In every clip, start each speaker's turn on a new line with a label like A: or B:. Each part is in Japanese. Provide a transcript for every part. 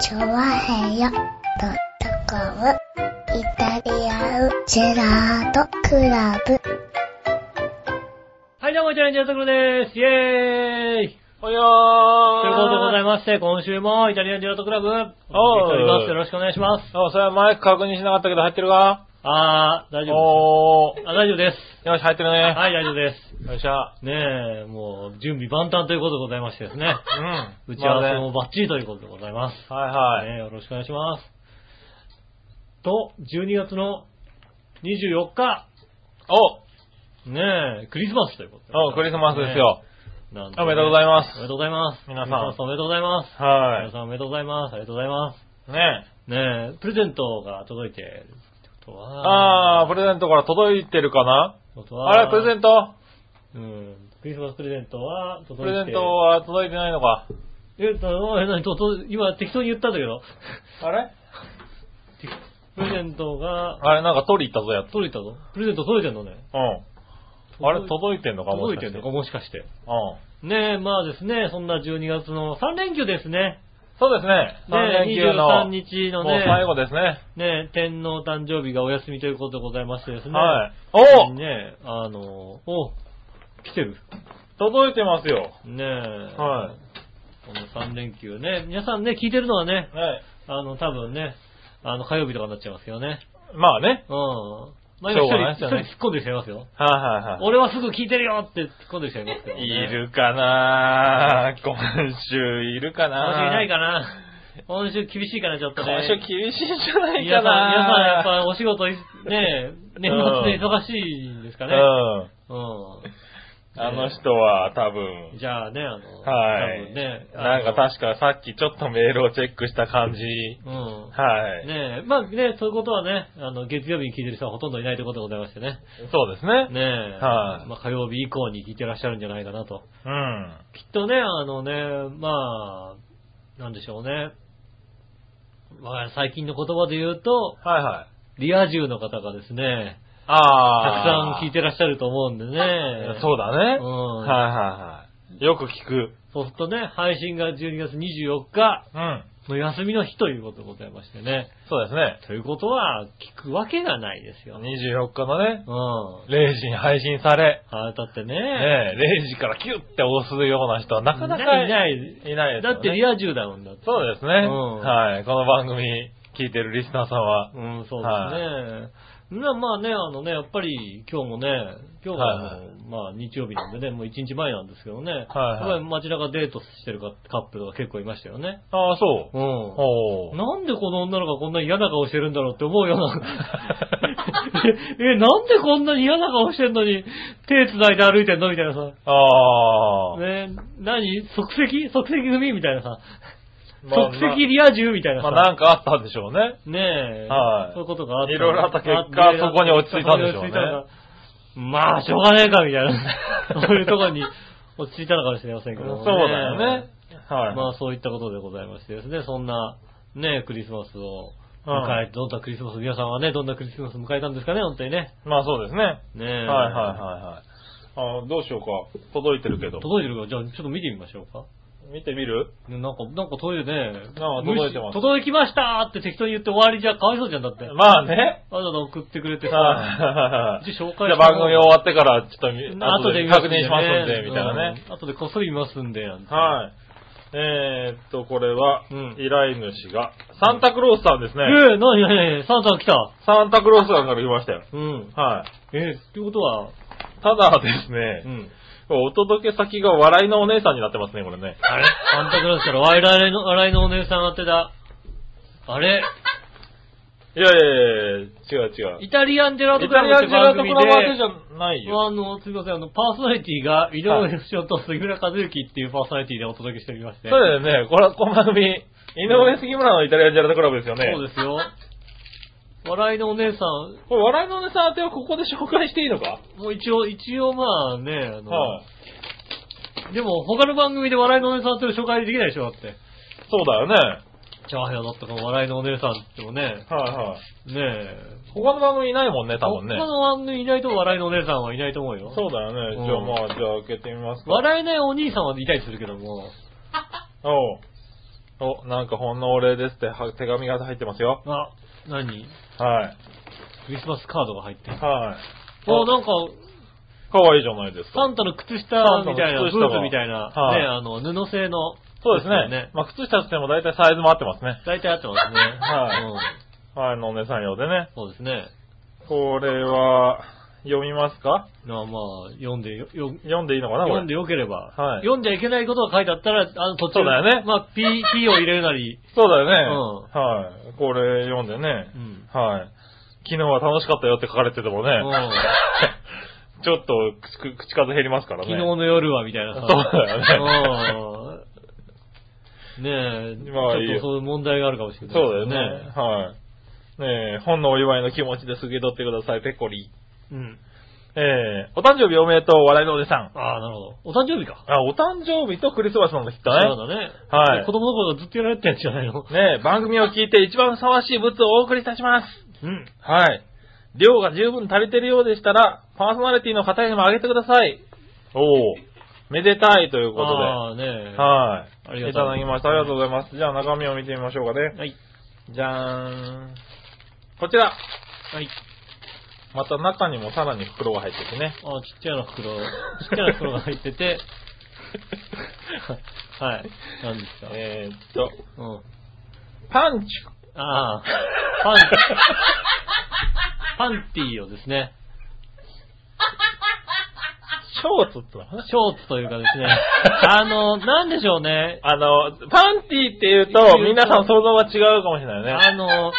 A: チョワヘヨドットコムイタリアンジェラートクラブ。
B: はい、どうも、チャレンジャーズグルです。イェーイ
C: およー
B: ということでござい
C: ま
B: まして、今週もイタリアンジェラートクラブ、お送りしております。よろしくお願いします。
C: す。おそれはマイク確認しなかったけど入ってるか
B: あー、大丈夫
C: おー
B: です。。あ、大丈夫です。
C: よし、入ってるね。
B: はい、大丈夫です。
C: よっしゃ。
B: ねえ、もう、準備万端ということでございましてです ね。
C: うん。
B: 打ち合わせ
C: ま
B: もバッチリということでございます。
C: あねはいはい。
B: ねえよろしくお願いします。と、12月の24日、ねえ、クリスマスということで
C: おおクリスマスです。よ。
B: なんね
C: おめでとうございます
B: おめでとうございます。
C: 皆さん
B: おめでとうございます。皆
C: は
B: さんおめでとうございます。ありがとうございます。
C: い。ね
B: ねえ、プレゼントが届いてるってことは、
C: あー、プレゼントから届いてるかな
B: ことは
C: あれ、プレゼント
B: うん。クリスマスプレゼントは届いて
C: プレゼントは届いてないのか
B: えっと、え、何と、と、今適当に言ったんだけど、
C: あれ
B: プレゼントが、
C: あれ、なんか取り行ったぞ、やつ。
B: 届いたぞ。プレゼント届いてんのね。
C: うん。あれ、届いてんのかも
B: 届い
C: しか
B: て
C: し
B: ん
C: て
B: のか、もしかして。
C: うん。
B: ねえ、まあですね、そんな12月の3連休ですね。
C: そうですね。
B: ね
C: 3
B: え、
C: 連休の、
B: 23日の
C: もう
B: ね、
C: 最後ですね。
B: ねえ、天皇誕生日がお休みということでございましてですね。
C: はい。
B: お
C: お
B: ねえ、あの、お来てる。
C: 届いてますよ。
B: ねえ。。
C: はい
B: この3連休ね。皆さんね、聞いてるのはね、
C: ね
B: あの、多分ね、あの、火曜日とかになっちゃいますよね。
C: まあね。
B: うん。まあ、
C: しょうが
B: 今
C: ない
B: 一人、
C: ですよ
B: 一
C: ね
B: 人突っ込んできちゃいますよ。
C: はいはいはい。
B: 俺はすぐ聞いてるよって突っ込んできちゃいますけど、ね。
C: い。るかな今週いるか
B: 今
C: な
B: 週いないかな。今週厳しいかな、ちょっと
C: 今
B: ね。
C: 週厳しいんじゃない
B: 皆さ
C: か
B: ん、皆さんやっ
C: な
B: ぱお仕事い、ねえ、年末で忙しいんですかね。
C: うん。
B: う
C: あの人は多分
B: ん。、じゃあね、あの、
C: は
B: 多分
C: い。
B: ね。
C: なんか確かさっきちょっとメールをチェックした感じ。
B: あのうん。
C: はい。
B: ねえ、まあね、そういうことはね、あの、月曜日に聞いてる人はほとんどいないということでございましてね。
C: そうです
B: ね
C: ね。
B: え、
C: はい
B: まあ火曜日以降に聞いてらっしゃるんじゃないかなと。
C: うん。
B: きっとね、あのね、まあ、なんでしょうね。まあ、最近の言葉で言うと、
C: はいはい。
B: リア充の方がですね、たく
C: ああ。
B: さん聞いてらっしゃると思うんでね。
C: そうだね。
B: うん
C: はいはいはい。よく聞く。
B: そうするとね、配信が12月24日
C: うん。
B: の休みの日ということでございましてね。
C: そうですね。
B: ということは、聞くわけがないですよね。
C: 24日のね、
B: うん。
C: 0時に配信され、
B: あだって ね。
C: ね0時からキュッて押すような人はなかなか
B: いないい
C: いな
B: ない。
C: いです
B: だ
C: よね。
B: ってリア充だもんだって。
C: そうですね。
B: うん
C: はい。この番組聞いてるリスナーさんは。
B: うん、そうですね。なまあね、あのね、やっぱり今日もね、今日がもう
C: はい
B: まあ日曜日なんでね、もう一日前なんですけどね。
C: はい
B: やっぱり街中デートしてるカカップルが結構いましたよね。
C: ああ、そうう。
B: ん。
C: ほう。
B: なんでこの女の子がこんなに嫌な顔してるんだろうって思うよう な。え、なんでこんなに嫌な顔してんのに手繋いで歩いてんのみたいなさ。
C: ああ。
B: ね、何即席即席組みたいなさ。
C: まあ
B: 即席リア充みたいな
C: ま
B: さ。
C: あ、なんかあったんでしょうね。
B: ねえ。
C: はい
B: そういうことがあった。
C: いろいろあった結果
B: って
C: そこに落ち着いたんでしょう
B: そこに落ち着い
C: ね
B: たのがまあ、しょうがねえか、みたい な。そういうとこに落ち着いたのかもしれませんけ
C: そ
B: ど
C: う
B: も、
C: だよね。はい。
B: まあ、そういったことでございましてですね、そんな、ねえ、クリスマスを迎え、どんなクリスマス、皆さんはね、どんなクリスマス迎えたんですかね、本当にね。
C: まあ、そうですね。はい
B: ね
C: は
B: え。
C: いはいはい。ああ、どうしようか。届いてるけど。
B: 届いてるから、じゃあ、ちょっと見てみましょうか。
C: 見てみる
B: ねなんか、なんか届いてね。
C: なんか届いてま
B: 無視
C: す
B: 届きましたーって適当に言って終わりじゃかわいそうじゃんだって。
C: まあね。
B: わざわざ送ってくれてさ。
C: はい。
B: 一応紹
C: じ
B: 介
C: ゃあ番組終わってから、ちょっとみ
B: 後
C: 後
B: で
C: で
B: 見
C: 確認しますんで、みたいなね。。
B: うん後でこっそり見ますんで、なんて
C: はい。えーっと、これは
B: うん、
C: 依頼主が、サンタクロースさんですね。
B: ええ、なになになにサンタ来た。
C: サンタクロースさんから来ましたよ。
B: うん。
C: はい。
B: えー、ってことは、
C: ただです
B: う
C: ね、
B: ん。
C: お届け先が笑いのお姉さんになってますね、これね。
B: あれサンタクロースから笑いの、笑いのお姉さん宛てだ。あれ
C: いやいやいや違う違う。イ
B: イタリアンジェラートク
C: タ
B: ラ
C: リア
B: ブっ
C: ン
B: て
C: ジェラ
B: 番組
C: ートクラブ宛てじ
B: で、
C: ゃないよ。
B: あの、すいません、あの、パーソナリティが、井上芳雄と杉村和之っていうパーソナリティでお届けしておりまして。
C: そうだよね、これはこの番組、井上杉村のイタリアンジェラートクラブですよね。
B: そうですよ。笑いのお姉さん、
C: これ笑いのお姉さん宛てはここで紹介していいのか
B: もう一応、一応まあね、あの、
C: はい。
B: でも他の番組で笑いのお姉さんっていうの紹介できないでしょ、だって。
C: そうだよね。
B: チャーヘアだったか笑いのお姉さんってもね、
C: はいは
B: ね
C: い。
B: え。
C: 他の番組いないもんね、多分ね。
B: 他の番組いないと笑いのお姉さんはいないと思うよ。
C: そうだよね。
B: うん
C: じゃあまあ、じゃあ開けてみますか。
B: 笑えないお兄さんはいたりするけども、
C: おうお、なんかほんのお礼ですっては手紙が入ってますよ。
B: あ、何
C: はい。
B: クリスマスカードが入ってる。
C: はい。
B: あ、なんか、
C: かわいいじゃないです
B: サ
C: か。
B: ンタの靴下みたいな、ブ
C: サンタ
B: ー
C: の靴下が
B: ツみたいな、
C: はい
B: ね、あの、布製の。
C: そうですね。まあ、靴下っても大体サイズも合ってますね。
B: 大体合ってますね。
C: はい
B: うん
C: はい、のお姉さん用でね。
B: そうですね。
C: これは、読みますか
B: まあまあ、読んでよ、よ
C: 読んでいいのかなこ
B: 読ん
C: れ。
B: でよければ。
C: はい
B: 読んじゃいけないことが書いてあったら、あの、途中。
C: そうだよね
B: まあ、P、P を入れるな り。
C: そうだよね。
B: う
C: はい。これ読んでね
B: う。ん。
C: はい。昨日は楽しかったよって書かれててもね。
B: うん
C: ちょっと口口数減りますからね。
B: 昨日の夜は、みたいなさ。
C: そうだよ
B: ね。ねえ、
C: まあいい
B: ちょ
C: よ
B: っとそういう問題があるかもしれない、
C: そうだよね。。はい。ねえ、本のお祝いの気持ちです受け取ってください、ペコリ。
B: うん。
C: ええお誕生日おめでとう、笑いのおじさん。
B: ああ、なるほど。お誕生日か。
C: あ、お誕生日とクリスマスなんだ、きっと
B: そ
C: ね。
B: うだね。
C: はい
B: 子供の頃ずっとやられてんじゃないの
C: ねえ、番組を聞いて一番ふさわしい物をお送りいたします。
B: うん。
C: はい。量が十分足りてるようでしたら、パーソナリティの方にもあげてください。おおめでたいということ
B: ああ、ねえ
C: で。はい。
B: ありがとう
C: いただきました。ありがとうございます。じゃあ中身を見てみましょうかね。
B: はい。
C: じゃーん。こちら。
B: はい。
C: また中にもさらに袋が入っててね。
B: あ、ちっちゃな袋、ちっちゃな袋が入って て、 はい。何ですか、
C: えー、っと、
B: うん。
C: パンチ
B: ああ、パン、パンティーをですね、
C: ュ、ショーツってのかな
B: ショーツというかですね、あの、なんでしょうね、
C: あの、パンティーって言うと、皆さん想像は違うかもしれないね。
B: あの、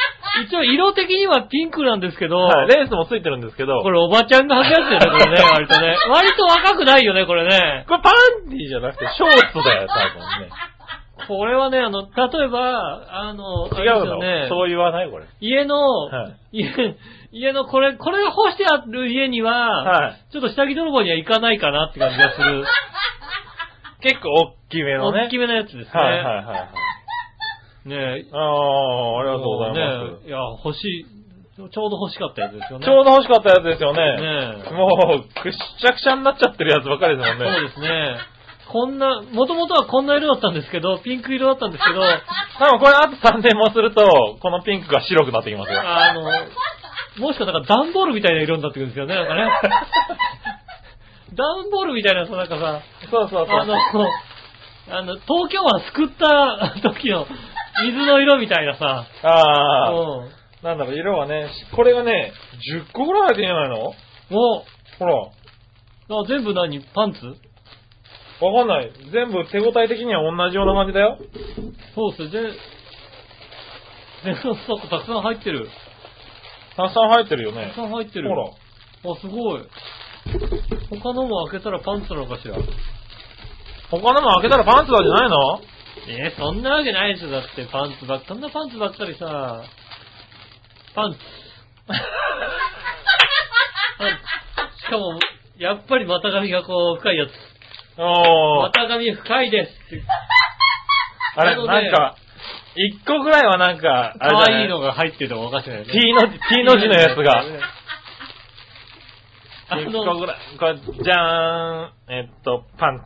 B: 一応色的にはピンクなんですけど、
C: はい、レースもついてるんですけど、
B: こ
C: これ、
B: れおばちゃんが履くやつだよね、これね、割とね。割と若くないよね、これね。
C: パンティーじゃなくてショーツだよ、多分ね。
B: これはね、あの、例えば、あの、あ
C: 違
B: れですよ
C: うの、
B: ね、
C: そう言わないこれ。
B: 家の、
C: は
B: 家、家のこれ、これが干してある家には、
C: はい
B: ちょっと下着泥棒には行かないかなって感じがする。
C: 結構大きめのね。
B: 大きめなやつですね。
C: はいはいはいはい。
B: ねえ。
C: ああ、ありがとうございます。
B: ねえいや、欲しい、ちょうど欲しかったやつですよね。
C: ちょうど欲しかったやつですよね。
B: ねえ。
C: もう、くっしゃくしゃになっちゃってるやつばっかりですもんね。
B: そうですね。こんな、もともとはこんな色だったんですけど、ピンク色だったんですけど、
C: 多分これあと3年もすると、このピンクが白くなってきますよ。
B: あの、もしかしたら段ボールみたいな色になってくるんですよね、なんかね。段ボールみたいなさ、なんかさ、
C: そうそうそう。
B: あの、あの、東京湾すくった時の水の色みたいなさ、う
C: ああ、
B: ん
C: なんだろう、色はね、これがね、10個ぐらい入ってんじゃないの
B: も
C: ほら、わ
B: う、な全部何パンツ
C: かんない。全部手応え的には同じような感じだよ。
B: そうっすね。で全部ストックたくさん入ってる。
C: たくさん入ってるよ
B: た
C: ね
B: く。さん入って
C: ほ
B: る。
C: ら。
B: あ、すごい。他のも開けたらパンツなのかしら。
C: 他のも開けたらパンツなんじゃないの
B: えーそんなわけないでしょ。だってパンツばっか、そんなパンツばっかりさ、パンツ。パンツしかも、やっぱり股上がこう、深いやつ。
C: おー。
B: 股上深いですって。
C: あれ、なんか、一個ぐらいはなんか、あ
B: 可
C: れじゃな
B: 愛いのが入ってるのもおかしくないよ
C: T
B: ね。
C: の字、T の字のやつが。
B: あ
C: 一個ぐ
B: の、
C: らい。これ、じゃーん。えっと、パン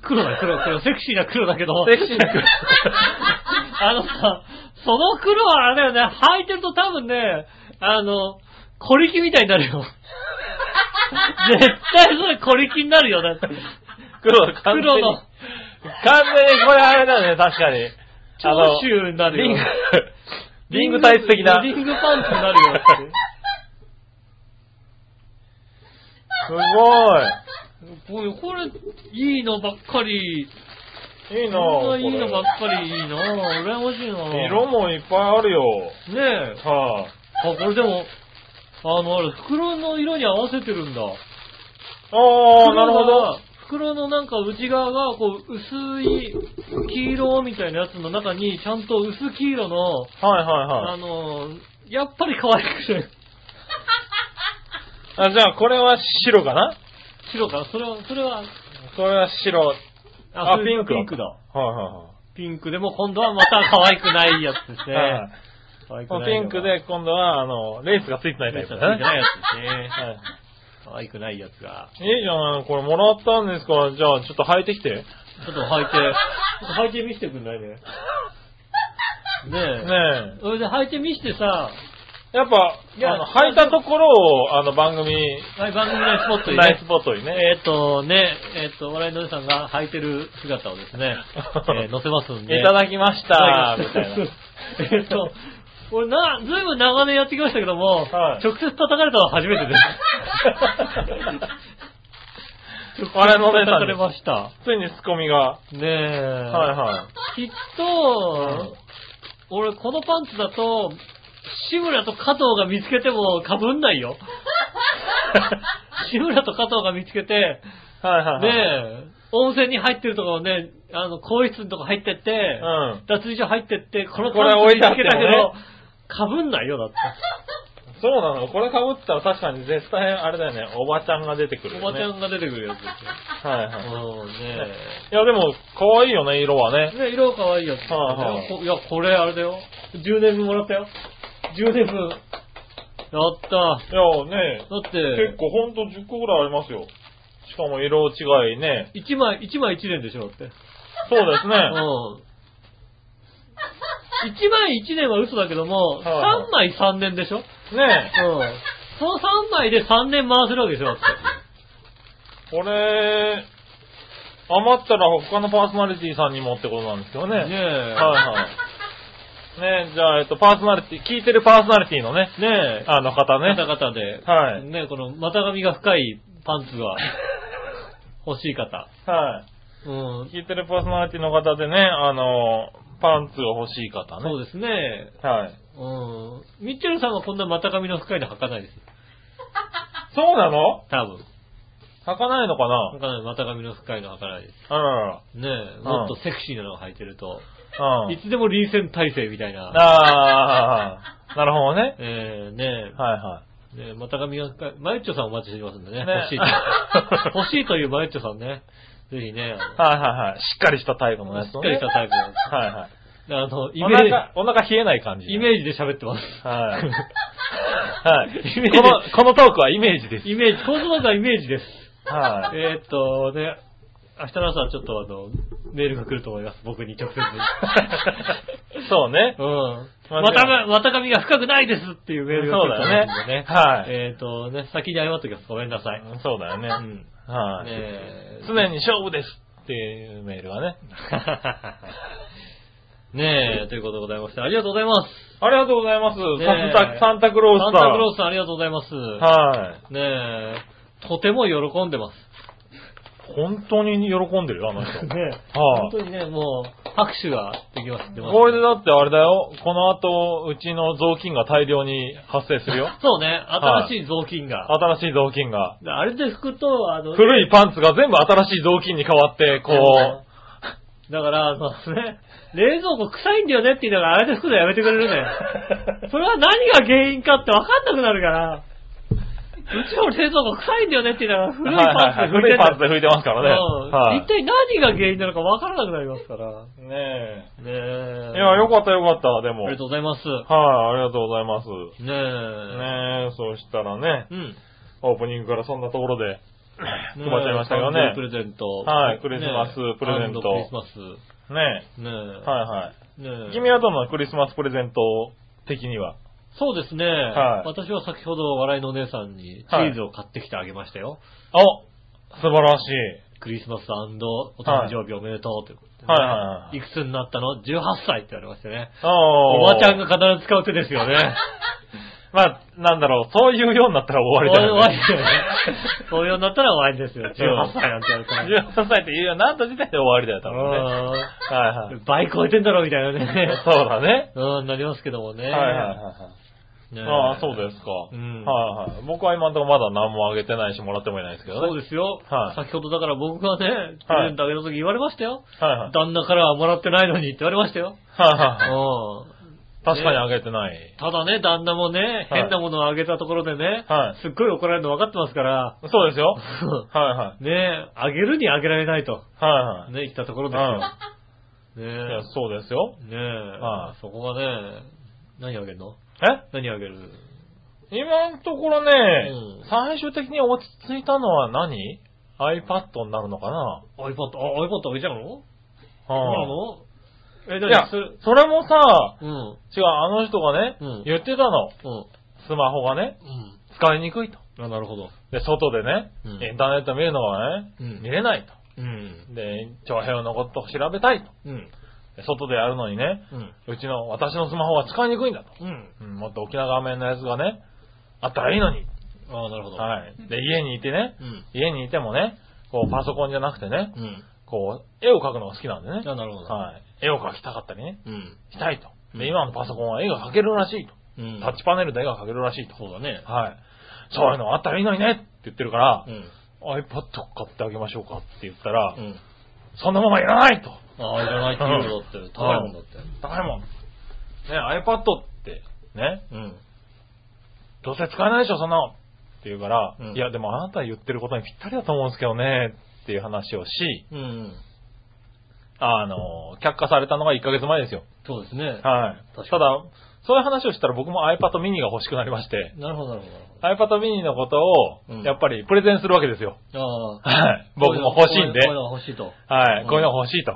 C: ツ。
B: 黒だ、黒、黒。セクシーな黒だけど。
C: セクシーな黒
B: あのさ、その黒はあれだよね、履いてると多分ね、あの、小力みたいになる よ。絶対それ小力になるよ、だって。
C: 黒、完全に。
B: 黒の
C: 完全に、これあれだね、確かに。あの
B: 長州になる
C: リン
B: よ
C: グ。、リングタイツ的な。
B: リングパンツになるよって。
C: すご
B: これ、これ、いいのばっかり。
C: い。いいな
B: こ
C: ぁ。
B: んないいのばっかりいいな羨ましい
C: こ
B: な
C: れ色もいっぱいあるよ。
B: ねえ。
C: はぁ、
B: あ、これでも、あの、あれ、袋の色に合わせてるんだ。
C: あー、なるほど。。
B: 袋のなんか内側が、こう、薄い黄色みたいなやつの中に、ちゃんと薄黄色の、
C: はいはいは
B: あ
C: い。
B: の、やっぱり可愛くて、
C: あ、じゃあこれは白かな
B: 白か、それは、それは、
C: これは白。あ
B: それ
C: ピンクだ
B: ピンクだ。
C: はいはいはい。
B: ピンクでも今度はまた可愛くないやつです ね。
C: はい
B: 可愛く
C: この
B: ない
C: ピ
B: の
C: ン
B: が
C: クで、今度は、あの、レースがついてないタ
B: ピン
C: イ
B: ク
C: プ
B: じゃ
C: だね。
B: ないやつですね。
C: はい
B: 可愛くないやつが。
C: いいじゃない、これもらったんですから、じゃあちょっと履いてきて。
B: ちょっと履いて、ちょっと履いて見せてくんないね。ねえ。
C: ね
B: それで履いてみしてさ、
C: え。やっぱ、
B: いや
C: あの、履いたところを、あの、番組、
B: はい、番組のスポットに
C: ナイス
B: ね、
C: ポットにね。
B: えっとね、えっと、お笑いのおじさんが履いてる姿をです ね、えー載せますんで。
C: いただきました、み
B: い
C: たいな。
B: な。えっと、俺な、ずいぶん長年やってきましたけども、
C: はい
B: 直接叩かれたのは初めてです。
C: 笑いのお姉さ
B: 叩
C: ん
B: か
C: で
B: れました。
C: ついにツッコミが。
B: ねえ。
C: はいはい。
B: きっと、俺このパンツだと、志村と加藤が見つけても被んないよ。志村と加藤が見つけて、
C: はいはいはい。
B: ねえ、温泉に入ってるとこをね、あの、更衣室のとこ入ってって、
C: うん。
B: 脱衣所入ってって、この
C: これ
B: パンツ見つけたけど、
C: 置
B: 被んないよ、だって。
C: そうなの。これ被ってたら確かに絶対、あれだよね、おばちゃんが出てくるよ
B: お
C: ね。
B: ばちゃんが出てくるやつです
C: はいはい。
B: よ。うん、ね
C: いや、でも、可愛いよね、色はね。
B: え。ね色可愛いやつですよね、
C: はいはい
B: こいや、これあれだよ。10年分もらったよ。10年分。やった。
C: いや、ね
B: だっ
C: 結
B: て、
C: 構ほんと10個ぐらいありますよ。しかも色違いね。
B: 1枚、1枚1年でしょだって。
C: そうです ね。
B: うん。1枚1年は嘘だけども、
C: はいはい
B: 3枚3年でしょうん。
C: ね
B: その3枚で3年回せるわけでしょだって。
C: これ、余ったら他のパーソナリティさんにもってことなんですけどね。
B: ねえ。
C: はいはい。ねじゃあ、えっと、パーソナリティ、聞いてるパーソナリティのね、
B: ねえ。
C: あの方ね。
B: 方々で、
C: はい
B: ね、この股上が深いパンツが欲しい方。
C: は
B: うん。
C: い。聞いてるパーソナリティの方でね、あの、パンツが欲しい方ね。
B: そうですね。
C: はい。
B: うん。ミッチェルさんはこんな股上の深いの履かないです。
C: そうなの
B: 多分。
C: 履かないのかな
B: 履かない股上の深いの履かないです。
C: あら
B: ねえ、もっとセクシーなのを履いてると、
C: ら。うん
B: い。つでも臨戦態勢みたいな、
C: ああ、なるほどね。
B: えー、ね
C: はいは
B: え、ねえ、またがみが深い、マユッチョさんお待ちしてますんでね、
C: ね
B: 欲しいと。 欲しいというマユッチョさんね、ぜひね、
C: い。はいはいはい。しっかりしたタイプ
B: あ
C: の
B: の
C: や
B: しっ
C: つを
B: か
C: ね
B: りしたタイプなんで
C: はいはい。
B: す。あの、イ
C: お
B: メー
C: 腹、お腹冷えない感じ。
B: ジ、イメージで喋ってます。
C: はい。はい。
B: イメージ
C: この、このトークはイメージです。
B: イメージ、コースバーはイメージです。
C: はい。
B: えーっとね、明日の朝ちょっとあの、メールが来ると思います、僕に直 接。
C: そうね。
B: うん。
C: 間
B: ま
C: 違い
B: た
C: な
B: が、またがみが深くないですっていうメールが来ると思うん
C: そうだ
B: で
C: よ
B: ね
C: ね。はい
B: えっ、とね、先に謝っときます。ごめんなさい。
C: そうだよね。
B: うん。
C: はい、
B: ねえ。
C: 常に勝負ですっていうメールがね。
B: ねえ、ということでございまして、ありがとうございます。
C: ありがとうございます。
B: ねえ
C: サンタサンタクロース
B: サ
C: さ
B: ンタ
C: ん。
B: クロースさんありがとうございます。
C: はい。
B: ねえ、とても喜んでます。
C: 本当に喜んでるよ、あの人。
B: ね
C: は
B: 本当にね、もう、拍手ができます。出ます
C: これでだってあれだよ、この後、うちの雑巾が大量に発生す るよ。
B: そうね、新しい雑巾が。
C: 新しい雑巾が。
B: であれで拭くと、あの、
C: 古いパンツが全部新しい雑巾に変わって、こ う、
B: だから、そうですね、冷蔵庫臭いんだよねって言いながら、あれで拭くのやめてくれる ね。それは何が原因かって分かんなくなるから。うちの冷蔵庫臭いんだよねって言いながら、古いパンツで拭いて
C: 古い
B: るんだ
C: パンツで拭いてますからね。
B: うん
C: はい
B: 一体何が原因なのか分からなくなりますから。
C: ね
B: ねえ
C: え。いや、よかったよかった、でも。
B: ありがとうございます。
C: はい、ありがとうございます。
B: ねえ。
C: ねえ、そしたらね、
B: うん。
C: オープニングからそんなところで、配っちゃいましたけど
B: 誕生
C: ね
B: 日プ。レゼント。
C: はいクリスマス
B: ねえ
C: プレゼント
B: クリスマ
C: ね
B: ス。ね
C: え、
B: え。
C: はいはい。
B: ねえ
C: 君はどんなクリスマスプレゼント的には
B: そうですね。
C: はい
B: 私は先ほど笑いのお姉さんにチーズを買ってきてあげましたよ。
C: お素晴らしい。
B: クリスマスお誕生日おめでとうということで、
C: はいはいはい
B: いくつになったの ?18 歳って言われましてね。
C: お
B: おばちゃんが。必ず使う手ですよね。
C: まあ、なんだろう、そういうようになったら 終わりだよね。
B: 終わりだよね。そういうようになったら終わりですよ。18歳なんてやるから。
C: 18歳って言うよ。なった時点で終わりだよ、多分ね。は
B: う
C: いはい。
B: ん倍超えてんだろみたいなね。
C: そうだね。
B: うん、なりますけどもね。。
C: はいはいはいはい。ああ、そうですすか。
B: うん
C: はいはい。僕は今のところまだ何もあげてないし、もらってもいないですけどね。
B: そうですよ。
C: はい
B: 先ほどだから僕がね、プレゼントあげた時言われましたよ。
C: はいはい。
B: 旦那からはもらってないのにって言われましたよ。
C: はいはい。
B: うん。
C: 確かにあげてない。
B: ただね、旦那もね、
C: はい
B: 変なものをあげたところでね、
C: はい
B: すっごい怒られるの分かってますから、
C: そうですよ。はいはい。
B: ねえ、あげるにあげられないと、
C: はいはい。
B: ね、言ったところですよ。
C: い
B: ね
C: や、そうですよ。
B: え、ねえ、
C: はい
B: そこがね、何あげるの
C: え
B: 何あげる
C: 今のところね、
B: うん
C: 最終的に落ち着いたのは何 ?iPad になるのかな
B: ?iPad、あ、iPad あげちゃうのそううな
C: あ
B: のえ、
C: い
B: 何
C: や
B: それ、、
C: それもさ、
B: うん。
C: 違う、あの人がね、
B: うん
C: 言ってたの。
B: うん。
C: スマホがね、
B: うん。
C: 使いにくいと。
B: あ、なるほど。
C: で、外でね、
B: うん
C: インターネット見るのはね、
B: うん
C: 見れないと。
B: うん。
C: で、長編のことを調べたいと。
B: うん。
C: で外でやるのにね、
B: うん。
C: うちの、私のスマホは使いにくいんだと。
B: うん。
C: うん、もっと大きな画面のやつがね、あったらいいのに。
B: ああ、なるほど。い。
C: はい。で、家にいてね、
B: うん。
C: 家にいてもね、こう、パソコンじゃなくてね、
B: うん。
C: こう、絵を描くのが好きなんでね。
B: あ、なるほど。
C: はい。絵を描きたかったりね、
B: い。うん。
C: したいと。
B: う
C: で、
B: ん
C: 今のパソコンは絵が描けるらしいと。
B: うん。
C: タッチパネルで絵が描けるらしいと。
B: そうだね。
C: はい。そういうのあったらいいのにねって言ってるから、
B: うん。
C: iPad 買ってあげましょうかって言ったら、
B: うん。
C: そんなもんはいらないと。
B: ああ、いらないって言うよだって。高いもんだって。
C: 高いもん。ね、iPad って、ね、
B: うん。
C: どうせ使えないでしょ、そんなの。って言うから、
B: うん
C: いや、でもあなたが言ってることにぴったりだと思うんですけどね、っていう話をし、
B: うん。
C: あの、却下されたのが1ヶ月前ですよ。
B: そうですね。
C: はい。
B: 確か
C: た
B: に
C: だ、そういう話をしたら僕も iPad mini が欲しくなりまして、
B: なるほど、なるほ
C: iPad mini のことを
B: う、ん
C: やっぱりプレゼンするわけですよ。
B: ど。ああ。
C: はい。僕も欲しいん
B: こう
C: で。
B: いうのが欲しいと。
C: はい、
B: うん
C: こういうのが欲しいと。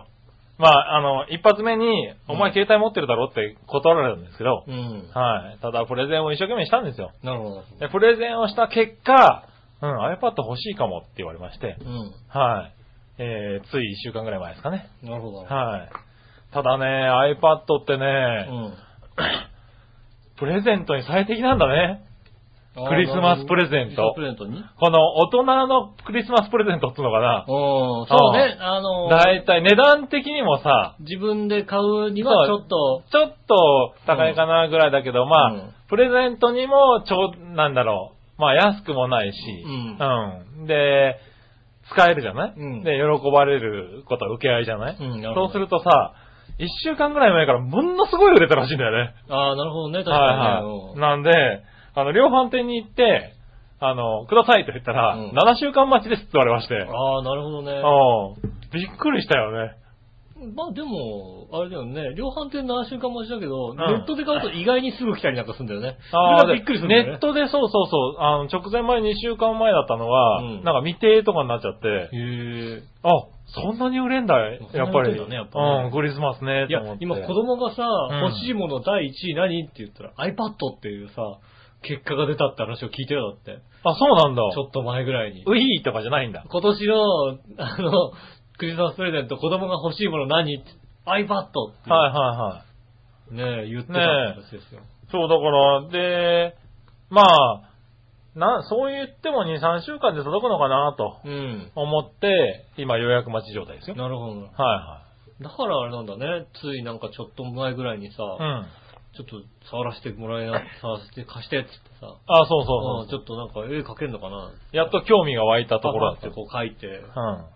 C: まあ、あの、一発目に、お前携帯持ってるだろって断られたんですけど、
B: うん。
C: はい。ただ、プレゼンを一生懸命したんですよ。
B: なるほど、なるほ
C: で、プレゼンをした結果、うん、iPad 欲しいかもって言われまして、
B: ど。うん。
C: はい。えー、つい一週間ぐらい前ですかね。
B: なるほど。
C: はい。ただね、iPad ってね、
B: うん。
C: プレゼントに最適なんだね。
B: あー
C: クリスマスプレゼント
B: クリスマスプレゼントに
C: この大人のクリスマスプレゼントってのかな。
B: うん、そうね。あの、
C: だいたい値段的にもさ、
B: 自分で買うにはちょっと、
C: ちょっと高いかなぐらいだけど、まあ、
B: うん
C: プレゼントにも、ちょう、なんだろう。まあ、安くもないし、
B: うん
C: うんで、使えるじゃない、
B: うん
C: で、喜ばれることは受け合いじゃない、
B: うんなるほど
C: そうするとさ、一週間ぐらい前からものすごい売れたらしいんだよね。
B: ああ、なるほどね、確
C: は
B: か
C: い
B: にね
C: はい。。なんで、あの、量販店に行って、あの、くださいと言ったら、
B: うん
C: 7週間待ちですって言われまして、
B: うんああ、なるほどね。
C: うんびっくりしたよね。
B: まあでも、あれだよね、量販店7週間待ちだけど、
C: ん
B: ネットで買うと意外にすぐ来たりなんかするんだよね。
C: あ
B: それがびっくりするんだよね。
C: ネットでそうそうそう、あの、直前前2週間前だったのが、
B: うん
C: なんか未定とかになっちゃって、
B: へえ。
C: あ、そんなに売れんだ、やっぱり。
B: そんなに売れんだねやっぱね
C: うん、クリスマスね、
B: いや
C: と思っ、て
B: 今子供がさ、
C: ん
B: 欲しいもの第1位何って言ったら iPad っていうさ、結果が出たって話を聞いたよ、だって。
C: あ、そうなんだ。
B: ちょっと前ぐらいに。
C: ウィーとかじゃないんだ。
B: 今年の、あの、クリスマスプレゼント、子供が欲しいもの何 ?iPad って、
C: はいはいはい。
B: ねえ、言ってた話ですよ。
C: そう、だから、で、まあ、な、そう言っても2、3週間で届くのかなと
B: うん。
C: 思って、今予約待ち状態ですよ。
B: なるほど。
C: は
B: だからあれなんだね、ついなんかちょっと前ぐらいにさ、
C: いはい。うん。
B: ちょっと触らせてもら えな、触らせて貸してっつってさ、
C: あ、そうそう
B: うん
C: そう
B: ちょっとなんか絵描けるのかな
C: やっと興味が湧いたところだ
B: パパ
C: った
B: って。こう描いて、
C: うん。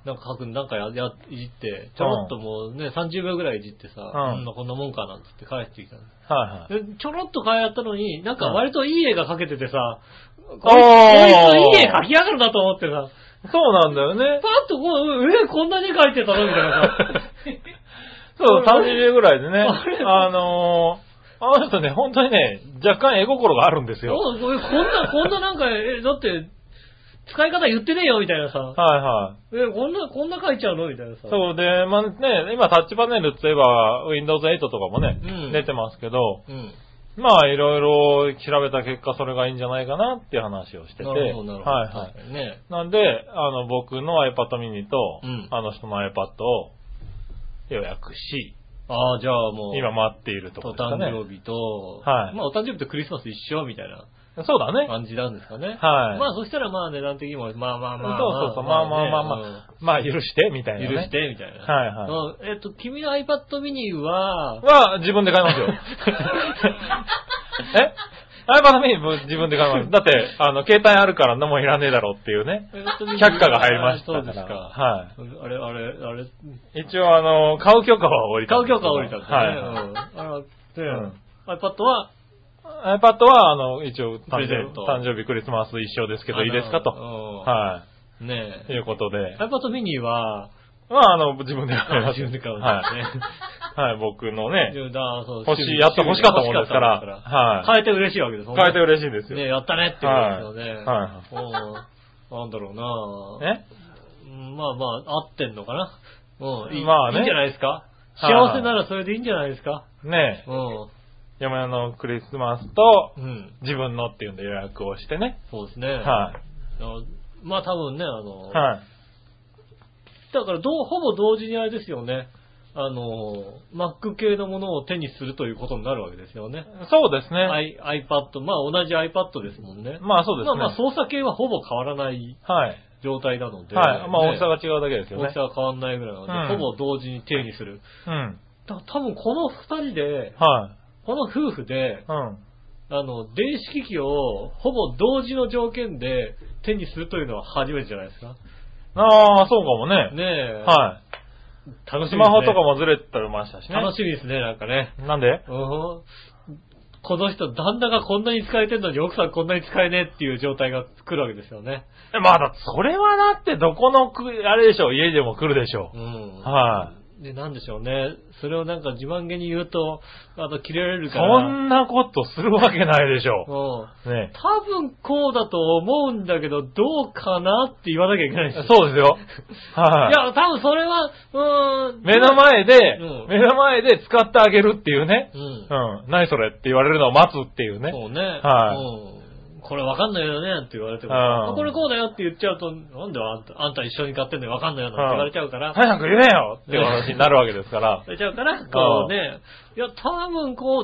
B: なんか書く、なんかや、や、いじって、ちょろっともうね、30秒ぐらいいじってさ、
C: うん
B: うん、こんなもんかなんつって返してきたの
C: はいはい。
B: でちょろっと変えたのに、なんか割といい絵が描けててさ、こいつ
C: おー
B: こいついい絵描きやがるなと思ってさ、
C: そうなんだよね
B: パ。ッとこう、うえ、こんなに描いてたのみたいな
C: そう、30ぐらいでね、
B: あれ
C: あのー、あの人ね、本当にね、若干絵心があるんです
B: さ、
C: よ。
B: おいこんな、こんななんか、え、だって、使い方言ってねえよみたいなさ、
C: はいはい。
B: え、こんな、こんな描いちゃうのみたいなさ。
C: そうで、まあね、今タッチパネルって言えば Windows 8とかもね、
B: うん
C: 出てますけど、
B: うん。
C: まあいろいろ調べた結果それがいいんじゃないかなっていう話をしてて、
B: な
C: は
B: る
C: い
B: ほど、なるほど。
C: はい
B: 確。かにね。
C: なんで、あの僕の iPad mini と、
B: うん
C: あの人の iPad を予約し、
B: ああ、じゃあもう、
C: 今待っているとこ
B: お
C: ろですか
B: 誕
C: ね。
B: 生日と、
C: はい
B: まあお誕生日とクリスマス一緒みたいな
C: そうだね。
B: 感じなんですかね。
C: はい
B: まあそしたらまあ値段的にも、まあまあまあ
C: そうそうそう、まあまあまあまあ、まあ許して、みたい
B: ね
C: な、
B: うん
C: ね。
B: 許して、みたいな。
C: はいは
B: うんえっと、君の iPad mini は、
C: は、自分で買いま すよ。え ?iPad mini 自分で買います。だって、あの、携帯あるから何もいらねえだろうっていうね。
B: iPad mini
C: 却
B: は
C: 下が入りましたか
B: そ
C: ら。
B: うですか。
C: は
B: あれ、あれ、あれ、
C: い。一応、あの、買う許可は降りた
B: 買
C: ん
B: う
C: ですけど。
B: 許可降りたんですね。
C: はい。
B: うん
C: う
B: あれ、で、iPad は、
C: iPad は、あの、一応、
B: プ
C: 誕
B: レゼン
C: 生
B: ト
C: 誕生日クリスマス一緒ですけど、いいですかと。
B: あの
C: は
B: うんね
C: い。い
B: え。
C: うことで。
B: iPad mini は、
C: まあ、あの、自分で買い
B: あ
C: ま す。
B: 自分で買うん
C: は
B: だね。
C: い。はい、僕のね、
B: でだそう
C: 欲しい、やっと欲しかったもんですから。は
B: 変えて嬉しいわけです。
C: い。買えて嬉しいんですよ。
B: ねやったねって言うんですよね。
C: はいはい
B: うんなんだろうな
C: ね
B: うんまあまあ、合ってんのかなうん、いい
C: まあね
B: いいんじゃないですか幸せならそれでいいんじゃないですか。
C: ねえ、
B: うん。
C: 山屋のクリスマスと
B: うん。
C: 自分のっていうんで予約をしてね。
B: そうですね。
C: は
B: あのまあ多分ね、あの、
C: い。はい。
B: だからどう、ほぼ同時にあれですよね。あの、Mac 系のものを手にするということになるわけですよね。
C: そうですね。
B: I、iPad、まあ同じ iPad ですもんね。
C: まあそうです
B: まあ
C: ね。
B: まあ操作系はほぼ変わらない
C: はい。
B: 状態なので。
C: はい。まあ
B: ね
C: 大きさが違うだけですよ
B: 大
C: ね
B: き。さは変わらないぐらいなので、
C: うん
B: ほぼ同時に手にする。
C: うん。
B: だから多分この二人で、
C: はい。
B: この夫婦で、
C: うん。
B: あの、電子機器をほぼ同時の条件で手にするというのは初めてじゃないですか。
C: ああ、そうかも
B: ね
C: ね。
B: え。。
C: はいい。
B: 楽しみですね。
C: スマホとかもずれてましたしね。
B: 楽しみですね、なんかね。
C: なんで
B: うん。この人、旦那がこんなに使えてんのに奥さんこんなに使えねえっていう状態が来るわけですよね。
C: えまあだ、それはだってどこのく、あれでしょう、家でも来るでしょ
B: う
C: う。
B: ん。。
C: はい
B: で、なんでしょうね。それをなんか自慢げに言うと、あと、切れられるから。
C: そんなことするわけないでしょ
B: うん。
C: う。 ね
B: 多分こうだと思うんだけど、どうかなって言わなきゃいけないんですよ。
C: そうですよ。はい
B: い。や、多分それは、うーん。
C: 目の前で、
B: うん
C: 目の前で使ってあげるっていうね。
B: うん
C: う。ん。何それって言われるのを待つっていうね。
B: そうね。
C: はい
B: うん。これわかんないよねって言われても、
C: うん
B: あこれこうだよって言っちゃうと、なんであんたあんた一緒に買ってんのにわかんないよなんて言われちゃうから、
C: 早く言えよっていう話になるわけで すから。
B: 言われちゃうから、こうね、いや、多分こ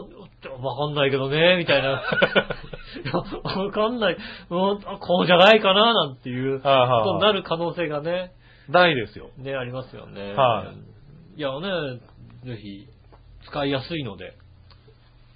B: う、わかんないけどね、みたい な。いやわかんない、うんあこうじゃないかな、なんていうこ
C: はいはいはい
B: とになる可能性がね、
C: 大ですよ。
B: ね、ありますよね。。
C: はい
B: いやね、ぜひ、使いやすいので。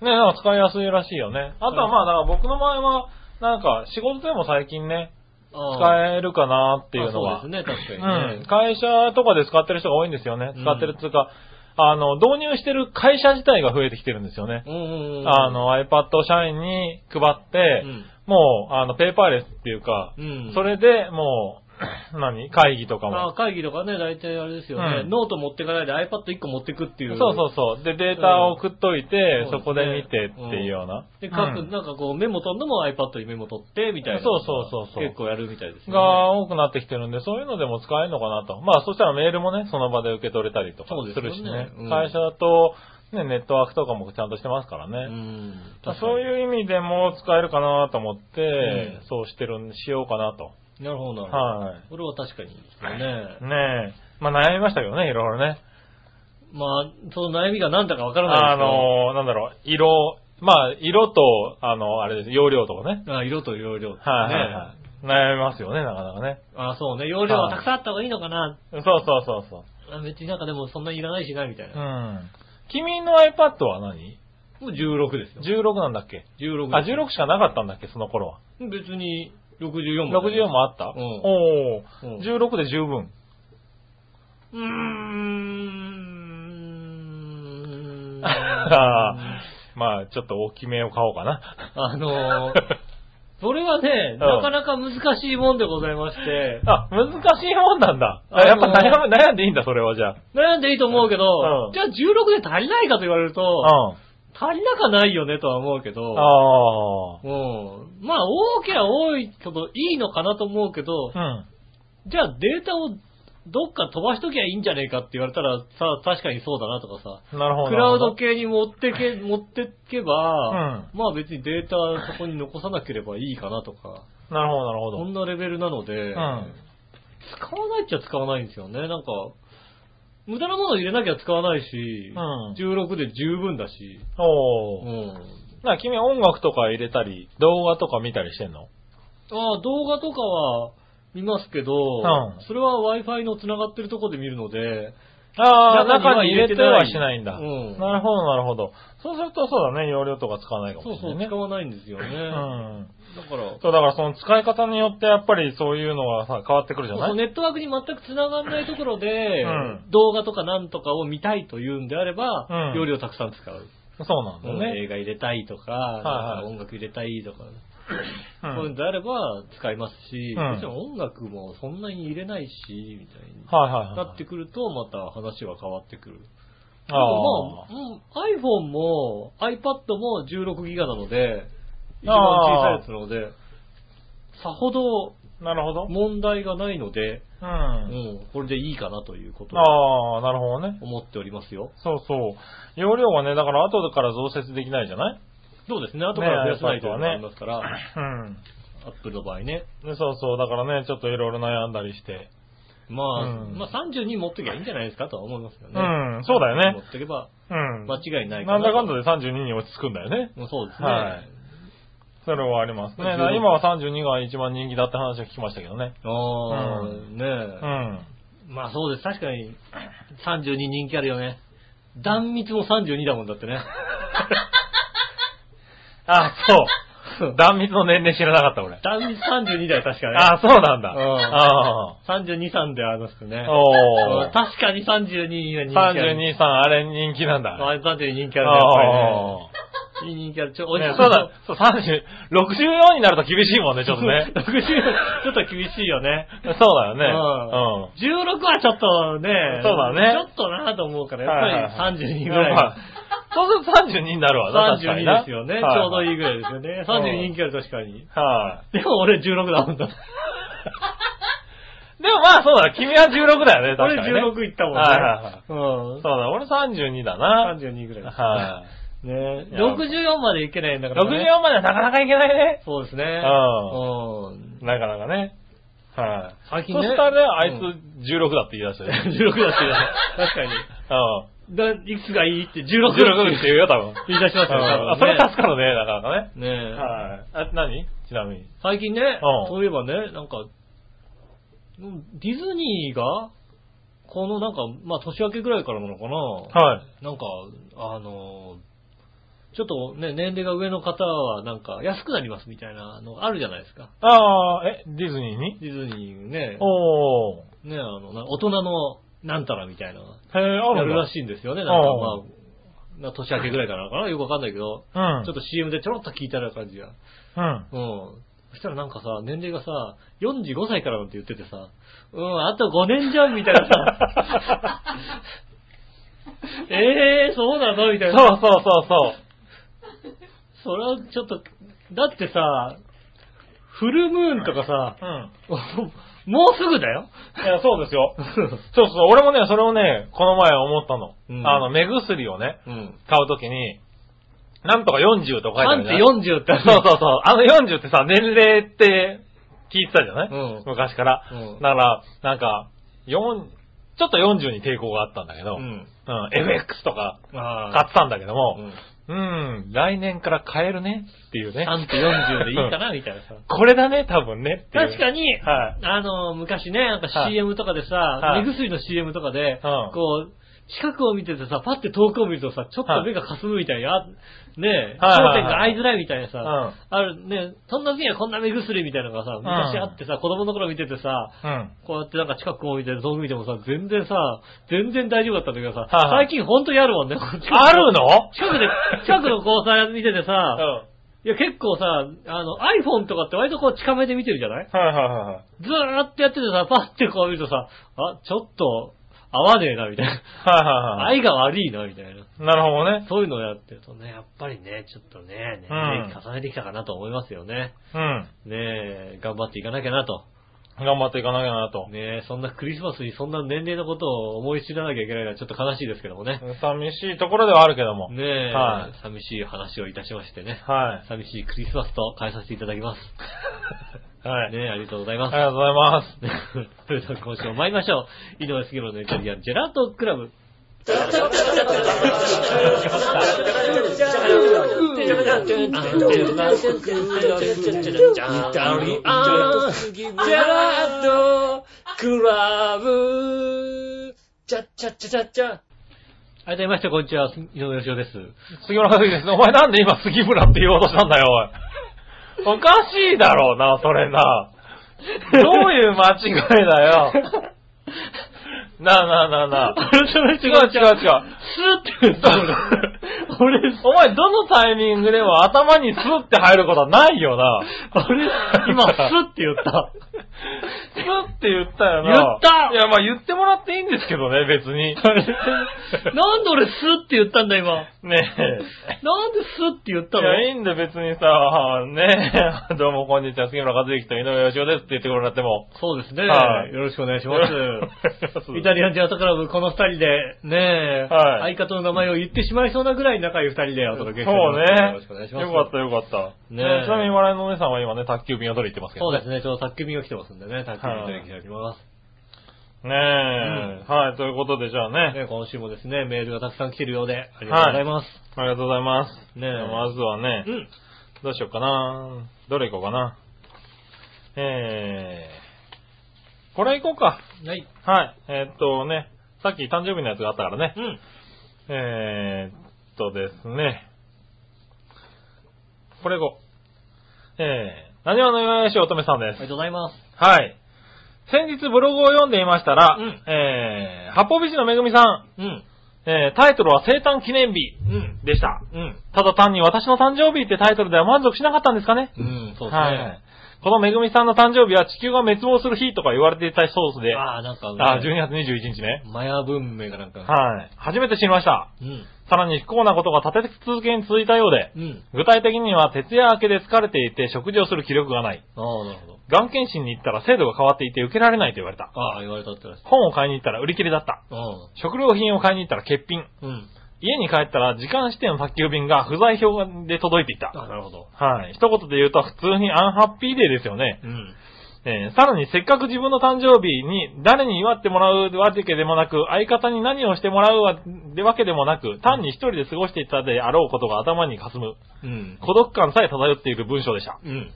C: ね、なんか使いやすいらしいよね。あとはまあ、だから僕の場合は、なんか仕事でも最近ね、
B: 使え
C: 使えるかなっていうのは。
B: そうですね、確かに
C: うん
B: ね。
C: 会社とかで使ってる人が多いんですよね。
B: うん
C: 使ってるっていうか、あの、導入してる会社自体が増えてきてるんですよね。
B: うんうんうん。
C: あの、iPad を社員に配って、
B: うん
C: もう、あの、ペーパーレスっていうか、
B: うん
C: それでもう、 何会議とか
B: あ
C: も。
B: 会議とかね、大体あれですよね、
C: うん
B: ノート持ってかないで iPad1 個持ってくってい
C: そう
B: う。
C: そうそう。で、データを送っといて、
B: うん
C: そこで見てっていうような。
B: で、書
C: う
B: く、
C: ん
B: なんかこう、メモ取るのも iPad にメモ取って、みたいな。
C: そうそうそうそう
B: 結構やるみたいですね。
C: が多くなってきてるんで、そういうのでも使えるのかなと。まあ、そしたらメールもね、その場で受け取れたりとか
B: そうです
C: す
B: よ
C: る
B: ね
C: しね。
B: うん
C: 会社だと、ね、ネットワークとかもちゃんとしてますからね。
B: うん。
C: そう
B: う。
C: いう意味でも使えるかなと思って、
B: うん
C: そうしてるん、しようかなと。
B: なるほど、なるほど。
C: はい。
B: これは確かにいいですよね。
C: ねえ。まあ悩みましたけどね、いろいろね。
B: まあ、その悩みが何だかわからない
C: あ
B: です
C: の、なんだろう、色、まあ色と、あの、あれです、容量とかね。
B: けど、あ色と容量、ね。
C: はいはいはい。悩みますよね、なかなかね。
B: あそうね。容量はたくさんあった方がいいのかな。
C: そうそうそうそう。
B: あ別になんかでもそんなにいらないしな、みたいうな。
C: ん。君の iPad は何
B: もう16ですよ。
C: ?16 なんだっけ
B: 16
C: あ、16しかなかったんだっけ、その頃は。
B: 別に64も。
C: 64もあった
B: うん
C: お
B: うん
C: ー、16で十分。
B: うーん
C: あーまあ、ちょっと大きめを買おうかな。
B: あ のー、それはね、
C: ん
B: なかなか難しいもんでございまして、
C: あ、難しいもんなんだ。あ
B: あ
C: やっぱ
B: のー
C: 悩む、悩んでいいんだ、それはじゃ
B: 悩んでいいと思うけど、
C: うん
B: じゃあ16で足りないかと言われると、
C: あ。
B: 足りなかないよねとは思うけ
C: うん。
B: ど、
C: あ
B: うん、まあ、多けりゃ多いほどいいのかなと思うけど、
C: あ。
B: じゃあデータをどっか飛ばしときゃいいんじゃねえかって言われたら、さ、確かにそうだなとかさ、
C: うん。なるほど。
B: クラウド
C: なる
B: 系に持ってけ、持ってけば、
C: う
B: まあ別にデータそこに残さなければいいかなとか、
C: ほど、なるほどなるほ
B: そ
C: ど。
B: んなレベルなので、
C: うん。はい
B: 使わないっちゃ使わないんですよね。なんか、無駄なもの入れなきゃ使わないし、
C: うん
B: 16で十分だし、う
C: おー。
B: ん。
C: な、君は音楽とか入れたり、動画とか見たりしてんの
B: ああ、動画とかは見ますけど、
C: うん
B: それは Wi-Fi の繋がってるところで見るので、
C: ああ、中
B: 中
C: に
B: に
C: 入
B: 入れ
C: れて
B: て
C: は
B: ない
C: しないんだ。
B: うん
C: なるほど、なるほど。そうするとそうだね、容量とか使わないか
B: そ
C: も
B: う
C: し
B: そ
C: れ
B: う、
C: ないね。
B: 使わないんですよね。
C: うん。
B: だから、
C: そう、だからその使い方によってやっぱりそういうのはさ、変わってくるじゃ
B: そう
C: な
B: そう
C: い
B: ネットワークに全く繋がらないところで、
C: うん
B: 動画とかなんとかを見たいというんであれば、
C: うん
B: 容量たくさん使う。
C: そうなんだよ
B: 映
C: ね。
B: 画入れたいとか、
C: はいはい
B: なんか音楽入れたいとか、
C: う
B: そういうん
C: ん。
B: であれば使いますし、
C: うん
B: もちろん音楽もそんなに入れないし、みたいに。
C: はいはいはい。
B: なってくると、また話は変わってくる。で
C: あ
B: も
C: あ。
B: まあ、うん iPhone も iPad も16ギガなので、一番
C: ああ
B: 小さいやつなので、さほど
C: なるほど。
B: 問題がないので、
C: うん。
B: うん、これでいいかなということを
C: ああ、なるほどね。
B: 思っておりますよ。
C: そうそう。容量はね、だから後から増設できないじゃない
B: そうですね、後から増やさないというのがあ
C: ね
B: りますから、
C: うん。
B: アップルの場合ね。
C: ねそうそう。だからね、ちょっといろいろ悩んだりして。
B: まあ、
C: うん
B: まあ32持ってけばいいんじゃないですかとは思いますよね。
C: うんそうだよね
B: 持ってけば
C: うん。
B: 間違いない
C: なんだかんだ
B: で。
C: で32に落ち着くんだよね。
B: もうそうですね。
C: はいそれはありますね。
B: うん
C: だから今は32が一番人気だって話を聞きましたけどね。
B: ああ、
C: う
B: ねえ、
C: うん。
B: まあそうです。確かに32人気あるよね。断密も32だもんだって ね。
C: あ、そう。断密の年齢知らなかった、俺。
B: 断密32だよ、確かね。
C: あ、そうなんだ。
B: うん
C: あ
B: 32、3であの人ね
C: あ。。おー。
B: 確かに32は人気ある。
C: 32さん、あれ人気なんだ。
B: あれ32人気あるね、やっぱりね
C: あ。
B: いい人気ある。ちょ、
C: ー
B: おじさ
C: ね
B: ん。
C: そうだ、そう、30、64になると厳しいもんね、ちょっと ね。
B: 60ちょっと厳しいよね。
C: そうだよね。
B: うん
C: うん。
B: 16はちょっとね、
C: そうだね
B: ちょっとなと思うから、
C: はい
B: やっぱり32ぐ
C: まあ
B: らい。
C: そうすると32になるわな、確かにな。
B: 32ですよね。ち
C: は
B: ょうどいいぐらいですよね。32人気ある、確かに。
C: は
B: でも俺16だもん だ。
C: い。でもまあそうだ、君は16だよね、確
B: 俺
C: かに、ね。
B: 16いったもん
C: はいはいはい
B: ね。うん
C: そう。だ、俺32だな。
B: 32ぐらいです。
C: はい。
B: ね
C: いや
B: 64までいけないんだからね。
C: 64まではなかなかいけないね。
B: そうですね。うん。
C: なかなかね。はい。
B: 最近ね
C: そしたらね、あいつ
B: う
C: 16だって言い出したよ ね。
B: 16だってね確かに。
C: うん。
B: だいくつがいいって16
C: 16って言うよ、多分。
B: 言い出しますよ
C: うん
B: 多分ね
C: あ、それ助かるね、なかなかね。
B: ねえ。
C: はい。あ、何ちなみに。
B: 最近ね、
C: うん
B: そういえばね、なんか、うんディズニーが、このなんか、まあ年明けぐらいからなのかな、
C: はい。
B: なんか、あの、ちょっとね、年齢が上の方はなんか安くなりますみたいなのあるじゃないですか。
C: ああ、え、ディズニーに
B: ディズニーね、
C: おー。
B: ね、あの、な大人のなんたらみたいなのが
C: へえ、あ
B: や
C: るん
B: る
C: だ
B: ら。しいんですよね。なんか
C: うん
B: まあ、な年明けぐらいからなのかなよくわかんないけど、
C: うん。
B: ちょっと CM でちょろっと聞いたような感じが。う
C: うん。
B: ん。そしたらなんかさ、年齢がさ、45歳からなんて言っててさ、うん、あと5年じゃん、みたいなさ。 ええー、そうなのみたいな。
C: そうそうそうそう。
B: それはちょっと、だってさ、フルムーンとか さ、
C: うん。
B: もうすぐだよ。
C: いや、そうです よ。そうそう、俺もね、それをね、この前思ったの。
B: うん
C: あの、目薬をね、
B: うん。
C: 買うときに、なんとか40とか書いて
B: 3
C: あ
B: っ
C: るじ
B: て
C: ゃん。
B: 40ってある
C: そうそうそう。あの40ってさ、年齢って聞いてたじゃない、
B: うん
C: 昔から。
B: うん
C: だから、なんか、4、ちょっと40に抵抗があったんだけど、
B: う
C: うん、
B: ん。
C: FX とか買
B: あ
C: ってたんだけど
B: あ。
C: も、
B: うん
C: うん、来年から買えるねっていうね。
B: 3って40でいいかなみたいなさ。
C: これだね、多分ねっていう。
B: 確かに、
C: は
B: あの、昔ね、なんか
C: はい
B: CM とかでさ、
C: はい
B: 目薬の CM とかで、
C: うん
B: こう、近くを見ててさ、パッて遠くを見るとさ、ちょっと目がかすむみたいな、あねえ、
C: はい
B: 焦
C: はいはい
B: 点が合いづらいみたいなさ、
C: うん
B: あるね、そんな時にはこんな目薬みたいなのがさ、昔あってさ、子供の頃見ててさ、
C: うん。
B: こうやってなんか近くを見て遠く見てもさ、全然さ、全然大丈夫だったんだけどさ、
C: はいはい
B: 最近ほんとにあるもんね。
C: あるの
B: 近く で、近くのこうさ、見てて
C: う
B: さ
C: ん。、はい
B: や結構さ、あの iPhone とかって割とこう近めで見てるじゃない
C: いはいはいはい。
B: ずーっとやっててさ、パッてこう見るとさ、あ、ちょっと、合わねえな、みたいな。
C: はいはいはい。
B: 愛が悪いな、みたいな。
C: なるほどね。
B: そういうのをやってるとね、やっぱりね、ちょっとね、年齢重ねてきたかなと思いますよね。
C: うん。
B: ねえ、頑張っていかなきゃなと。
C: 頑張っていかなきゃなと。
B: ねえ、そんなクリスマスにそんな年齢のことを思い知らなきゃいけないのはちょっと悲しいですけどもね。
C: 寂しいところではあるけども。
B: ねえ、
C: はい
B: 寂しい話をいたしましてね。
C: は
B: 寂しいクリスマスと変えさせていただき ます。
C: い。はい。
B: ねえ、ありがとうござい
C: あ
B: ま
C: り
B: す。
C: がとうございます。
B: それでは今週も参りましょう。井上杉村のイタリアンジェラートクラブ。改めまして、こんにちは、井上杉村です。
C: 杉村和樹です。お前なんで今杉村って言おうとしたんだよ、おい。おかしいだろうな、それな。どういう間違いだよ。なあなあなあなあ。
B: 改めまして、
C: 違う
B: こんにち
C: 違
B: は。
C: う違う。
B: スーって言ったの俺、俺、
C: お前どのタイミングでも頭にスッって入ることはないよな。
B: 俺、今、スーって言った。
C: って言ったよな。
B: 言った
C: いや、まあ言ってもらっていいんですけどね、別に。
B: なんで俺スって言ったんだ今。
C: ね
B: なんでスって言っ
C: え。
B: た
C: い
B: の
C: や、いいんだ、別にさ、 ねえ。どうも、こんにちは、杉村和之と井上義雄ですって言ってもらっても。
B: そうですね。
C: はい
B: よろしくお願いし
C: し
B: ます。イタ
C: リ
B: リアンジャータクラブ、この二人で、ねえ、
C: はい
B: 相方の名前を言ってしまいそうなぐらい仲良い二人でお
C: そう
B: 届
C: ね。
B: けし
C: よ
B: ております。よろしくお願いします。
C: かった、よかった。
B: ね
C: ね
B: え
C: え。ちなみに、笑いのお姉さんは今ね、宅急便を取りに行ってますけ
B: そ
C: ど
B: う
C: ね。
B: ですね、ちょうど宅急便が来てますんでね、宅急便いただきたいと思います。
C: ねえ、はい、ということで、じゃあね、
B: ね、今週もですね、メールがたくさん来てるようで、ありがとうございます。
C: ありがとうございます。
B: ねえ
C: まずはね、
B: うん。
C: どうしようかな。どれ行こうかな。えー、これ行こうか。
B: はい。
C: はい。えーっとね、さっき誕生日のやつがあったからね。
B: うん。
C: えーっとですね。これ行こう。えー、何わのよしおとめさんで
B: あり
C: す
B: が。とうございます。
C: はい。先日ブログを読んでいましたら、
B: うん
C: えー、八方美人のめぐみさん、
B: うん。
C: えー、タイトルは生誕記念日
B: うん。
C: でした。
B: うん。
C: ただ単に私の誕生日ってタイトルでは満足しなかったんですかね
B: うん、そうですね。
C: はい。このめぐみさんの誕生日は地球が滅亡する日とか言われていたそうで、あ
B: ああ、なんか、
C: あ、12月21日ね。
B: マヤ文明がなんか、
C: はい。初めて知りました。
B: うん。
C: さらに不幸なことが立て続けに続いたようで、
B: うん。
C: 具体的には徹夜明けで疲れていて食事をする気力がない。
B: ああ、なるほど。
C: がん検診に行ったら制度が変わっていて受けられないと言われた。
B: ああ、言われたってらしい。
C: 本を買いに行ったら売り切れだった。食料品を買いに行ったら欠品。
B: うん。うん。
C: 家に帰ったら時間指定の宅急便が不在表で届いていた。
B: ああ、なるほど。
C: はい。一言で言うと普通にアンハッピーデーですよね。
B: うん。
C: えーさらにせっかく自分の誕生日に誰に祝ってもらうわけでもなく、相方に何をしてもらうわでわけでもなく、単に一人で過ごしていたであろうことが頭にかすむ。
B: うん。
C: 孤独感さえ漂っている文章でした。
B: うん。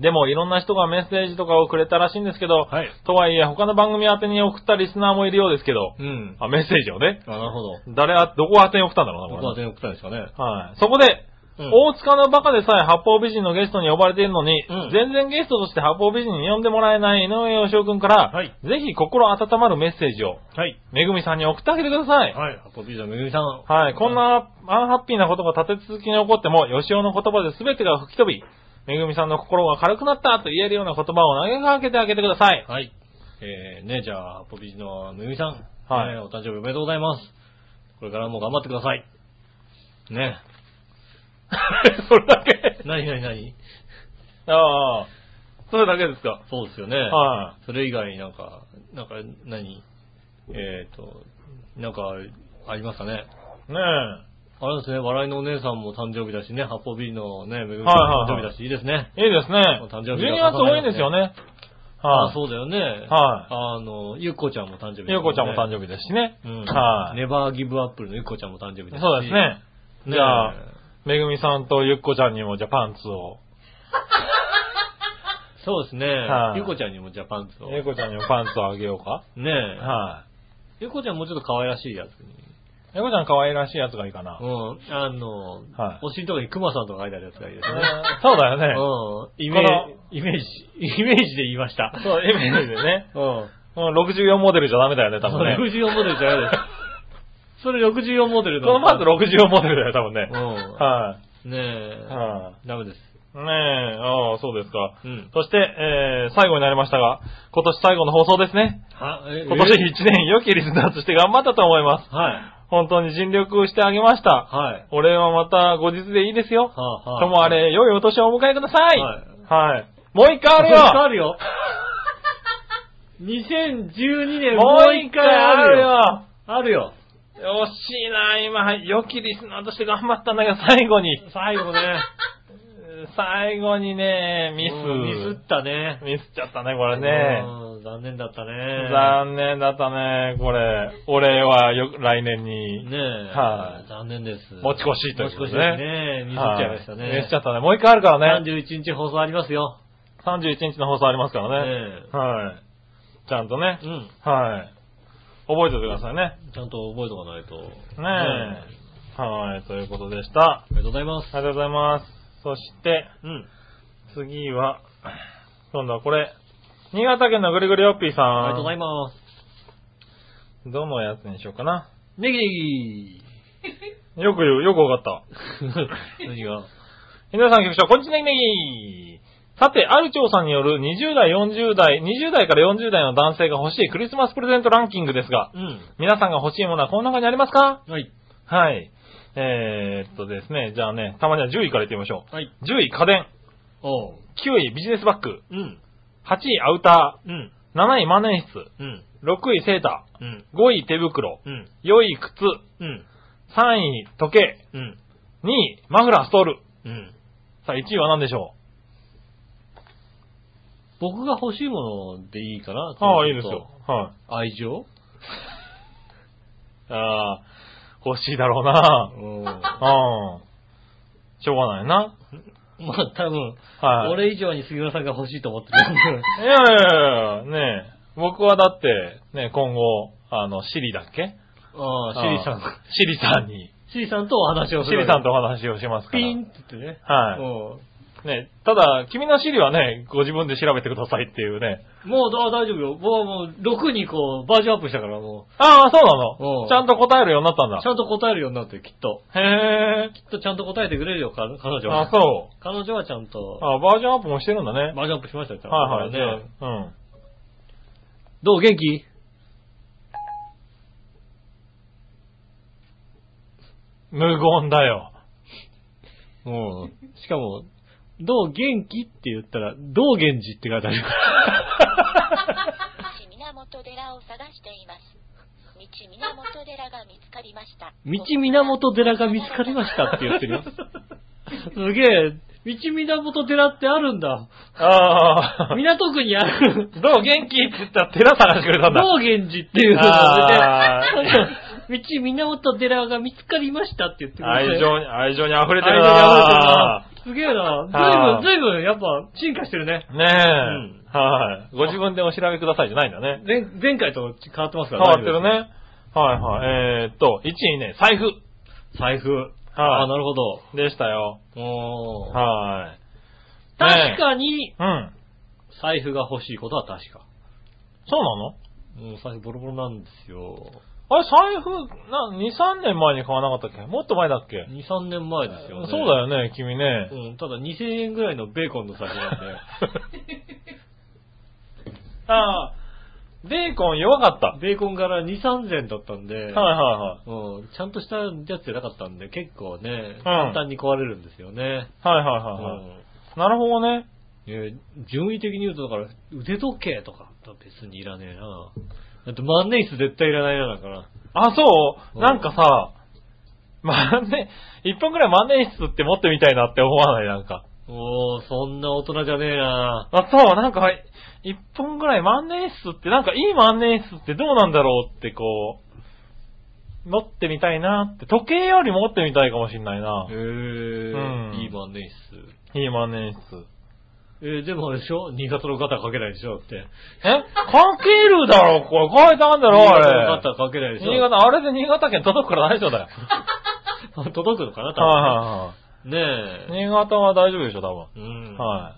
C: でもいろんな人がメッセージとかをくれたらしいんですけど、
B: はい
C: とはいえ他の番組宛てに送ったリスナーもいるようですけど、
B: うん。
C: あメッセージをね、
B: あ、なるほど。
C: 誰あ、どこ宛てに送ったんだろうな、
B: 僕
C: こ
B: は
C: れね
B: 全国来たんですかね。
C: はい。そこで、
B: うん
C: 大塚のバカでさえ八方美人のゲストに呼ばれているのに、
B: うん
C: 全然ゲストとして八方美人に呼んでもらえない井上義雄君から、
B: はい
C: ぜひ心温まるメッセージを、
B: はい。
C: めぐみさんに送ってあげてください。
B: はい。ハポピーザめぐみさん。は
C: はい。こんなアンハッピーなことが立て続けに起こっても、吉尾の言葉で全てが吹き飛び、めぐみさんの心が軽くなったと言えるような言葉を投げかけてあげてください。
B: い。えー、ね、じゃあ、ハポピーザのめぐみさん。
C: はい
B: ねお誕生日おめでとうございます。これからも頑張ってください。ね。
C: それだけ
B: なになになに
C: ああ。それだけですか。
B: そうですよね。
C: は
B: それ以外になんか、なんか、何えっ、と、なんか、ありますかね。
C: い。ねえ。
B: あれですね、笑いのお姉さんも誕生日だしね、八方ビリのね、めぐみさん
C: はい
B: も
C: はい
B: 誕
C: は
B: 生日
C: い
B: だし、いいですね。
C: いいですね。
B: 誕生日
C: 12
B: が
C: 月
B: 重
C: 多
B: ないりますね
C: んですよね。
B: あ
C: は
B: あ、
C: い。
B: そうだよね。あの、ゆっこちゃんも誕生日だしね
C: ゆうこちゃんも誕生日ですしね。
B: うん。
C: はい。
B: ネバーギブアップルのゆっこちゃんも誕生日だし。
C: そうですね。
B: ね。
C: じゃあめぐみさんとゆっこちゃんにも、じゃあパンツを。
B: そうですね
C: は。い
B: ゆっこちゃんにもじゃあパンツを。
C: ゆ
B: ね
C: うこちゃんにもパンツをあげよう か。
B: え。
C: は
B: ゆっこちゃんもうちょっと可愛らしいやつに。
C: い。ゆうこちゃん可愛らしいやつがいいかな。
B: うん。あの
C: はい、
B: お尻のとかにクマさんとか書いてあるやつがいいですね。
C: そうだよね。
B: うん。イメージ、イメージ、イメージで言いました。
C: そう、イメージでね。
B: うん。
C: うん64モデルじゃダメだよね、多分ね。
B: 64モデルじゃないです。それ64モデル
C: そのパーツ64モデルだよ、多分ね。
B: う
C: は
B: ん。ねえ
C: い。。は
B: ダメです。
C: い。ねえ、ああ、そうですか。
B: うん。
C: そして、えー、最後になりましたが、今年最後の放送ですね。
B: は、え
C: 今年1年良きリスナーとして頑張ったと思います。
B: はい。
C: 本当に尽力してあげました。
B: はい。
C: お礼はまた後日でいいですよ。
B: はあ、はあ。
C: ともあれ、良いお年をお迎えください。
B: はい
C: はい。もう一回
B: あ
C: あ
B: る
C: る
B: よ
C: よ
B: よ !2012 年
C: も
B: も
C: う
B: う
C: 一
B: 一
C: 回
B: 回
C: あ
B: あ
C: る
B: るよ
C: よ
B: あるよ
C: 惜しいな、今、良きリスナーとして頑張ったんだけど、最後に、
B: 最後ね。
C: 最後にね、ミス。
B: うんミスったね。
C: ミスっちゃったね、これね。
B: うん残念だったね。
C: 残念だったね、これ。お礼はよ、来年に
B: ねえ。
C: はい
B: 残念です。
C: 持ち越しということ
B: 持ち越し
C: で
B: ですね。ミスっちゃいました
C: は
B: ね。
C: ミスっちゃったね。もう一回あるからね。
B: 31日放送ありますよ。
C: 31日の放送ありますからね。
B: ね
C: はい。ちゃんとね
B: え。。うん。
C: はい。覚えておいてくださいね。
B: ちゃんと覚えとかないと。ね
C: えはい、ということでした。
B: ありがとうございます
C: あ。りがとうございます。そして、
B: うん。
C: 次は、今度はこれ、新潟県のぐりぐりおっぴーさん。
B: ありがとうございます。
C: どのやつにしようかな。
B: ネギネギ
C: よく言う、よくわかった。
B: 何が
C: 皆さん局長、こんにちはネギネギ。さて、ある調査による20代、40代、20代から40代の男性が欲しいクリスマスプレゼントランキングですが、
B: うん。
C: 皆さんが欲しいものはこの中にありますか
B: はい。
C: はい。えー、っとですね、じゃあね、たまには10位からいってみましょ
B: はい。
C: う。10位、家電。
B: おう。
C: 9位、ビジネスバッグ。
B: うん。
C: 8位、アウタ
B: うん。
C: ー。7位、万年筆。
B: うん。
C: 6位、セータ
B: うん。
C: ー。5位、手袋。
B: うん。
C: 4位、靴。
B: うん。
C: 3位、時計。
B: うん。
C: 2位、マフラー、ストール。
B: うん。
C: さあ、1位は何でしょ
B: 僕が欲しいものでいいかな
C: うああ、いいですよ。。はい。
B: 愛情
C: ああ、欲しいだろ うな。
B: うん。
C: うん。しょうがないな。
B: まあ多分、
C: はい。
B: 俺以上に杉村さんが欲しいと 思ってる。
C: いやいやいやいや、ねえ。僕はだって、ね、今後、あの、シリだっけ
B: ああ、シリさん。。
C: シリさんに。
B: シリさんとお話をす
C: シ
B: る。
C: リさんとお話をしますから。
B: ピンって言ってね。
C: はい
B: うん
C: ね、ただ、君のシリはね、ご自分で調べてくださいっていうね。
B: もう、あ大丈夫よ。僕はもう、6にこう、バージョンアップしたから、も
C: ああ、そうな
B: うん
C: のちゃんと答えるようになったん
B: う、
C: だ
B: ち。ゃんと答えるようになってる、きっと。
C: へえ。
B: きっとちゃんと答えてくれるよ、か彼女は。
C: あ、そ
B: 彼女はちゃんと
C: う。、あバージョンアップもしてるんだね。はい
B: バージョンアップしましたよ、ちゃんと。
C: は
B: だ
C: い。じ
B: か
C: ゃ
B: ら
C: あ
B: ね。
C: うん。
B: どう、元気
C: 無言だよ。
B: うん。しかも、どう元気って言ったら、どう元気って書いてある。
D: 道源寺を探しています。道源寺が見つかりました。
B: 道源寺が見つかりましたって言ってるよ。すげえ、道源寺ってあるんだ。
C: ああ。
B: 港区にある。
C: どう元気って言ったら寺探してくれたんだ。
B: 道元寺っていうの
C: あ
B: が出て、道源寺が見つかりましたって言ってくれ
C: 愛
B: て。
C: 情に、愛情に溢れて
B: 愛
C: る
B: 情が
C: な
B: 溢れてるなすげえな
C: は。い
B: ずいぶん、ずいぶん、やっぱ進化してるね。
C: ねえ、はい。ご自分でお調べくださいじゃないんだね。
B: 前前回と変わってますか
C: 変
B: ら
C: わってる。ね。はいはい。えー、っと、1位ね、財
B: 大
C: 布
B: 丈夫です財布。ああ、なるほど。
C: でしたよ。
B: おー
C: はい。
B: 確かに、
C: うん。
B: 財布が欲しいことは確か。
C: そうなの
B: もう財布ボロボロなんですよ。
C: あれ、財布、な、2、3年前に買わなかったっけもっと前だっけ
B: 2、3年前ですよ
C: そ
B: ね。
C: うだよね、君ね。
B: うん、ただ2000円ぐらいのベーコンの財布なんで。
C: ああ、ベーコン弱かった。 は
B: ベーコン柄2、3000だったんで、
C: いは
B: うん、ちゃんとしたやつじゃなかったんで、結構ね、
C: ん
B: 簡単に壊れるんですよね。
C: いはい。はいはいうはい、はい
B: ん
C: なるほどね。
B: えー順位的に言うと、だから、腕時計とか、別にいらねえな。だって万年筆絶対いらないな、だから。
C: あ、そ
B: う
C: う
B: ん
C: なんかさ、万年、一本くらい万年筆って持ってみたいなって思わないなんか。
B: おー、そんな大人じゃねえな。
C: あ、そう、なんか、一本くらい万年筆って、なんかいい万年筆ってどうなんだろうってこう、持ってみたいなって、時計より持ってみたいかもしんないな
B: へえ、。
C: うん
B: いい万年筆。
C: いい万年筆。
B: えーでもあれでしょ新潟の方かけないでしょだって。
C: え関係るだろ、これ。書いてあんだろ、
B: 新
C: あ
B: 潟の
C: れ。
B: 方かけないでしょ
C: 新潟、あれで新潟県届くから大丈夫 だよ。
B: 届くのかな多
C: は
B: 分ね。
C: いはいはい。
B: ね
C: 新潟は大丈夫でしょ、多
B: え。うん。
C: 分。はい。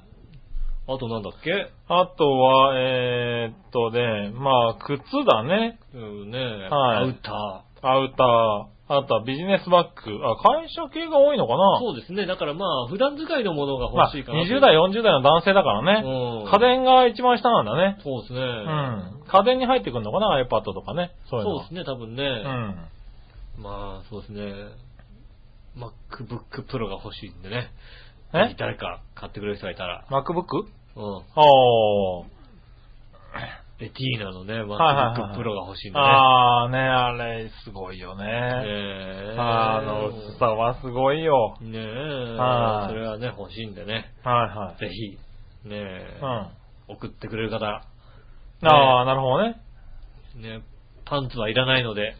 B: あとなんだっけ
C: あとは、えー、っとね、まあ、靴だね。
B: うんねア
C: はい
B: ウター。
C: アウター。あとはビジネスバッグ。あ、会社系が多いのかな
B: そうですね。だからまあ、普段使いのものが
C: まあ、
B: 欲しいから。
C: 20代、40代の男性だからね。
B: うん。
C: 家電が一番下なんだね。
B: そうですね。
C: うん。家電に入ってくるのかな ?iPad とかね。そういうの
B: そう
C: は。
B: ですね、多分ね。
C: うん。
B: まあ、そうですね。MacBook Pro が欲しいんでね。
C: え
B: 誰か買ってくれる人がいたら。
C: ?MacBook?
B: うん。
C: おー。
B: レティーナのね、
C: はいはいはい
B: MacBook Pro が欲しいんでね。
C: あーね、あれ、すごいよね。
B: ねえ
C: あの、薄さはすごいよ。
B: ねえ、
C: はい
B: それはね、欲しいんでね、
C: はいは
B: ぜひ、ねえ
C: い。うん。、あ
B: 送ってくれる方、
C: あー、なるほどね。
B: ね、パンツはいらないので、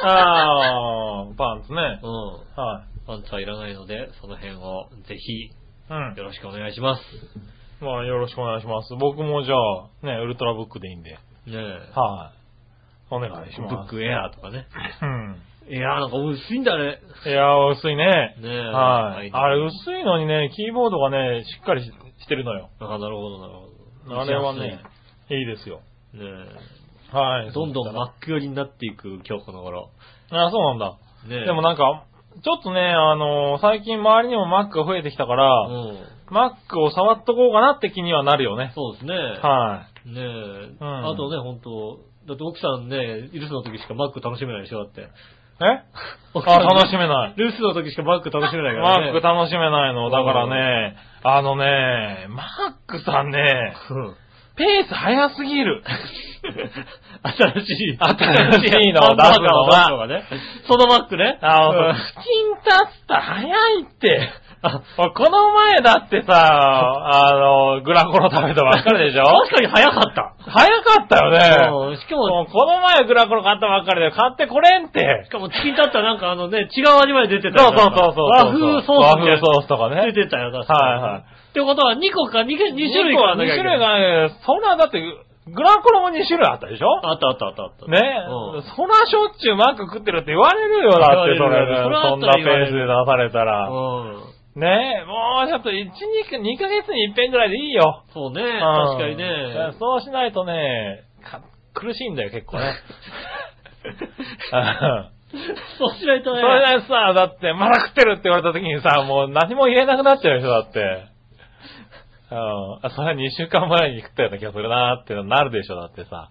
C: ああ、パンツ
B: う
C: ね。
B: ん、
C: は
B: パンツはいらないので、その辺をぜひ、
C: い。うん。
B: よろしくお願いします。
C: まあ、よろしくお願いします。僕もじゃあ、ね、ウルトラブックでいいんで。
B: ねえ、
C: はい。お願いします。
B: ブックエアーとかね。
C: うん。
B: エアーなんか薄いんだね。
C: いやー、薄いね。
B: ねえ
C: はい。
B: あ
C: あ
B: れ
C: れ、薄いのにね、キーボードがね、しっかりししてるのよ。
B: あ、なるほど、なるほど。
C: あれはね、いいですよ。
B: 薄いね
C: は
B: え、
C: い。
B: どんどん
C: あ、
B: Mac 寄りになっていく今日この頃。
C: あそうなんだ。
B: ねえ、
C: でもなんか、ちょっとね、あのー最近周りにもマックが増えてきたから、
B: うん。
C: マックを触っとこうかなって気にはなるよね。
B: そうですね。
C: は
B: ねえ、
C: ん
B: あとね、本当だって奥さんね、留守の時しかマック楽しめないでしょ、だって。
C: い。え
B: 奥さ
C: あ、
B: ん
C: 楽しめない。
B: 留守の時しかマック楽しめないから
C: マ
B: ね。
C: ック楽しめないの。だからね、あのね、マックさんね、
B: うん
C: ペース早すぎ る。
B: 新しい。
C: 新しいのを
B: ハンバーガーを出すのが
C: 出
B: ね。そのマックね。
C: あの、
B: う
C: さ
B: ん
C: チキンタツタ早いって。おいこの前だってさ、あの、グラコロ食べたばっかりで しょ
B: 確かに早かった。
C: 早かったよね。
B: うんしか
C: も
B: も、
C: うこの前グラコロ買ったばっかりで買ってこれんって
B: し。かもチキンタッタなんかあのね、違う味まで出て
C: そう
B: た
C: そ
B: よ
C: うそうそう。
B: 和風ソース
C: 和
B: みたい
C: 風
B: な
C: ソースとかね。
B: 出てたよ、確か
C: はいはい
B: い。ってことは2個か 2, 2種類か
C: 2種
B: が
C: 類がね、そらだって、グラコロも2種類あったでしょ
B: あったあったあったあった。
C: ね
B: うん
C: そらしょっちゅうマック食ってるって言われるよ、だってそ
B: 言われる
C: れ。
B: それはあ
C: そ
B: っ
C: ん
B: たら
C: なペ
B: 言われる
C: ースで出されたら。
B: うん。
C: ねえ、もうちょっと1、2か、2ヶ月に一遍ぐらいでいいよ。
B: そうね、
C: う
B: 確
C: ん
B: かに
C: だから
B: ね。
C: そうしないとね、か苦しいんだよ、結構ね。
B: そうしないと
C: そ
B: ね。
C: れでさ、だって、まだ食ってるって言われた時にさ、もう何も言えなくなっちゃうでしょ、だって。うん、あそれは2週間前に食ったような気がするなーってなるでしょ、だってさ。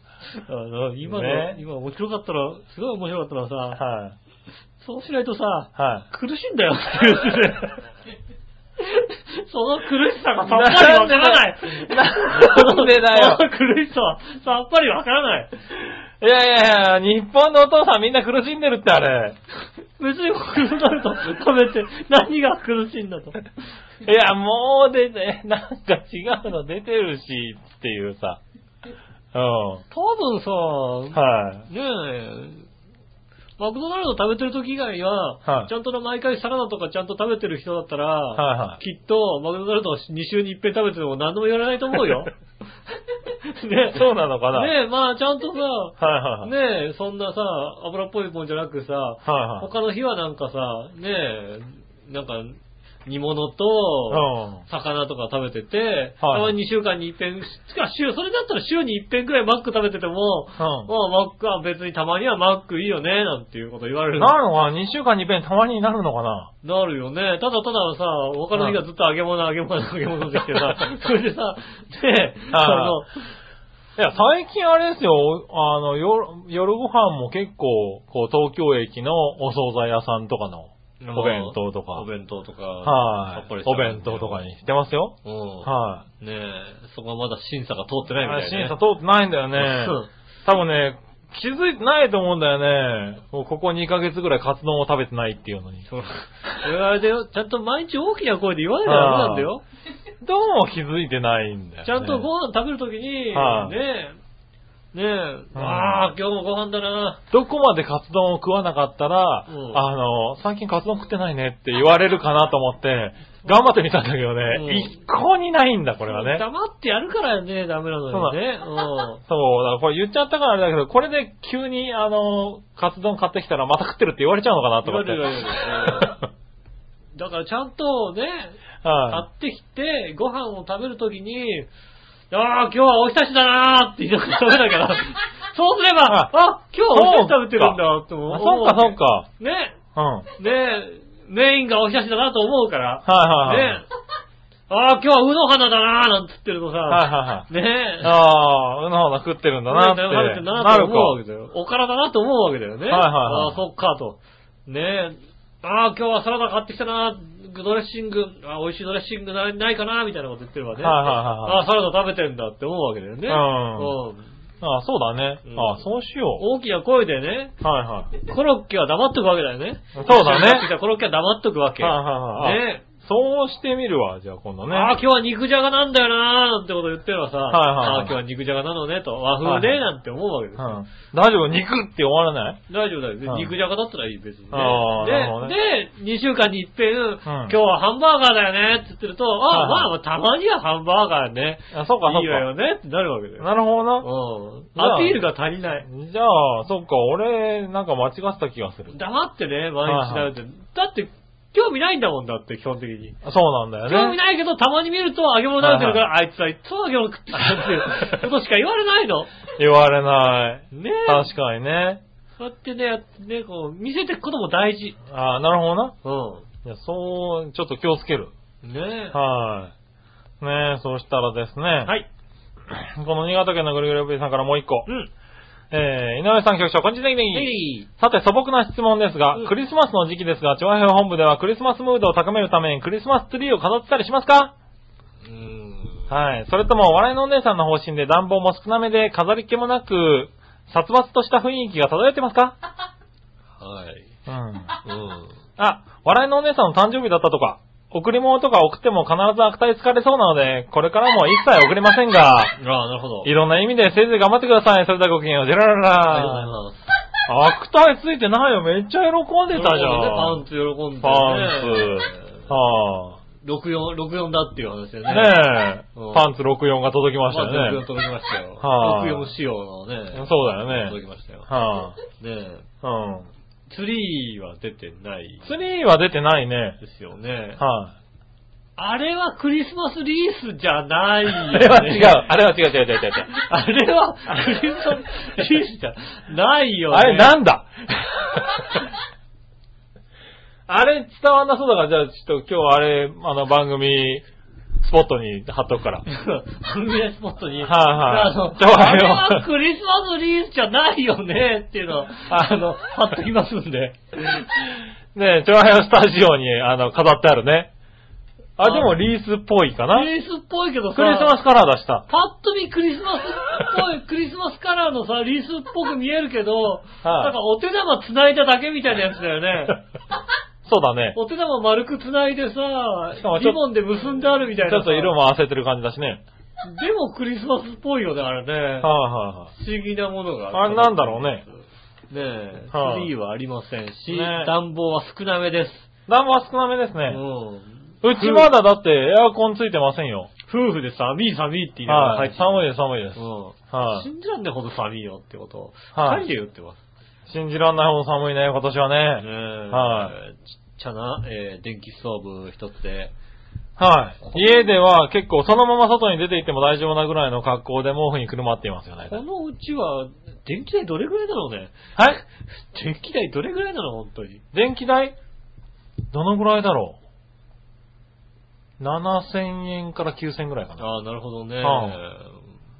B: あの今の、
C: ね
B: 今面白かったら、すごい面白かったらさ、
C: はい、
B: そうしないとさ、
C: はい、
B: 苦しいんだよって言 ってて。その苦しさがさっぱりわからない。
C: なんでだよ
B: その苦しさはさっぱりわからない。
C: いやいやいや、日本のお父さんみんな苦しんでるってあれ。
B: 別に苦しなると食べて何が苦しいんだと。
C: いや、もう出て、なんか違うの出てるし、っていうさ。うん。
B: 多分さ、
C: はい。
B: ねえ、マクドナルド食べてる時以外は、
C: はい
B: ちゃんとな毎回サラダとかちゃんと食べてる人だったら、
C: いはい
B: きっとマクドナルドを2週に1遍食べてても何でも言われないと思うよ。 ね
C: そうなのかな
B: ねえ、まあちゃんとさ、
C: はいはいはい。
B: ねえ、そんなさ、油っぽいもんじゃなくさ、
C: はい
B: 他の日はなんかさ、ねえ、なんか煮物と、
C: はい。
B: 魚とか食べてて、
C: はい
B: たまに2週間に一遍、しか週、それだったら週に一遍くらいマック食べてても、
C: うん
B: まあマックは別にたまにはマックいいよね、なんていうこと言われ
C: うん。
B: る。
C: なるのかな ?2 週間に一遍たまになるのかな
B: なるよね。ただたださ、他の日がずっと揚げ物、揚げ物、揚げ物できて さ、それでさ、で、あ
C: ははいや、最近あれですよ、あの、夜、夜ご飯も結構、こう、東京駅のお惣菜屋さんとかの、
B: の、
C: お弁当とか
B: お弁当とか、
C: は
B: さっ
C: い
B: ぱり。した
C: お弁当とか。にしてますよ。
B: う
C: は。
B: ん。ねえ、そこはまだ審査が通ってないいみたいね。
C: 審査通ってないんだよね。多分ね、気づいてないと思うんだよね。もうここ2ヶ月ぐらいカツ丼を食べてないっていうのに。
B: そう。それあれだよ、ちゃんと毎日大きな声で言わないとダメなんだよ。
C: どうも気づいてないんだよ、ね。
B: ちゃんとご飯食べるときに、
C: はい
B: ねえ、ねえ、ああ、今日もご飯だな。
C: どこまでカツ丼を食わなかったら、
B: うん
C: あの、最近カツ丼食ってないねって言われるかなと思って、頑張ってみたんだけどね、
B: うん
C: 一向にないんだ、これはね。
B: 黙ってやるからね、ダメなのにね。うん。
C: そう、だからこれ言っちゃったからあれだけど、これで急に、あの、カツ丼買ってきたらまた食ってるって言われちゃうのかなとかって。
B: 言われる言 われるだからちゃんとね、買
C: は
B: ってきて、ご飯を食べるときに、ああ、今日はおひたしだなーって言いながら食べな きゃな。そうすれば、
C: はい
B: あ、今日はおひたし食べてるんだと
C: い。
B: 思
C: あ
B: う。
C: そっかそっか。
B: ね、
C: うん。はい
B: ね、メインがおひたしだなと思うから、
C: はいはい。
B: ねああ、今日はうの花だなーなんて言ってるとさ、
C: はいはいはい。
B: ねえ。
C: ああ、うのほな食ってるんだなって。
B: ね食べてんだなと思うわ
C: な
B: け
C: る
B: だよ。おからだなと思うわけだよね。
C: はいはいはい
B: ああ、そっかと。ねえ。ああ、今日はサラダ買ってきたな、ドレッシング、ああ美味しいドレッシングなないかな、みたいなこと言ってればね。
C: はいはいはいはい
B: ああ、サラダ食べてんだって思うわけだよね。
C: うん
B: うん
C: かああ、そうだね。
B: うん
C: ああ、そうしよ
B: 大きな声でね、
C: う。はいはい。
B: コロッケは黙っとくわけだよね。
C: そうだね
B: 買ってきたコロッケは黙っとくわけ。
C: はいはいはいあ
B: ねえ。
C: そうしてみるわ、じゃあ今度ね。
B: ああ、今日は肉じゃがなんだよなーなんてこと言ってればさ、
C: はいはいは
B: あ
C: い
B: あ、今日は肉じゃがなのねと、和風で
C: はいは
B: なんて思うわけです
C: う
B: よ。
C: ん。大丈夫肉って終わらない
B: 大丈夫だよ、
C: うん
B: 肉じゃがだったらいい、別にね。
C: あーなるほどね
B: で、で、2週間に一遍、今日はハンバーガーだよねって言ってると、ああ、
C: はい
B: まあ、たまにはハンバーガーね。
C: あ、そうか、
B: いいわ
C: そ
B: よねってなるわけだ
C: うか。
B: よ。
C: なるほどな。
B: うん。
C: じゃあ
B: アピールが足りない。
C: じゃあ、そっか、俺、なんか間違ってた気がする。
B: 黙ってね、毎日食べて。だって、興味ないんだもんだって、基本的に。
C: そうなんだ
B: 興
C: よ
B: 味
C: ね。
B: ないけど、たまに見ると揚げ物食べてるから、あいつはいつも揚げ物食 ってるっていうことしか言われないの。
C: 言われない。
B: ねえ。
C: 確かにね。
B: そうやってね、ね、こう、見せていくことも大事。
C: ああ、なるほどな。
B: う
C: いや、そう、ちょっと気をつける。
B: ん。ねえ。
C: はい。ねえ、そしたらですね。。
B: はいい。
C: この新潟県のぐるぐるおっぴーさんからもう一個。
B: うん。
C: えー、井上さん局長、こんにちは。
B: えい。
C: さて、素朴な質問ですが、
B: うん
C: クリスマスの時期ですが、調和平本部ではクリスマスムードを高めるためにクリスマスツリーを飾ってたりしますか
B: うん。
C: はい。それとも、笑いのお姉さんの方針で暖房も少なめで飾り気もなく、殺伐とした雰囲気が漂ってます
B: は
C: か
B: い。
C: うん。
B: うん。
C: あ、笑いのお姉さんの誕生日だったとか、贈り物とか送っても必ず悪態つかれそうなので、これからも一切送れませんが、
B: ああ、なるほど。
C: いろんな意味でせいぜい頑張ってください。それではごきげんよう。ジェララ
B: ありがとう
C: ラ。
B: ございます。
C: 悪態ついてないよ。めっちゃ喜んでたじゃ
B: 喜んでねパ
C: ん
B: ン。ツ喜んで、ね。
C: パンツ。はあ。
B: 64、64だっていう話だよね。
C: ねえ
B: うん。
C: パンツ64が届きました
B: まあ
C: よ
B: 64
C: ね。
B: 届きましたよ。
C: はい
B: 64仕様のね。
C: そうだよね
B: 届きましたよ。
C: は
B: ね
C: あ、うん。
B: えツリーは出てない
C: ツリーは出てないね。
B: ですよね。
C: は
B: あれはクリスマスリースじゃないよ、
C: い。
B: ね。
C: あれは違う。。あれは違う違う違う違う違う。
B: あれはクリスマスリースじゃないよ、ね。
C: あれなんだ あれ伝わんなそうだから、じゃあちょっと今日あれ、あの番組、スポットに貼っと くから。
B: フルエスポットに。
C: はいはい
B: あの、
C: そうよ
B: あれはクリスマスリースじゃないよねっていうのを、あの、貼っときますん で。
C: ねえ、長編スタジオに、あの、飾ってあるね。あ、
B: あ
C: でもリースっぽいかな。
B: ク
C: クリ
B: リスっぽいけどさ、
C: スマスカラー出 した。
B: パッと見クリスマスっぽ い、クリスマスカラーのさ、リースっぽく見えるけど、なんかお手玉繋いだだけみたいなやつだよ ね。
C: そうだね。
B: お手玉丸く繋いでさ
C: しかも、ちょ
B: リボンで結んであるみ
C: ち
B: たいな
C: ょ
B: さ。
C: っと色も合わせてる感じだしね。
B: でもクリスマスっぽいよね、あれね。
C: はいはいはい。
B: 不思議なものが
C: あれなんだろうね。
B: ねえ、ツ
C: はい
B: リーはありませんし、
C: ねえ
B: 暖房は少なめです。
C: 暖房は少なめです
B: う
C: ね。
B: ん。
C: うちまだだってエアコンついてませんよ。
B: 夫婦で寒い寒いって言いながら
C: は
B: 入っ
C: い。
B: て
C: 寒いです、寒いです。
B: うん。
C: はい
B: 信じらんねえほど寒いよってことを、
C: はい
B: 二人で言ってます。
C: 信じらんないほど寒いね、今年は
B: ね
C: ね。
B: え
C: は
B: ちっちゃな、えー電気ストーブ一つで、
C: はい。家では結構そのまま外に出て行っても大丈夫なぐらいの格好で毛布にくるまっていますよね。
B: このうちは、電気代どれぐらいだろうね。
C: はい
B: 電気代どれぐらいなの、本当に。
C: 電気代どのぐらいだろう ?7000 円から9000円ぐらいかな。
B: ああ、なるほどね。
C: は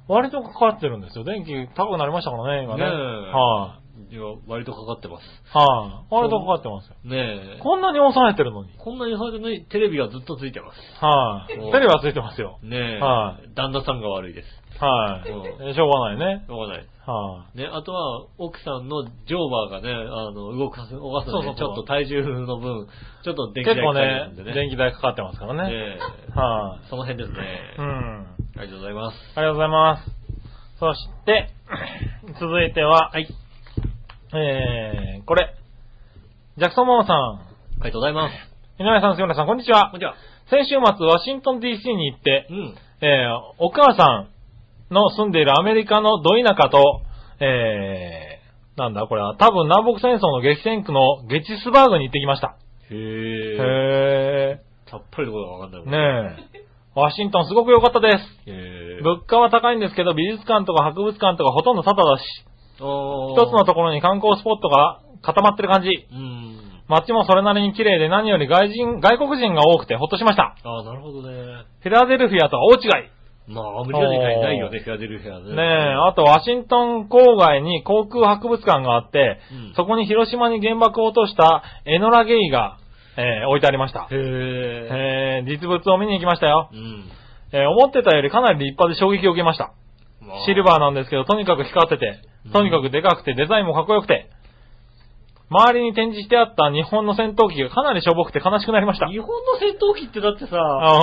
C: 割とかかってるんですよ。電気高くなりましたからね、今ね。
B: ねえ
C: はい
B: や、割とかかってます。
C: はい。割とかかってますよ。
B: ねえ。
C: こんなに抑えてるのに。
B: こんなにそれでね、テレビはずっとついてます。
C: はい。テ
B: うん
C: レビはついてますよ。
B: ねえ。
C: は
B: 旦那さんが悪いです。
C: はい。
B: う
C: えしょうがないね。
B: しょうがない。
C: は
B: ね、あとは、奥さんのジョーバーがね、あの、動かす、動かす
C: そ
B: の
C: う
B: で、
C: そう
B: ちょ
C: そ
B: っ
C: う
B: と体重の分、ちょっと
C: い。
B: 電気
C: 結
B: 代
C: 構
B: かかる
C: ね
B: んでね。、
C: 電気代かかってますからね。
B: ねえ
C: は
B: その辺ですね。
C: い。うん。
B: ありがとうございます。
C: ありがとうございます。そして、 続いては、はい。えー、これ。ジャクソンママさ
B: ありがとうございます。
C: ん、井上さん、杉村さん、こんにち
B: こ
C: は
B: ん。にちは。
C: 先週末、ワシントン DC に行って
B: う、ん。
C: えー、お母さんの住んでいるアメリカのど田舎と、えー、なんだこれは、多分南北戦争の激戦区のゲチスバーグに行ってきました。
B: へえ。
C: へ
B: たっぷりのことがわかんない
C: ー。
B: もん。
C: ねえ。ワシントンすごく良かったです。
B: へえ。
C: 物価は高いんですけど、美術館とか博物館とかほとんどタダだし、
B: おー
C: 一つのところに観光スポットが固まってる感じ。
B: うん。
C: 街もそれなりに綺麗で何より外人、外国人が多くてほっとしました。
B: ああ、なるほどね。
C: フィラデルフィアとは大違い。
B: まあ、アメリカ以外ないよね、フィラデルフィアね。
C: ねえ、あとワシントン郊外に航空博物館があって、
B: うん
C: そこに広島に原爆を落としたエノラゲイが、えー置いてありました。
B: へえ。
C: えー実物を見に行きましたよ
B: う、ん。
C: えー思ってたよりかなり立派で衝撃を受けました。
B: まあ
C: シルバーなんですけど、とにかく光ってて
B: うん、
C: とにかくでかくて、デザインもかっこよくて、周りに展示してあった日本の戦闘機がかなりしょぼくて悲しくなりました。
B: 日本の戦闘機ってだってさ、
C: あ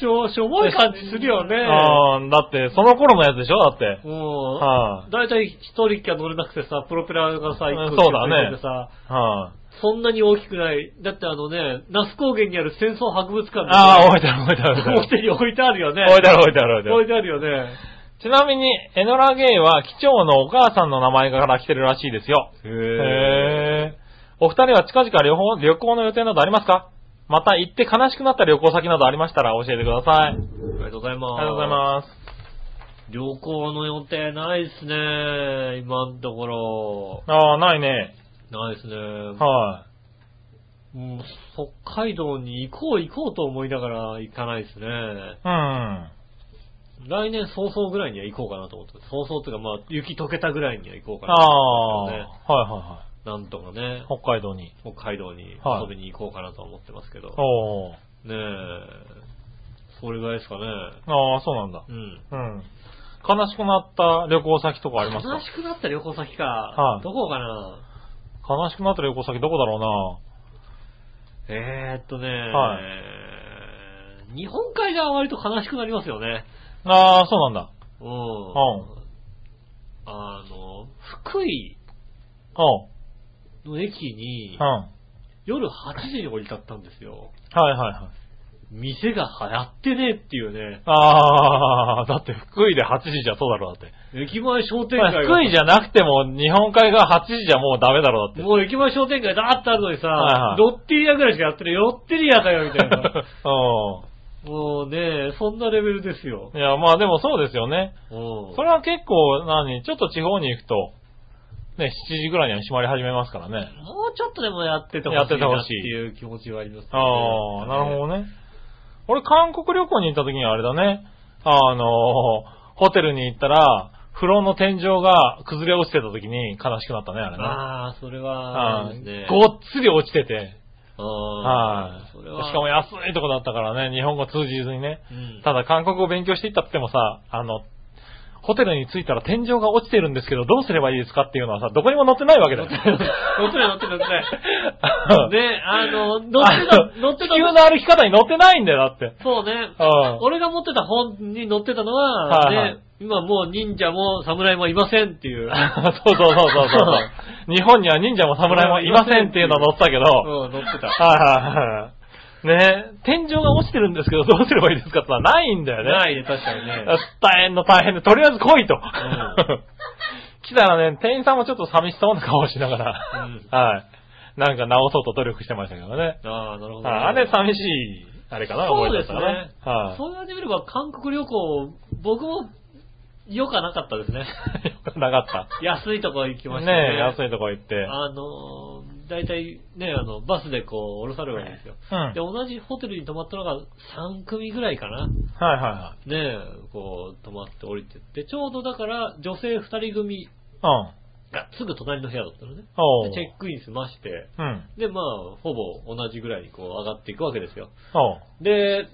B: しょ、しょぼい感じするよね。
C: あーだって、その頃のやつでしょだって。
B: うん。
C: は
B: だいたい一人きゃ乗れなくてさ、プロペラがさ、
C: うん
B: 一個
C: そうだ
B: ついて
C: ね
B: てさ、
C: い、はい、
B: そんなに大きくない。だってあのね、那須高原にある戦争博物館
C: ああ、置い
B: い
C: てある置いてある置いてあ
B: て
C: る。
B: に置いてあるよね。
C: 置いてある置いてある置いてあ
B: 置い
C: る。
B: てあるよね。
C: ちなみに、エノラゲイは、機長のお母さんの名前から来てるらしいですよ。へえ。お二人は近々旅行、旅行の予定などありますかまた行って悲しくなった旅行先などありましたら教えてください。あ
B: あ
C: り
B: りがとうございます。
C: がとうございます。
B: 旅行の予定ないっすね。今のところ。
C: ああ、ないね。
B: ないっすね。
C: は
B: もう北海道に行こう行こうと思いながら行かないですね。
C: い。うん。
B: 来年早々ぐらいには行こうかなと思ってます。早々っていうかまあ雪溶けたぐらいには行こうか
C: あ
B: な
C: あ、
B: と思って
C: はい
B: ます
C: は
B: けどね。なんとかね
C: いは、い。北海道に。
B: 北海道に
C: はい
B: 遊びに行こうかなとは思ってますけど。
C: おー。
B: ねえ。それぐらいですかね。
C: ああ、そうなんだ。
B: うん。
C: うん。悲しくなった旅行先とかありますか
B: 悲しくなった旅行先か。
C: はい
B: どこかな
C: 悲しくなった旅行先どこだろ
B: えー、っとね、
C: は
B: 日本海側は割と悲しくなりますよね。
C: うなああ、そうなんだ。
B: うん。
C: ん
B: あの、福井
C: おう。
B: の駅に
C: うん。、は
B: 夜8時に降り立ったんですよ。
C: いはいはい。
B: 店が流行ってねえっていうね。
C: ああ、だって福井で8時じゃそうだろ、だって。
B: 駅前商店
C: まあ
B: 街が
C: 福井じゃなくても日本海側8時じゃもうダメだろ、だって。
B: もう駅前商店街だーってあるのにさ、
C: はいはい
B: ロッテリアぐらいしかやってるロッテリアかよみたい な。
C: う
B: もうね、そんなレベルですよ。
C: ん。いや、まあでもそうですよね。
B: うん。
C: それは結構、何、ちょっと地方に行くと、ね、7時ぐらいには閉まり始めますからね。
B: もうちょっとでもやっててほしい
C: やってて
B: な
C: ほ
B: っ
C: してい
B: いう気持ちはありますね。
C: ああ、なるほどね。俺、韓国旅行に行った時にはあれだね。あのホテルに行ったら、風呂の天井が崩れ落ちてた時に悲しくなったね、あれね。
B: ああ、それ
C: あ
B: は、
C: ー
B: ね、
C: ごっつり落ちてて。は。
B: はいそれは、
C: しかも安いとこだったからね、日本語通じずにね。
B: うん、
C: ただ韓国語を勉強していったってもさ、あの、ホテルに着いたら天井が落ちてるんですけど、どうすればいいですかっていうのはさ、どこにも載ってないわけだよ。
B: 乗ってない乗ってない乗ってない。ね、あの、乗って
C: あ
B: た、
C: の
B: 乗ってた。
C: 地球の歩き方に載ってないんだよ、だって。
B: そうね。
C: うん
B: 俺が持ってた本に載ってたのは、
C: はいはい
B: ね、今もう忍者も侍もいませんっていう。
C: そうそうそうそうそう。日本には忍者も侍もいませんっていうの載ってたけど、は
B: うん、載って
C: い
B: た。
C: はいはい。ね天井が落ちてるんですけど、どうすればいいですかってのはないんだよね。
B: ないね、確かにね。
C: 大変の大変で、とりあえず来いと。
B: ん
C: 来たらね、店員さんもちょっと寂しそうな顔をしながら、
B: うん
C: はい。なんか直そうと努力してましたけどね。
B: ああ、なるほど、
C: はいあれ寂しい、あれかな、
B: そう
C: 思い
B: で
C: 出し
B: す
C: た
B: ね。
C: らね。はい
B: そう言われてみれば、韓国旅行、僕も、良かなかったです ね。
C: よくなかっ
B: 安いとこ行きま
C: た。
B: したね。
C: ね安いとこ行って。
B: あのー、大体ね、あの、バスでこう、降ろされるわけですよ。
C: うん。はい
B: で、同じホテルに泊まったのが3組ぐらいかな。
C: はいは
B: ねえ、こう、泊まって降りてって、ちょうどだから、女性2人組
C: い。うん。
B: がすぐ隣の部屋だったのね。
C: おう
B: で、。チェックイン済まして、
C: うん。
B: で、まあ、ほぼ同じぐらいにこう上がっていくわけですよ。
C: おう。
B: で、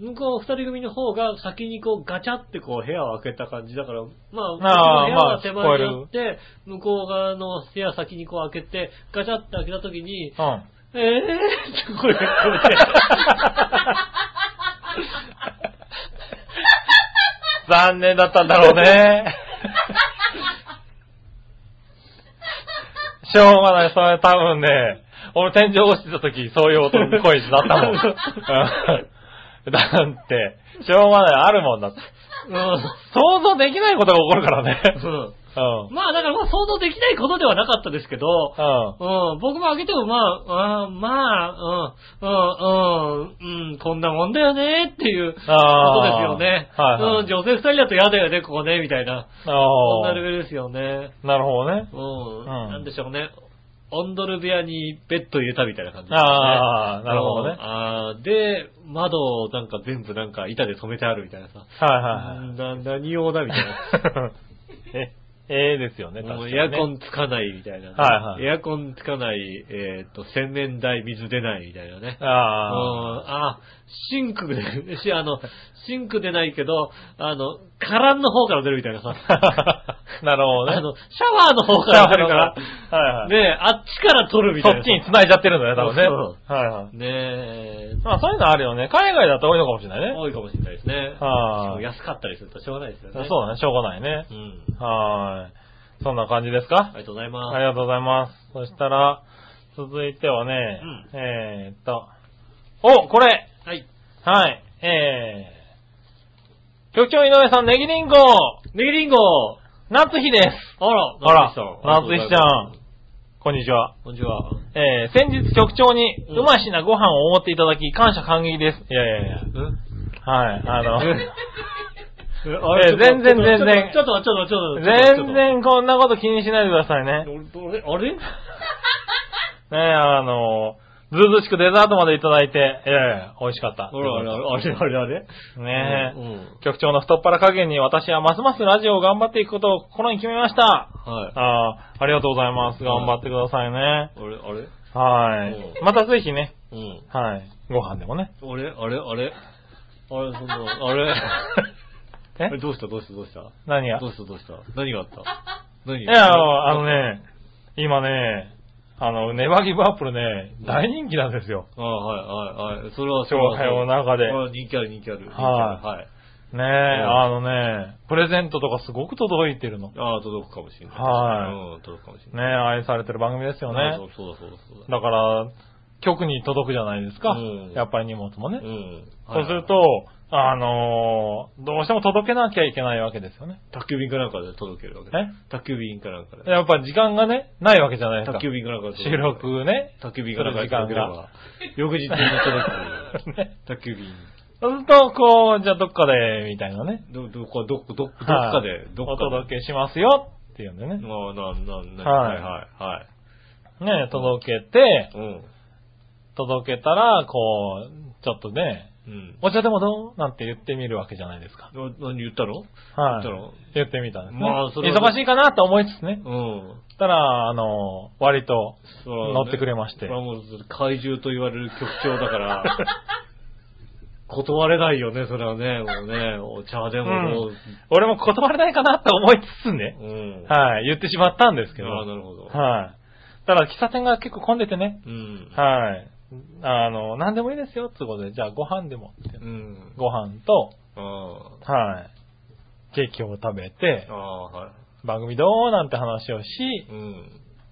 B: 向こう二人組の方が先にこうガチャってこう部屋を開けた感じだから、まあ、こ
C: あー
B: っちの部屋が手前にあって、向こう側の部屋先にこう開けて、ガチャって開けた時に、えーっ
C: うん。
B: て声が聞こえて、
C: 残念だったんだろ うね。しょうがない、それ多分ね、俺天井落ちてた時、そういう音の声だった もん。うんだって、しょうがない、あるもんだって。想像できないことが起こるからね。
B: うん
C: うん。
B: まあだからまあ想像できないことではなかったですけど、
C: うん。
B: うん、僕も開けてもまあ、あーまあ、うん、うん、うん、うん、こんなもんだよねっていうことです
C: あー
B: よね。
C: はいはい
B: うん、女性二人だと嫌だよね、ここね、みたいな。そん
C: あ
B: な
C: あ
B: レベルですよね。
C: なるほどね。
B: うん。
C: ん
B: なんでしょうね。オンドル部屋にベッド入れたみたいな感じですね。
C: ああ、なるほど
B: うん
C: ね。
B: あーで、窓をなんか全部なんか板で染めてあるみたいなさ。
C: はいはいはい。
B: な何用だみたいな。
C: え、ええですよね、確
B: も
C: か
B: う
C: に、
B: エアコンつかないみたいな、
C: はいはい
B: エアコンつかない、えーっと、洗面台水出ないみたいなね。うん
C: ああ。
B: あ、シンクで、しあの、シンク出ないけど、あの、カランの方から出るみたいなさ。
C: なるほどね。
B: あの、シャワーの方から出るから、
C: はいはい。
B: ねえ、あっちから取るみたい
C: そ
B: な。
C: っちに繋いじゃってるんだね、多分ね。
B: そう
C: はいは
B: ね
C: い。
B: え、
C: まあそういうのあるよね。海外だと多いのかもしれないね。
B: 多いかもしれないですね。しか
C: は
B: も
C: い。
B: 安かったりするとしょうがないですよ
C: そう
B: ね。
C: だね、しょうがないね。
B: う。ん。
C: はい。そんな感じです
B: あ
C: か
B: りがとうございます。
C: ありがとうございます。そしたら、続いてはね
B: うん、
C: えーっと、お、これ
B: はい。
C: はい、えー、局長井上さん、ネギリンゴ
B: ネギリンゴ
C: 夏日です
B: あら、
C: あ
B: 夏日
C: ら
B: さん。
C: 夏日ちゃ
B: あ
C: んこんにちは。
B: りがとうございますこんにちは。
C: えー、先日局長に、
B: うん
C: うまいしなご飯をおごっていただき、感謝感激です。いやいやいや。
B: うん
C: はい、あの、
B: あれ
C: え全
B: ちょっ
C: 然
B: と
C: 全然
B: ちょっと、ちょっと、ちょっと、ちょっと。
C: 全然こんなこと気にしないでくださいね。ね
B: ちょっと。俺俺あれ
C: え、あの、ずうずしくデザートまでいただいて、ええ、美味しかった。
B: ほら、あれ、あれ、あれ、あれ。
C: ねえ、
B: うん。
C: 局長の太っ腹加減に私はますますラジオを頑張っていくことを心に決めました。
B: はい。
C: ああ、ありがとうございます。頑張ってくださいね。
B: あれ、あれ
C: はい。またぜひね、
B: うん。
C: はい。ご飯でもね。
B: あれ、あれ、あれ。あれ、そんな、あれ。
C: え
B: あれどうした、どうした、どうした
C: 何が
B: どうした、どうした何があった何
C: い
B: が
C: や、あの、ね、今ね、あの、ネバーギブアップルね、大人気なんですよ。
B: あはい、はい、はい。それは、
C: 勝敗の中で。
B: あ人気ある、人気ある。人気あるはい。
C: ねえ、あのね、プレゼントとかすごく届いてるの。ね
B: ああ、届くかもしれない。。
C: はい
B: うん、届くかもしれ
C: え、
B: ない。
C: 愛されてる番組ですよ
B: ああ
C: ね
B: そ。うそうだ、そうだ、そうだ。
C: だから、局に届くじゃないですか。
B: うん
C: やっぱり荷物もね。
B: うん。
C: そうすると、あのーどうしても届けなきゃいけないわけですよね。
B: 宅急便かなんかで届けるわけ
C: え
B: 宅急便かなんかで。
C: やっぱり時間がね、ないわけじゃないですか
B: 宅。急便かなんかで届け
C: 収
B: る。
C: 録ね。
B: 宅急便かなんかで
C: する
B: 届
C: 時
B: け
C: 間
B: れ
C: が
B: ば。翌日に届く。
C: ね
B: 宅急便。
C: そうすると、こう、じゃあどっかで、みたいなね。
B: ど、どこ、どこ、ど、どっか
C: は
B: で
C: い、
B: ど
C: お
B: っかで。
C: 届けしますよっていうんでね。
B: まあ、なん、なん、なん、
C: は
B: はいい、はい、はい。
C: ね、届けて、
B: うん。
C: 届けたら、こう、ちょっとね、
B: うん。
C: お茶でもどうなんて言ってみるわけじゃないですか。
B: な何言ったの
C: はい。
B: 言ったの
C: 言ってみたんですね。
B: まあそれは
C: 忙しいかなと思いつつね。
B: うん。
C: たら、あの、割と、
B: そらね
C: 乗ってくれまして
B: そらもう、怪獣と言われる局長だから、 断れないよね、それはね。もうね、お茶でももう、
C: 俺も断れないかなと思いつつね
B: う、ん。
C: はい、言ってしまったんですけど、
B: ああ、な
C: はい。
B: るほど。
C: ただ、喫茶店が結構混んでてね、
B: うん。
C: はい。あの、何でもいいですよ、ってことで、じゃあご飯でもって
B: うん。
C: ご飯と、
B: あ
C: はい。ケーキを食べて
B: あ、あ、はい。
C: 番組どうなんて話をし、
B: うん。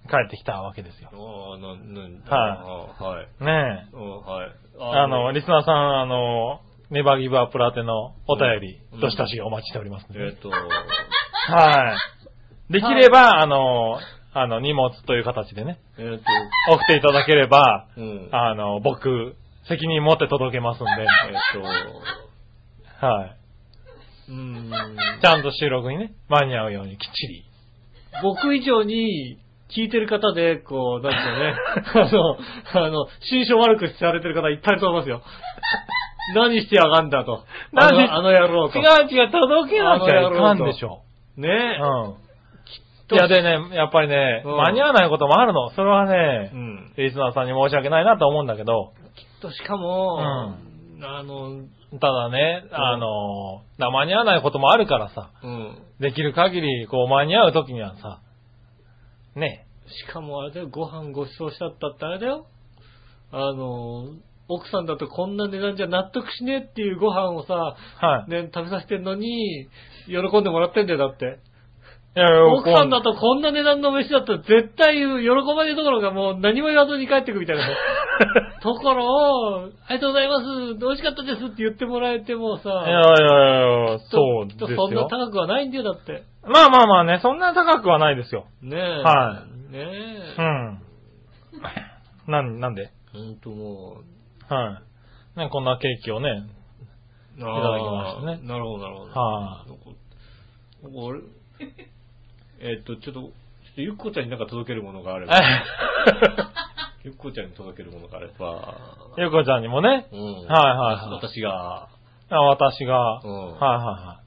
C: 帰ってきたわけですよ。
B: ああ、な、な、。
C: は
B: は
C: い
B: い。
C: ねえ。
B: うん、はい。
C: あの、リスナーさん、あの、ネバーギブアップル宛てのお便り
B: う、ん
C: どしどしお待ちしておりますの
B: えっ。
C: で
B: と、
C: はい。できれば、あの、あの、荷物という形でね、
B: えっ
C: 送っていただければ、
B: と、うん。
C: あの、僕、責任持って届けますんで、
B: えっ
C: はい。
B: と、うん。
C: ちゃんと収録にね、間に合うようにきっちり。
B: 僕以上に聞いてる方で、こう、なんていうのね、あの、あの、心象悪くされてる方いっぱいいると思いますよ。何してやがんだと。
C: 何し
B: あのあの野郎と。
C: 違う違う、届けなきゃいかんでしょ。
B: ね
C: う
B: え。
C: ん。
B: と
C: いやでね、やっぱりね、
B: うん
C: 間に合わないこともあるの。それは
B: う
C: ね、
B: ん。
C: リスナーさんに申し訳ないなと思うんだけど、
B: と、しかも、あの、
C: ただね、あの、な間に合わないこともあるからさ、
B: うん。
C: できる限り、こう、間に合う時にはさ、ね、
B: しかもあれだよ、ご飯ご馳走しちゃったってあれだよ。あの、奥さんだとこんな値段じゃ納得しねえっていうご飯をさ、
C: はい。
B: ね、食べさせてんのに、喜んでもらってんだよ、だって。
C: いやいや
B: 奥さんだとこんな値段の飯だったら絶対喜ばれるところがもう何も言わずに帰ってくみたいな。 ところを、ありがとうございます、美味しかったですって言ってもらえてもさ、
C: いやいやいや、
B: きっと
C: そう
B: き
C: で
B: っ
C: す
B: と
C: よ。
B: そんな高くはないんだよ、だって。
C: まあまあまあね、そんな高くはないですよ。
B: ねえ。
C: は
B: ねえ
C: う。ん。なん、なんで
B: ほんとも
C: はい。ね、こんなケーキをね、
B: う、いた
C: だきましたね
B: なるほど、なるほど。
C: は
B: 俺、えっと、ちょっと、ちょっとゆっこちゃんになんか届けるものがあれば、ゆっこちゃんに届けるものがあれば、
C: い。ゆうこちゃんにもね、
B: うん。
C: はいはいはい
B: 私が、
C: あ私が、は
B: う
C: い
B: ん
C: はいはい。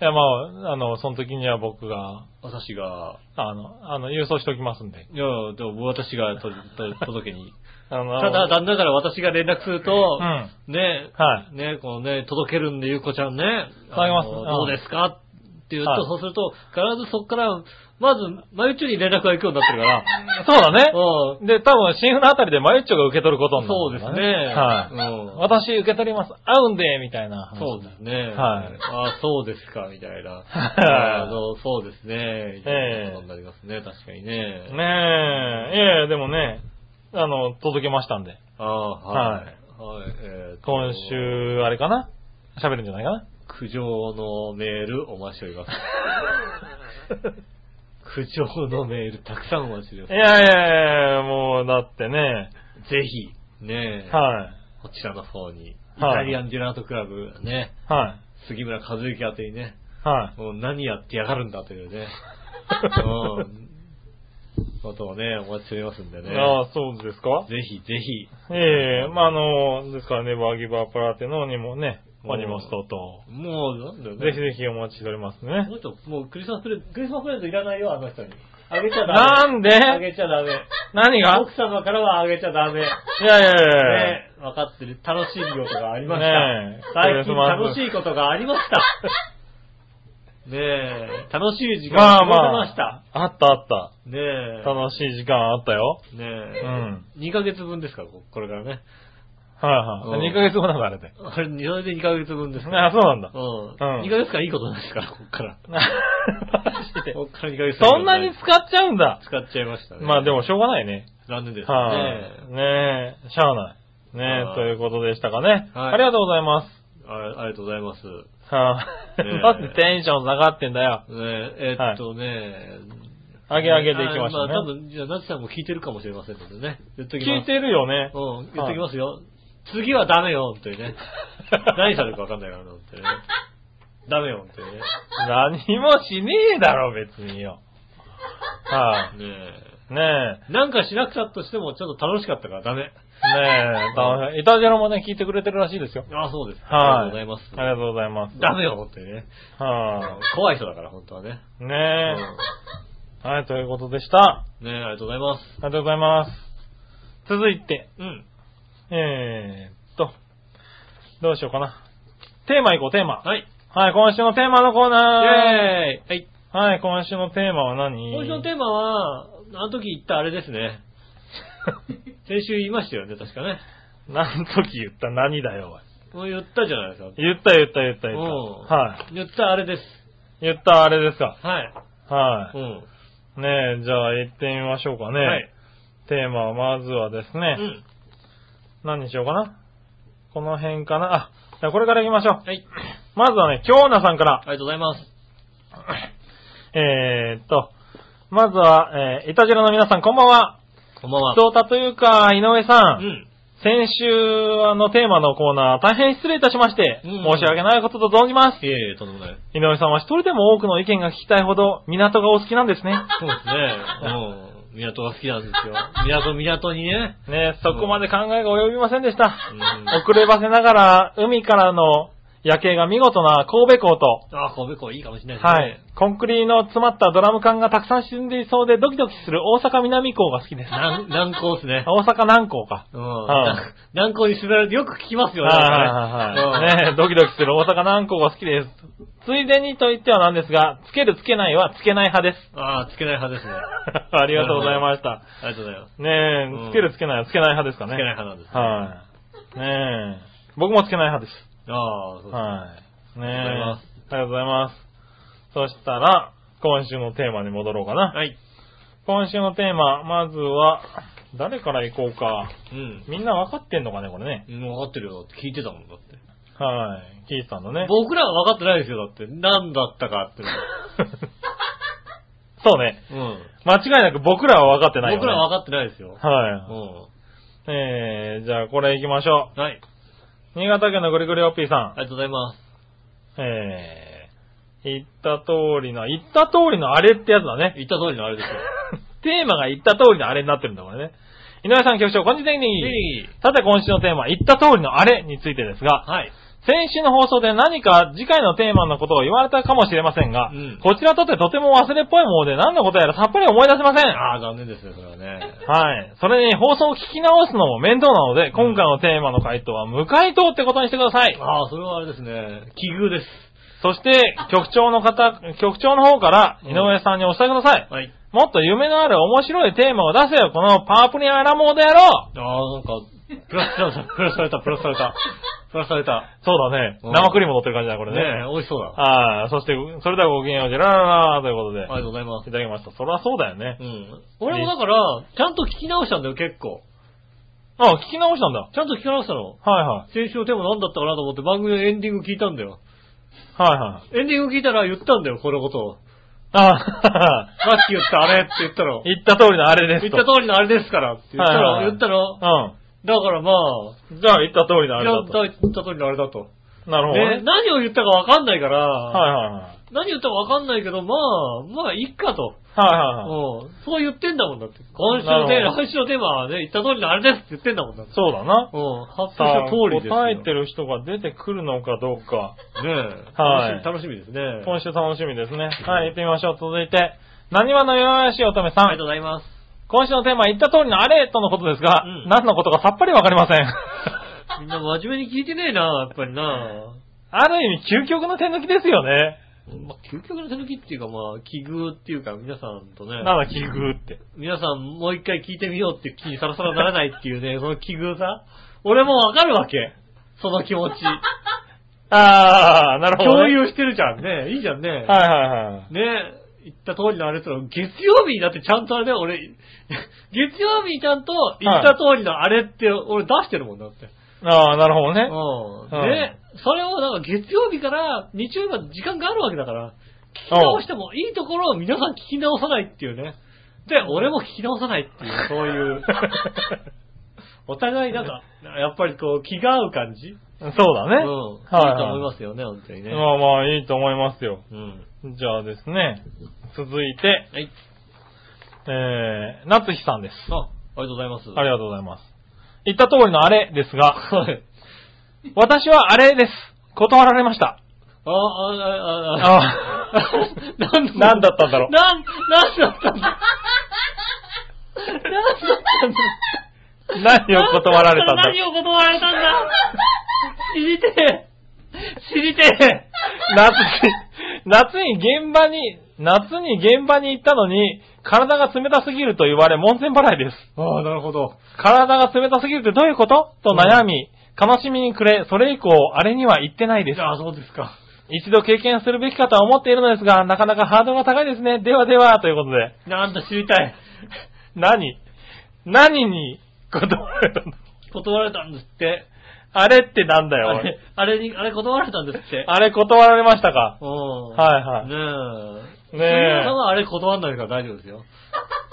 C: いや、まあ、あの、その時には僕が、
B: 私が、
C: あの、あの、郵送しておきますんで。
B: いや、でも私がとと届けに。
C: あの、
B: ただ、旦那から私が連絡すると
C: う、ん。
B: ね、
C: はい。
B: ね、このね、届けるんで、ゆうこちゃんね、
C: 届けます
B: あの
C: うん
B: どうですかって言うと、
C: はい
B: そうすると、必ずそこから、まず、まゆちゅに連絡が行くようになってる から、
C: そうだね。
B: う
C: で、多分、新婦のあたりでマユッチョが受け取ること
B: ん、
C: にな
B: そう
C: る
B: で
C: ん
B: す
C: だ
B: ね。
C: はい。
B: うん
C: 私受け取ります。会うんで、みたいな話。
B: そうですね。
C: はい
B: あそうですか、みたいな。
C: はい
B: あの、そうですね、みたいなことになりますね、確かにね。
C: ねえ、いやいや、でもね、あの、届けましたんで、
B: ああ、はい。はい、えーと
C: 今。週、あれかな喋るんじゃないかな
B: 苦情のメールお待ちしており ます。苦情のメールたくさんお待ちしてお
C: い
B: りま
C: やいやいや、もう、だってね、
B: す。ぜひ、ねえ、
C: は
B: こちらの方に、イ
C: はい
B: タリアンジェラートクラブね、
C: い、はい、
B: 杉村和之宛てにね、
C: は
E: もう何やってやがるんだというね。 うん。ことをね、お待ちしておりますんで
C: い。
E: ね。
C: ああ、そうですか
E: ぜひぜひ。
C: ええまあ、あの、ですからね、バーギバープラテのにもね、ファニモストと、
E: もう、なんだよね。
C: ぜひぜひお待ちしておりますね
B: こ。の人、もうクリスマスプレゼント、クリスマスプレゼントいらないよ、あの人に。あげちゃダメ。
C: なんで
B: あげちゃダメ。
C: 何が
B: 奥様からはあげちゃダメ。
C: いやいやいやいや。
B: ね、分かってる。楽しいことがありました。
C: ねえ
B: 最近楽しいことがありました。ねえ、楽しい時
C: ま
B: 間
C: あ
B: を
C: ま
B: 過ごせました。
C: あ、あったあった。
B: ねえ、
C: 楽しい時間あったよ。
B: ね
C: う
B: え、
C: ん。
B: 2ヶ月分ですから、ここれからね。
C: はいはい。
B: うん
C: 2ヶ月後なんだ、あれで。
B: あれ、それで2ヶ月分ですから。
C: あ、そう なんだ。
B: うん。
C: うん
B: 2ヶ月間いいことないですから、こっ から。
C: マジで
B: こっから2ヶ月間
C: そんなに使っちゃうんだ。
B: 使っちゃいましたね。
C: まあでも、しょうがないね。
B: 残念ですね。
C: はい。ねえ、しゃあない。ね
B: は
C: え、
B: い
C: ということでしたかね。
B: はい
C: ありがとうございます。
B: あありがとうございます。
C: はい、
B: ねえ
C: だってテンション下がってんだよ。
B: ねえ、えっとね、
C: 上げ上げでいきまし
B: あ
C: たね。
B: まあ多分、じゃあ、なつさんも聞いてるかもしれませんのでね。言っときます。
C: 聞いてるよね。
B: うん、言っときますよ。次はダメよ、本当 にね。何されるかわかんないからな、本当にね。ダメよ、本当にね。
C: 何もしねえだろ、別によ。は
B: ね
C: い、ね
B: え。なんかしなくちゃとしても、ちょっと楽しかったからダメ。
C: え、ねえ、だイタジェラもね、聞いてくれてるらしいですよ。
B: ああ、そうです。
C: は
B: ありが
C: い、
B: とうござ
C: あ
B: いま
C: りがとうございます
B: す。。ダメよ、本当にね。
C: は
B: 怖い人だから、本当はね。
C: い、
B: う
C: ね
B: ん
C: え、はい、ということでした。あ
B: ねえ、ありがとうございます。
C: りがとうございます。続いて、
B: うん。
C: えーっと、どうしようかな。テーマいこう、テーマ。
B: はい。
C: はい、今週のテーマのコーナー。
B: イェーイはい。
C: はい、今週のテーマは何
B: 今週のテーマは、あの時言ったあれです ね。先週言いましたよね、確かね。
C: 何時言った何だよ、おい
B: もう言ったじゃないですか。
C: 言った言った言った言っ
B: うん
C: た。はい。
B: 言ったあれです。
C: 言ったあれですか。
B: はい。
C: は
B: うん。
C: い。ねえ、じゃあ行ってみましょうかね。
B: はい。
C: テーマはまずはです
B: う
C: ね、
B: ん。
C: 何にしようかな。この辺かな。あ、じゃあこれから行きましょう。
B: はい。
C: まずはね、京奈さんから
B: あ。りがとうございます。
C: えーっと、まずは、えー、イタジェラの皆さんこんばんは。
B: こんばんは。
C: そうたというか、井上さん。
B: うん。
C: 先週あのテーマのコーナー、大変失礼いたしまして、
B: うん
C: 申し訳ないことと存じます。
B: いえいえ、とんでもない。
C: 井上さんは一人でも多くの意見が聞きたいほど、港がお好きなんですね。
B: そうですね。うん。港が好きなんです よ。港、港にね。
C: ねそこまで考えが及びませんでした。
B: うん
C: 遅ればせながら、海からの夜景が見事な神戸港と、
B: あ、神戸港いいかもしれないですね。
C: はい。。コンクリの詰まったドラム缶がたくさん沈んでいそうでドキドキする大阪南港が好きです。
B: 南、南港ですね。
C: 大阪南港か。
B: うん
C: はい。
B: 南港に滑られてよく聞きますよね。
C: はいはいはいはい。ねドキドキする大阪南港が好きです。ついでにと言ってはなんですが、つけるつけないはつけない派です。
B: うんああ、つけない派ですね。
C: ありがとうございました。
B: ありがとうございます。
C: ね
B: うん
C: え、つけるつけないはつけない派ですか
B: つ
C: ね。
B: けない派なんですね。
C: はい。ねえ、僕もつけない派です。
B: ああ、そうです
C: はい。ねえ。
B: あ
C: ありがとうございます。そしたら、今週のテーマに戻ろうかな。
B: はい。
C: 今週のテーマ、まずは、誰から行こうか。
B: うん。
C: みんな分かってんのかね、これね。
B: もう分かってるよ。だって聞いてたもんだって。
C: はい。聞いてたんだね。
B: 僕らは分かってないですよ。だって。何だったかっていう
C: そうね。
B: の。うん。
C: 間違いなく僕らは分かってないよ、ね。
B: 僕らは分かってないですよ。う
C: は
B: ん。
C: い。えー、じゃあこれ行きましょ
B: はい。
C: う。新潟県のぐりぐりおっぴーさん
B: あ。りがとうございます。
C: えー、言った通りの、言った通りのあれってやつだね。
B: 言った通りのあれですよ。
C: テーマが言った通りのあれになってるんだ、これね。井上さん局長、こんにちは。
B: いい
C: さて、今週のテーマ、言った通りのあれについてですが、
B: はい。
C: 先週の放送で何か次回のテーマのことを言われたかもしれませんが、
B: うん
C: こちらとてとても忘れっぽいもので何のことやらさっぱり思い出せません。
B: ああ、残念ですね、それはね。
C: はい。それに放送を聞き直すのも面倒なので、今回のテーマの回答は無回答ってことにしてください。
B: ああ、それはあれですね。奇遇です。
C: そして、局長の方、局長の方から井上さんにお伝えください。
B: はい。
C: もっと夢のある面白いテーマを出せよ、このパープリンアラモード野郎
B: ああ、なんか、プラスされた、プラスされた、プラスされた。プラスされた。
C: そうだね。
B: うん
C: 生クリーム乗ってる感じだ、こ
B: こ
C: れ
B: れ
C: ね。
B: ね、美味しそうだ。あ
C: ああ、そして、それではごきげんよう、じゃらららということで、
B: りがとうございます
C: い。ただきました。そりゃそうだよね
B: う。ん。俺もだから、ちゃんと聞き直したんだよ、結構。
C: あ聞き直したんだ。
B: ちゃんと聞き直したの。
C: はいはい。
B: 先週のテーマ何だったかなと思って番組のエンディング聞いたんだよ。
C: はいはい。
B: エンディング聞いたら言ったんだよ、このことを。
C: ああ、
B: さっき言ったあれって言った ら。言
C: 言った通りのあれです
B: っ
C: と。
B: た通りのあれですからって言った
C: はいはいは
B: ら、
C: い
B: 言ったら、だからまあ、
C: うん。じゃあ言った通りのあれ
B: 言
C: だ
B: っ
C: と。
B: た言った通りのあれだと。
C: なるほどね
B: で、。何を言ったかわかんないから、
C: はいはいはい。
B: 何言ったかわかんないけど、まあ、まあ、いっかと。
C: はいはいはい。
B: うん。そう言ってんだもんだって。今週のテーマ、来週のテーマはね、言った通りのあれですって言ってんだもんだって。
C: そうだな。
B: うん。発
C: さあ
B: 表した通りですよ。
C: 答えてる人が出てくるのかどうか。
B: ねえ。
C: はい
B: 楽しみ楽しみですね。
C: 今週楽しみですね。はい、行ってみましょう。続いて、何話の弱々しい乙女さ
B: ありが
C: ん
B: とう。ございます。
C: 今週のテーマ、言った通りのあれとのことですが、
B: うん
C: 何のことかさっぱりわかりませ ん。
B: みんな真面目に聞いてねえな、やっぱりな。
C: ある意味、究極の手抜きですよね。
B: まあ、究極の手抜きっていうか、まあ、奇遇っていうか、皆さんとね、
C: なんだ、奇遇って。
B: 皆さんもう一回聞いてみようっていう気にさらさらならないっていうね、その奇遇さ。俺もわかるわ け。その気持ち。
C: あー、なるほど、
B: 共
C: ね。
B: 有してるじゃんね。いいじゃんね。
C: はいはいはい。
B: ね、言った通りのあれってのは月曜日にだってちゃんとあれだよ、俺、月曜日にちゃんと言った通りのあれって、俺出してるもんだって。
C: あー、なるほどね。
B: うん。
C: はい
B: ね、それをなんか月曜日から日曜日まで時間があるわけだから、聞き直してもいいところを皆さん聞き直さないっていうね。で、俺も聞き直さないって いう、そういう。お互いなんか、やっぱりこう気が合う感じ
C: そうだね。
B: うん。いいと思い
C: は
B: ますよね、本当に
C: い
B: ね。
C: まあまあ、いいと思いますよ。
B: うん。
C: じゃあですね、続いて、
B: はい。
C: えー、夏日さんです。
B: あ、ありがとうございます。
C: ありがとうございます。言った通りのあれですが、私はあれです。断られました。
B: あ、あ、あ、あ、
C: あ
B: なん
C: なんだったんだろう
B: なん、なんだ ったんだなんだったんだ
C: 何を断られたんだ。
B: 何を断られたんだ知りてえ知りてえ
C: 夏に、夏に現場に、夏に現場に行ったのに、体が冷たすぎると言われ、門前払いです。
E: ああ、なるほど。
C: 体が冷たすぎるってどういうことと悩み、悲しみに暮れ、それ以降、あれには行ってないです。
B: あ、そうですか。
C: 一度経験するべきかとは思っているのですが、なかなかハードルが高いですね。ではでは、ということで。
B: なんだ知りたい。
C: 何何に断られたの
B: 断られたんですって。
C: あれってなんだよ、
B: あ
C: おい
B: れ、あれに、あれ断られたんですって。
C: あれ断られましたか
B: うん。は
C: はいはい。
B: い。ねえ。
C: ねえ
B: 杉村さんはあれ断らないから大丈夫ですよ。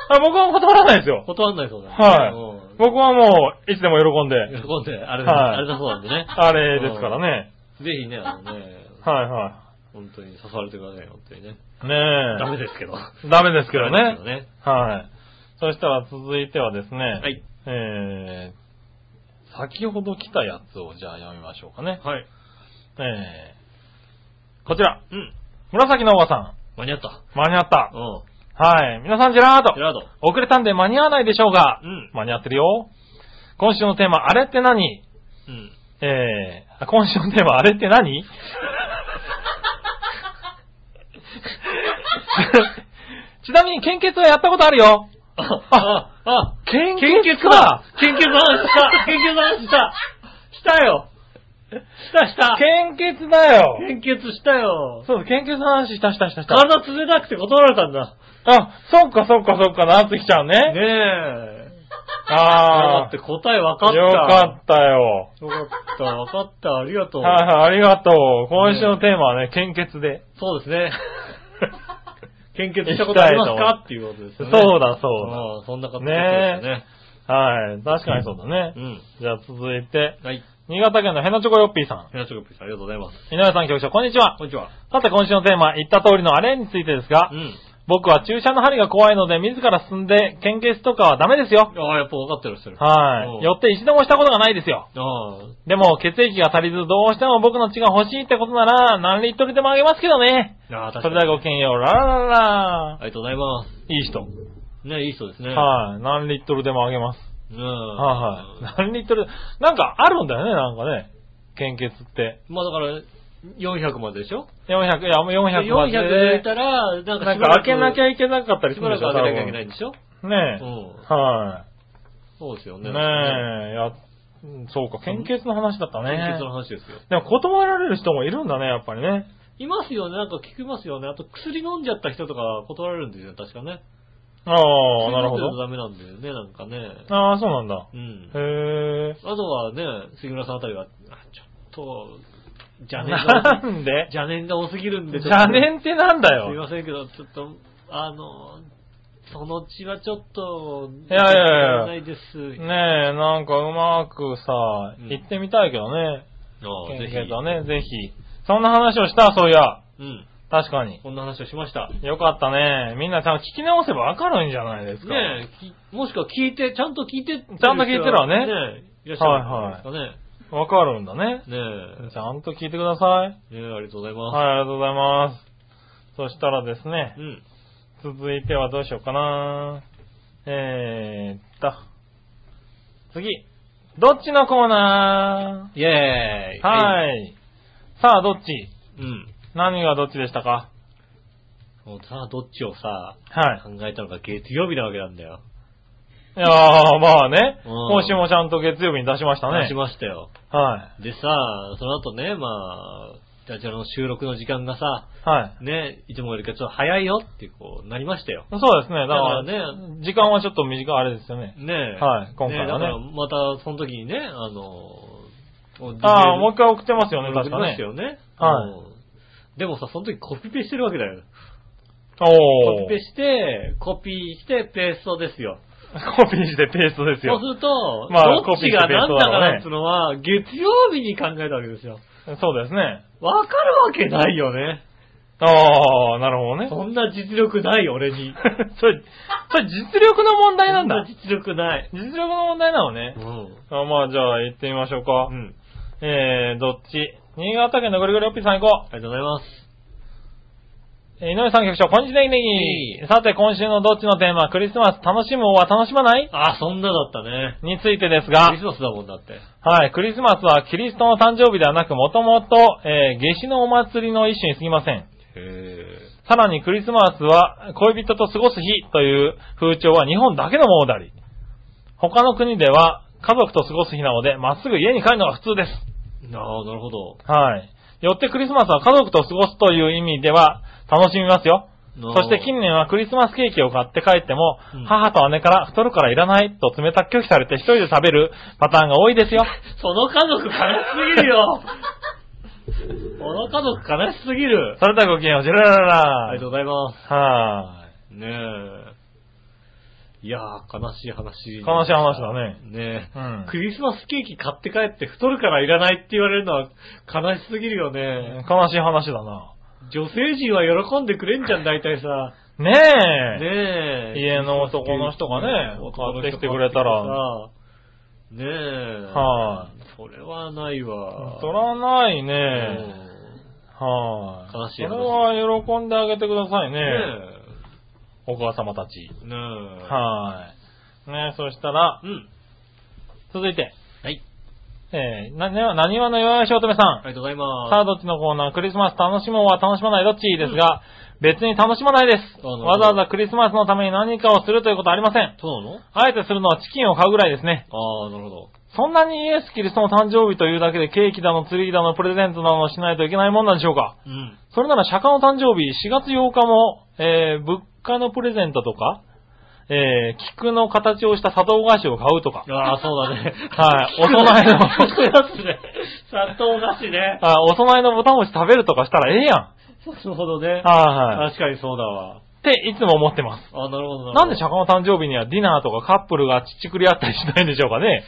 C: あ僕は断らないですよ。
B: 断らないそうだね。
C: は
B: うん
C: い。僕はもう、いつでも喜んで、
B: 喜んで、あれだ、
C: はい
B: あれだそうなんでね。
C: あれですからね。
B: ぜひね、あのね、
C: はいは
B: 本当に誘われてください、本当にね。
C: い。
B: ダメ
C: ね
B: ですけど。
C: え。ダメですけど
B: ダメですけ。
C: ね
B: どね。
C: はい。そしたら続いてはですね、
B: はい。
C: えー、先ほど来たやつをじゃあ読みましょうかね。
B: はい。
C: えー、こちら、
B: うん。
C: 紫のおばさ
B: 間に合った。
C: ん、間に合った
B: う。ん。
C: はい。皆さん、ジェラー
B: ジェ
C: ト。
B: ラード。
C: 遅れたんで間に合わないでしょうが、
B: うん
C: 間に合ってるよ。今週のテーマ、あれって何
B: うん。
C: えー、あ今週のテーマ、あれっ て何ちなみに献血はやったことあるよ。
B: あ、あ、あ、
C: 献
B: 献血だ献血の話した献血の話したしたよしたした
C: 献血だよ
B: 献血したよ
C: そう、献血の話したしたしたした。
B: 体冷たくて断られたんだ。
C: あ、そっかそっかそっか、なってきちゃうね。
B: ねえ。だ
C: あ
B: っ
C: あ、
B: て答え分かった。
C: よかったよ。
B: た。よかった、分かった、ありがとう。
C: はいはい、ありがとう。今週のテーマはね、献血で。
B: そうです ね。献血したことありますかっていうことです
C: そ
B: よ
C: う
B: ね。
C: だそうだ。
B: ああそんな形
C: ね
B: で
C: え
B: すよね。
C: はい、確かにそうだね。
B: うん。
C: じゃあ続いて、
B: はい。
C: 新潟県のヘナチョコヨッピーさ
B: ヘナチョコピーさん、ありがとうございます。
C: ん。井上さん局長、こんにちは
B: こ。んにちは。
C: さて今週のテーマ、言った通りのあれについてですが、
B: うん。
C: 僕は注射の針が怖いので、自ら進んで献血とかはダメですよ。
B: ああ、やっぱ分かってらっしゃる。
C: は
B: おう
C: い。よって一度もしたことがないですよ。
B: ああ、
C: でも、血液が足りず、どうしても僕の血が欲しいってことなら、何リットルでもあげますけどね。
B: ああ、
C: そ
B: 確か
C: れ
B: に。
C: ではごきげんよう、ララララ
B: ありがとうございま
C: いい人。
B: す。ね、いい人ですね。
C: はい。何リットルでもあげます。
B: うん。
C: はいはい。何リットル、なんかあるんだよね、なんかね。献血って。
B: まあだから、400まででしょ
C: 400、いや、400ま
B: 400
C: で。
B: 入れたら、なんか
C: な
B: し
C: ん
B: ば
C: から
B: く
C: 開けなきゃいけなかったり
B: し
C: す
B: ば
C: るん
B: らく
C: でしょ、
B: 開けなきゃいけないんでしょ
C: 多分ね
B: う
C: え。
B: ん。
C: はい。
B: そうですよね。
C: ねえ、や、うんそうか、献血の話だった
B: 献
C: ね
B: 血。の話ですよ。
C: でも断られる人もいるんだね、やっぱりね。
B: いますよね、なんか聞きますよね。あと薬飲んじゃった人とか断られるんですよ、確かね。
C: ああ、なるほ
B: 薬飲んじゃ
C: ど。
B: ダメなんだよね、なんかね。
C: ああ、そうなんだ。
B: うん。
C: へえ。
B: あとはね、杉村さんあたりは、あちょっと、邪念が
C: な、んで
B: 邪念が多すぎるんで、ちょっと
C: 邪念ってなんだ
B: すい
C: よ。
B: ませんけど、ちょっと、あの、その血はちょっと、
C: いやいやいや
B: ないです。
C: ねえ、なんかうまくさ、
B: うん
C: 行ってみたいけどね。
B: ああ
C: 献
B: ぜひ。
C: 血はね、ぜひ。そんな話をした、そういや。
B: うん。
C: 確確かに。
B: こんな話をしました。
C: よかったね。みんなちゃんと聞き直せばわかるんじゃないですか。
B: ねえ、きもしくは聞いて、ちゃんと聞いて、ち
C: ゃんと聞いてるわね
B: ねえ、いらっしゃるんじゃないで
C: わかるんだね
B: す。かね。ね
C: ちゃんと聞いてください。
B: え、ねえ、ありがとうございます。
C: はい、ありがとうございます。そしたらですね
B: う、ん。
C: 続いてはどうしようかなえーっと、次。どっちのコーナ
B: イェーイ。
C: ーはい。さあ、どっち
B: うん。
C: 何がどっちでしたか
B: もうさあ、どっちをさ、
C: はい。
B: 考えたのが月曜日なわけなんだよ。
C: い やー、まあね。
B: うん
C: 今週もちゃんと月曜日に出しました
B: 話
C: ね
B: し。ましたよ。
C: は
B: でさ、その後ね、まあ、ダジャレの収録の時間がさ、
C: い。はい。
B: ね、いつもよりかちょっと早いよってこう、なりましたよ。
C: そうですね。だから、
B: だからね
C: 時間はちょっと短い、あれですよね。
B: ねえ。
C: はい今回はね
B: だからまたその時にね、あの、
C: ああ、もう一
B: 一
C: 回送ってますよ
B: 回
C: ね、
B: 送
C: 確
B: り
C: か
B: ま
C: ね
B: した。よね。
C: はい
B: い。でもさ、その時コピペしてるわけだよ。
C: おー。
B: コピペして、コピーして、ペーストですよ。
C: コピーしてペーストです
B: そう
C: よ
B: す。ると、
C: ま
B: どっちが何だか
C: あコピーしてペーストだろう
B: ら
C: ね
B: ってのは、月曜日に考えたわけですよ。
C: そうですね。
B: わかるわけないよね。
C: ああ、なるほどね。
B: そんな実力ない、俺に。
C: それ、それ実力の問題なん
B: そ。
C: だ
B: 実力ない。
C: 実力の問題なのね
B: う。ん。
C: あまあじゃあ行ってみましょうか。
B: うん。
C: えー、どっち新潟県のぐるぐるおっぴーさん行こう。
B: ありがとうございます。
C: えー井上さん局長、こんにちはネギネギ。さて今週のどっちのテーマ、クリスマス楽しむは楽しまない
B: あ、そんなだったね。
C: についてです
B: ク
C: が
B: リス、マスだもんだって。
C: はい、クリスマスはキリストの誕生日ではなく、もともと、えー、夏至のお祭りの一種に過ぎません。
B: へ
C: さらにクリスマスは恋人と過ごす日という風潮は日本だけのものであり、他の国では家族と過ごす日なので、まっすぐ家に帰るのが普通です。
B: え。ああ、なるほど。
C: はい。よってクリスマスは家族と過ごすという意味では楽しみますよ。そして近年はクリスマスケーキを買って帰っても、
B: うん
C: 母と姉から太るからいらないと冷たく拒否されて一人で食べるパターンが多いですよ。
B: その家族悲しすぎる よその家族悲しすぎる。
C: それではごきげんよう、ジェララ
B: ありがと
C: ラ
B: うございます。
C: はーい。
B: ねえ。いやー、悲しい話。
C: 悲しい話だね。
B: ねえ、
C: うん
B: クリスマスケーキ買って帰って太るからいらないって言われるのは悲しすぎるよね。
C: 悲しい話だな。
B: 女性陣は喜んでくれんじゃん、大体さ。
C: ねえ。
B: ねえ。
C: 家の男の人がね
B: 男の人
C: 買ってきてくれたら
B: 買ってきてさ。ねえ。。
C: はい
B: それはないわ。
C: そらない
B: うん
C: ね。はい。
B: 悲しい話
C: それは喜んであげてくださいね。
B: ね
C: お母様たち。
B: え。ねえ。
C: はい。ねそしたら、
B: うん。
C: 続いて。
B: はい。
C: えー、な、ね、なにわの岩井しおとめさ
B: あ
C: ん。
B: りがとうございます。
C: さあ、どっちのコーナークリスマス楽しもうは楽しまないどっちですが、別に楽しまないです。
B: あなるほど
C: わざわざクリスマスのために何かをするということはありません。
B: そうなの
C: あえてするのはチキンを買うぐらいですね。
B: ああ、なるほど。
C: そんなにイエス・キリストの誕生日というだけでケーキだの、ツリーだの、プレゼントなどをしないといけないもんなんでしょうか
B: うん。
C: それなら釈迦の誕生日、4月8日も、えー、物価のプレゼントとか、えー、菊の形をした砂糖菓子を買うとか、
B: あ あ、そうだね。
C: はいお供
B: や
C: えの
B: つね。砂糖菓子ね。
C: あお供えのボタン餅食べるとかしたらええやん。
B: なるほどね。
C: はいはい。っ
B: 確かにそうだわ。
C: ていつも思ってます。
B: ああ、なるほど
C: なんで
B: ゃ
C: 釈迦の誕生日にはディナーとかカップルがちっちくり合ったりしないんでしょうかね。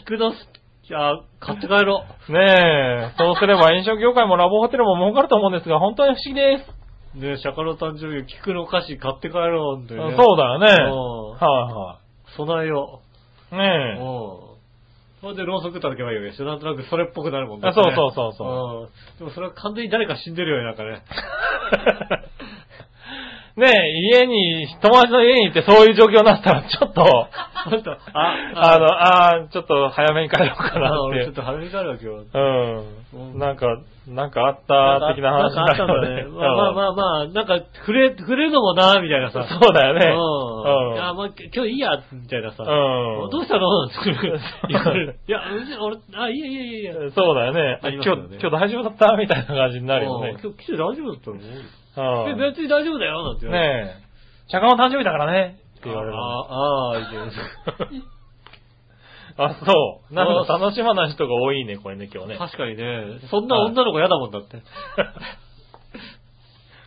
B: 菊のす、あ買って帰ろ
C: ねえ、そうすれば飲食業界もラブホテルも儲かると思うんですが、本当に不思議です。
B: う。ねえ、釈迦の誕生日、菊の菓子買って帰ろうなんて、ね。
C: そうだよね。
B: うん
C: は
B: 備えよ
C: いはい。
B: う。う
C: ね
B: ん。
C: え。
B: それでろうそく叩けばいいわけでしょ。なんとなくそれっぽくなるもんね。
C: あそうそうそうそ
B: うん。でもそれは完全に誰か死んでるよね、なんかね。
C: ねえ、家に、友達の家に行ってそういう状況になったら、ちょっと、
B: ちょっと、あ、
C: あの、あーちょっと早めに帰ろうか
B: あ
C: な
B: 俺 ちょっ
C: って。
B: と早めに帰るわ、今日。
C: うん。なんか、なんかあっ
B: なんか
C: た、的な話に
B: なんかあ
C: な
B: ったんだ ね。
C: るよ
B: まあまあまあまあ、なんか、触れ、触れるのもな、みたいな
C: うん
B: さ。
C: そうだよね。
B: うん。いや、
C: う
B: まあ、き今日いいや、みたいなさ。
C: うん
B: どうしたの作る
C: そう。
B: 言われるいや、うち、俺、あ、いやいやいやいや。
C: ん。そうだよね。
B: あります
C: 今日
B: よね、
C: 今日大丈夫だったみたいな感じになるよね
B: うん。今日来て大丈夫だったのえ、
C: うんね
B: 別に大丈夫だよ、なんて言われて。
C: え。釈迦の誕生日だからね。って言われる。
B: ああー、いけます。
C: あ、そう。なんか楽しまない人が多いね、これね、今日ね。
B: 確かにね、そんな女の子嫌だもんだって。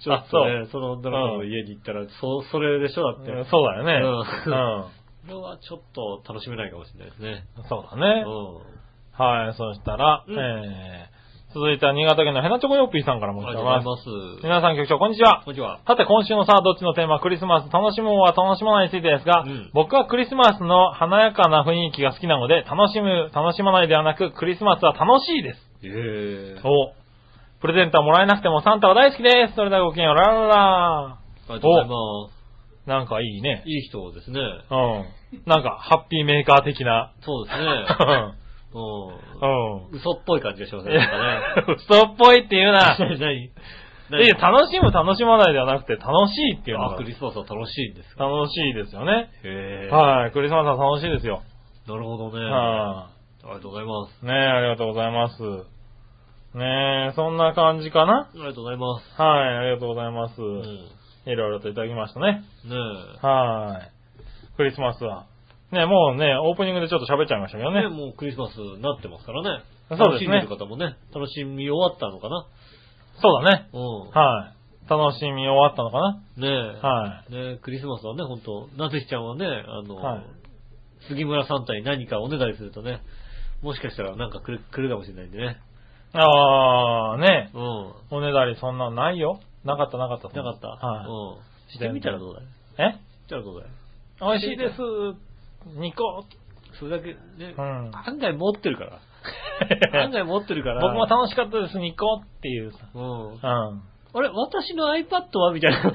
B: ちょっとね、 その女の子の家に行ったら、そ、それでしょ、だって。
C: うんそうだよね。
B: うん
C: うん
B: これはちょっと楽しめないかもしれないですね。
C: そうだね。
B: う
C: はい、そしたら、
B: うん
C: えー続いては新潟県のヘナチョコヨッピーさんからもいただきます。
B: す。こ
C: 皆さん局長、こんにちは。
B: んにちは。
C: さて、今週のさあ、どっちのテーマ、クリスマス、楽しむは楽しまないについてですが、
B: うん
C: 僕はクリスマスの華やかな雰囲気が好きなので、楽しむ、楽しまないではなく、クリスマスは楽しいです。
B: ええー。
C: おプレゼントはもらえなくてもサンタは大好きです。それではごきげんよう、ラララ
B: ありがとうございま
C: なんかいいね
B: す。。いい人ですね。
C: うん。なんか、ハッピーメーカー的な。
B: そうです
C: う
B: ね。
C: ん。
B: う
C: うん
B: ん。嘘っぽい感じがしますね。なんかね。
C: 嘘っ ぽいって言うな。
B: 何 何
C: いや、楽しむ、楽しまないではなくて、楽しいっていうの
B: あ、
C: が
B: クリスマスは楽しいんですか
C: 楽しいですよね。
B: へえ。
C: はい。クリスマスは楽しいですよ。
B: なるほどね。
C: は
B: ありがとうございます。
C: い。ねえ、ありがとうございます。ねえ、そんな感じかな
B: ありがとうございます。
C: はい、ありがとうございます。
B: うん。
C: いろいろといただきましたね。
B: ね
C: はい。クリスマスは。ねもうね、オープニングでちょっと喋っちゃいましたけど
B: え。
C: ね
B: ね。もうクリスマスになってますからね。
C: そう
B: 楽
C: ですね
B: しんでる方もね、楽しみ終わったのかな。
C: そうだね。
B: うん。
C: はい。楽しみ終わったのかな
B: ねえ。
C: は
B: ねえ、クリスマスはね、ほんと、なぜひちゃんはね、あの、
C: はい
B: 杉村サンタに何かおねだりするとね、もしかしたらなんか来る、来るかもしれないんでね。
C: い。あー、ね
B: うん。
C: おねだりそんなのないよ。なかったなかった。
B: なかった。
C: は
B: うん。してみたらどうだい
C: い。え
B: じゃあどうだい
C: 美味しいです。ニコ
B: それだけ、ね、
C: うん
B: 案外持ってる から。案外持ってるから。
C: 僕も楽しかったです、ニコっていうさ。
B: うん。
C: うん。
B: あれ、私の iPad はみたいな。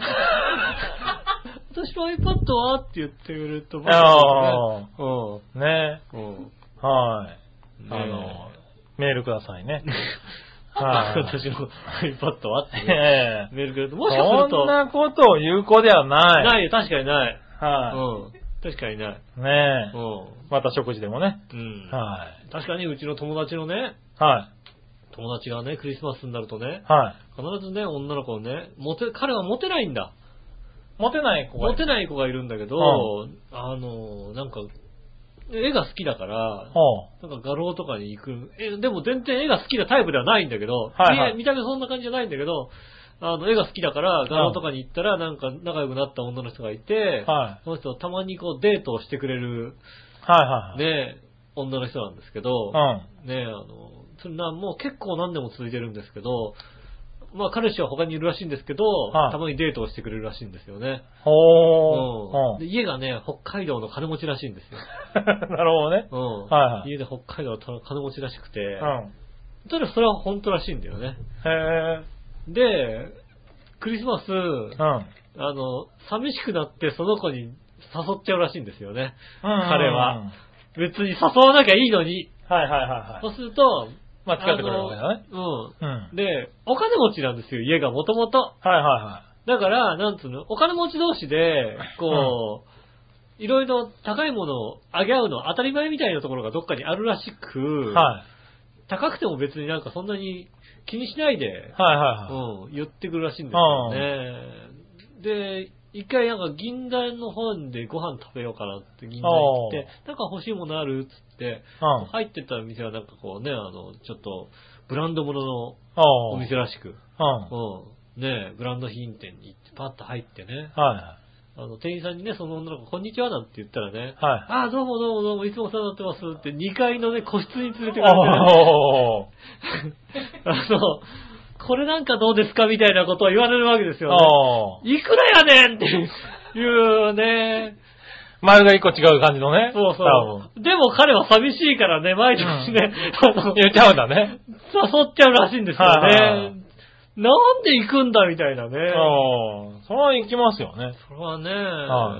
B: 私の iPad はって言ってくれると思
C: あ
B: う
C: ね
B: けどね。うん。うん。
C: はい。
B: ねえ
C: あの、メールください ね。はい
B: 私の iPad はってね
C: ええ
B: メールくれると、もしかする
C: そ
B: と、
C: んなことを言う子ではない。
B: ないよ、確かにない。
C: は
B: うん。確かにない。
C: い。ね
B: う
C: え。
B: ん。
C: また食事でもね。
B: うん。
C: は
B: 確かにうちの友達のね、
C: い。は
B: 友達がね、クリスマスになるとね
C: い。、はい。
B: 必ずね、女の子をね、モテ、彼はモテないんだ。
C: モテない子が
B: モ
C: いる。
B: テない子がいるんだけど、あの、なんか、絵が好きだから、
C: ほ
B: なんか画廊とかに行く。え、でも全然絵が好きなタイプではないんだけど、
C: はいはい
B: 見た見た目そんな感じじゃないんだけど、あの、絵が好きだから、画廊とかに行ったら、なんか仲良くなった女の人がいて、
C: はい
B: その人たまにこうデートをしてくれる、
C: う。はいはいはい。
B: ね、女の人なんですけど、
C: うん。
B: ね、あの、そんな、もう結構何年も続いてるんですけど、まあ彼氏は他にいるらしいんですけど、
C: はい
B: たまにデートをしてくれるらしいんですよね。
C: ほ
B: うん
C: ー。う
B: で
C: ん。
B: 家がね、北海道の金持ちらしいんですよ。
C: なるほどね。
B: うん
C: はいはい
B: 家で北海道の金持ちらしくて、
C: うん。
B: ただそれは本当らしいんだよね。
C: へえ。
B: で、クリスマス、
C: うん。
B: あの、寂しくなってその子に誘っちゃうらしいんですよね。
C: 彼
B: 彼
C: は。
B: は別に誘わなきゃいいのに。
C: はいはいはいは
B: そう
C: い。
B: すると、
C: まあ、使ってくれるわけだね。
B: あの
C: うん。
B: うん。で、お金持ちなんですよ、家がもともと。
C: はいはいは
B: だから、なんつうの、お金持ち同士で、こう、いろいろ高いものをあげ合うのは当たり前みたいなところがどっかにあるらしく、
C: い。はい。
B: 高くても別になんかそんなに気にしないで
C: はいはいはい。
B: うん、言ってくるらしいんですよね。で、一回なんか銀座の方でご飯食べようかなって銀座行って、なんか欲しいものあるっつって、
C: うん。
B: 入ってった店はなんかこうね、あの、ちょっと、ブランド物の
C: お
B: お店らしく、
C: うん。
B: うん、ねブランド品店に行ってパッと入ってね、
C: は
B: あの、店員さんにね、その女の子、こんにちはなんて言ったらね、
C: はい
B: ああ、どうもどうもどうも、いつもお世話になってますって、2階のね、個室に連れてくれて
C: い。
B: ね、
C: おー。
B: あの、これなんかどうですかみたいなことを言われるわけですよ、ね。
C: おー。
B: いくらやねんっていうね。
C: 丸が一個違う感じのね。
B: そう
C: 多
B: そう。でも彼は寂しいからね、毎年ね、あの
C: 分言っちゃうんだね。
B: 誘っちゃうらしいんですよ
C: はいはいはい
B: ね。なんで行くんだみたいなね。
C: おー。それは行きますよね。
B: それはね、
C: は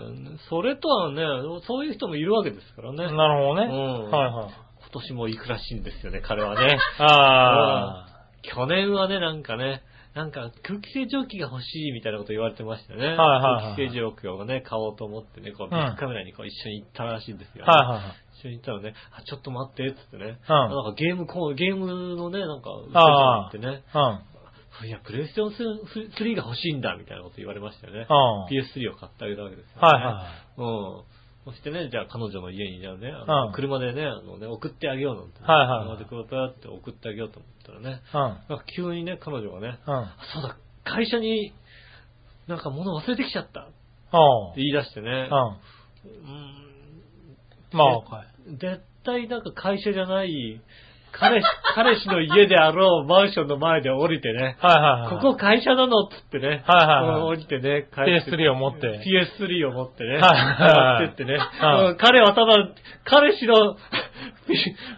B: それとはね、そういう人もいるわけですからね。今
C: なるほどね。
B: うん
C: はいはい。
B: 年も行くらしいんですよね、彼はね。
C: あ
B: 去年はね、なんかね、なんか空気清浄機が欲しいみたいなこと言われてましたよね。
C: はいはいはい
B: 空気清浄機をね、買おうと思ってね、こう、ビッグカメラにこう一緒に行ったらしいんです
C: ー。
B: よ、
C: はいはいはい。
B: 一緒に行ったらね、あ、ちょっと待って、っつってね。
C: うん
B: なんかゲームコン、ゲームのね、なんか、
C: あー
B: ってね。
C: うん。
B: いや、プレイステーション3が欲しいんだ、みたいなこと言われましたよね。
C: うん。
B: PS3 を買ってあげたわけですよ、ね。
C: はいは
B: うん。そしてね、じゃあ彼女の家にじゃあね、あ
C: うん
B: の車でね、あのね、送ってあげようなんて、
C: はいはいはい
B: 車でこうやって送ってあげようと思ったらね、
C: い。
B: な
C: うん。
B: んか急にね、彼女がね、
C: うん。
B: あそうだ、会社になんか物忘れてきちゃったって
C: おー。
B: 言い出してね、
C: うん。
B: うーん
C: まあ、はい。
B: 絶対なんか会社じゃない彼氏、 彼氏の家であろうマンションの前で降りてね、
C: はいはいは
B: こ
C: い。
B: こ会社なのっつってね、
C: はいはいはい
B: うん降りてね、帰って
C: PS3 を持って。
B: PS3 を持ってね、
C: はい
B: 持ってってね、
C: はい
B: うん彼はただ、彼氏の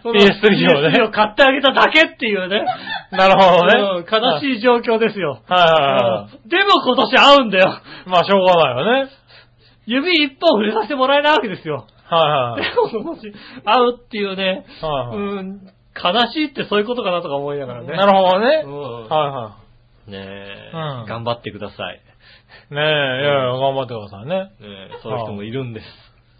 B: その
C: PS3 をね
B: PS3 を買ってあげただけっていうね、
C: なるほど
B: うん
C: ね。
B: 悲
C: い。
B: しい状況ですよ。
C: は
B: うんでも今年会うんだよ。
C: いはいはい。まあ、しょうがないよね。
B: 指一本触れさせてもらえないわけですよ。
C: はいはいはい。
B: でももし会うっていうね、
C: はいは
B: うん、悲しいってそういうことかなとか思いながら
C: い
B: ね。
C: なるほどね。
B: うん
C: はいは
B: ねえ、
C: うん
B: 頑張ってください。
C: い。ねえ、いやいや、頑張ってくださいね。
B: ねえそういう人もいるんです。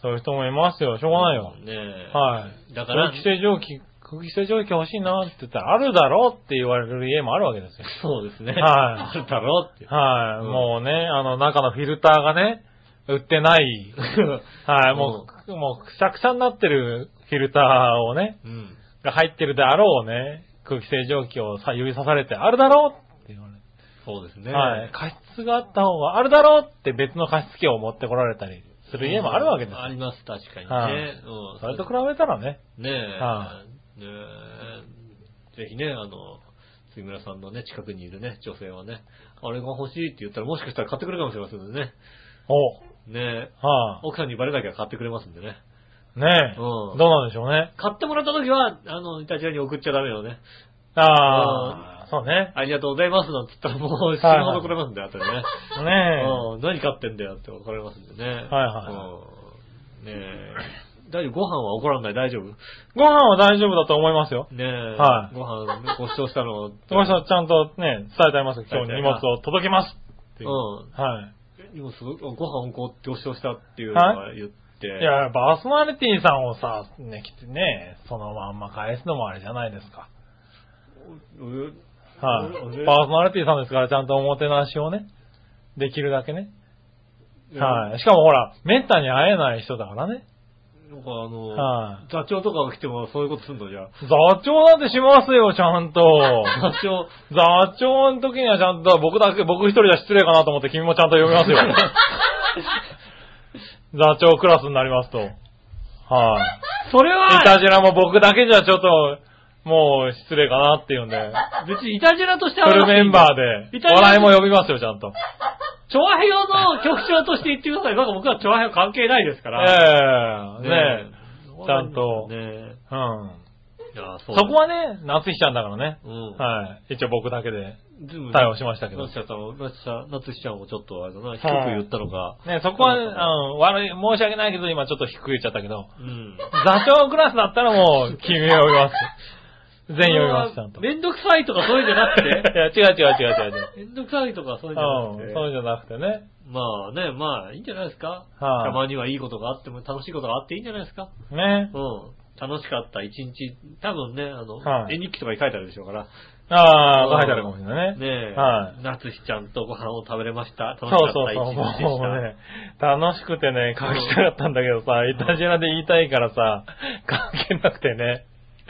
C: そういう人もいますよ。しょうがないよ。
B: ねえ。
C: はい。
B: だから
C: 空気清浄機、空気清浄機欲しいなって言ったら、あるだろうって言われる家もあるわけですよ。
B: そうですね。
C: は
B: あるだろうっていう。
C: はい。
B: うん
C: もうね、あの、中のフィルターがね、売って ない。はい。もう、もう、くしゃくしゃになってるフィルターをね、
B: うん。
C: が入ってるであろうね、空気清浄機をさ指さされて、あるだろうって言われて。
B: そうですね。
C: はい。加湿があった方があるだろうって別の加湿器を持ってこられたりす
B: うん
C: る家もあるわけです
B: あ
C: よ。
B: ります、確かにね。
C: はい
B: うん
C: それと比べたらね。
B: ねえ。
C: は
B: ねえ。ぜひね、あの、杉村さんのね、近くにいるね、女性はね、あれが欲しいって言ったらもしかしたら買ってくれるかもしれませんのでね。
C: お
B: ねえ。
C: はあ、
B: 奥さんにバレなきゃ買ってくれますんでね。
C: ねえ、
B: うん
C: どうなんでしょうね。
B: 買ってもらった時は、あの、イタジアに送っちゃダメよね。
C: ああ、そうね。
B: ありがとうございますなんて言ったらもう死ぬほど来れますんで、あとでね。
C: ね
B: うん、何買ってんだよって怒られますんでね。はい
C: は
B: ねえ。大丈夫ご飯は怒らない大丈夫ね
C: え。ご飯は大丈夫だと思いますよ。
B: え。
C: はい
B: ご飯ご視聴したの。
C: その人はちゃんとね、伝えてありますよ。今日荷物を届けますっていう。
B: う
C: はい。
B: ん。今すごくご飯をこう、ご視聴したっていうのは言って。
C: いや、パーソナリティさんをさ、ね、来てね、そのまんま返すのもあれじゃないですか。
B: う
C: はい。
B: 俺。
C: パーソナリティさんですから、ちゃんとおもてなしをね、できるだけね。はいい。しかもほら、めったに会えない人だからね。
B: なんかあの、
C: は
B: 座長とかが来てもそういうことすんのじゃあ。
C: 座長なんてしますよ、ちゃんと。
B: 座長、
C: 座長の時にはちゃんと僕だけ、僕一人じゃ失礼かなと思って君もちゃんと呼びますよ。 座長クラスになりますと。はい、
B: それ
C: いたじらも僕だけじゃちょっと、もう失礼かなっていうんで、
B: 別にイタジラとして
C: フルメンバ
B: ー。
C: ー
B: い
C: で、
B: たじら
C: 笑いも呼びますよ、ちゃんと。
B: チョアヘヨの局長として言ってください。なんか僕はチョアヘヨ関係ないですから。
C: ええねえ。
B: え
C: ちゃんと
B: ねえ。
C: うん。
B: いやそ
C: そうこはね、夏日ちゃんだからね。
B: うん。
C: はい。一応僕だけで。
B: ずいぶん
C: 対応しましたけど
B: なつちゃんを、なつちゃん、なつしちゃんをちょっと、あれだな、低く言ったのが。
C: ね、そこは、
B: そうだ
C: うん
B: ね、
C: 悪い、申し訳ないけど、今ちょっと低く言っちゃったけど、
B: うん。
C: 座長クラスだったらもう、君を呼 びます。全員呼びます、ちゃんと。
B: めんどくさいとかそういうんじゃなくて。
C: いや、違う違う違う違う違う。
B: めんどくさいとかそういうんじゃな
C: うん、そう
B: くて。
C: じゃなくてね。
B: まあね、まあいいんじゃないですか。
C: は
B: た
C: い
B: まにはいいことがあっても、楽しいことがあっていいんじゃないですか。
C: ね
B: う。ん。楽しかった一日、多分ね、あの、
C: はい
B: 絵日記とかに書いてあるでしょうか ら。
C: あ
B: うん
C: あ、書いてあるかもしれないね。
B: ねえ、
C: は
B: 夏日ちゃんとご飯を食べれました。楽
C: そ
B: し
C: う
B: かった
C: そう
B: 一
C: そう、
B: 日でし
C: もう
B: た。
C: ね、楽しくてね、書きたかったんだけどさ、いたじらで言いたいからさ、書けなくてね。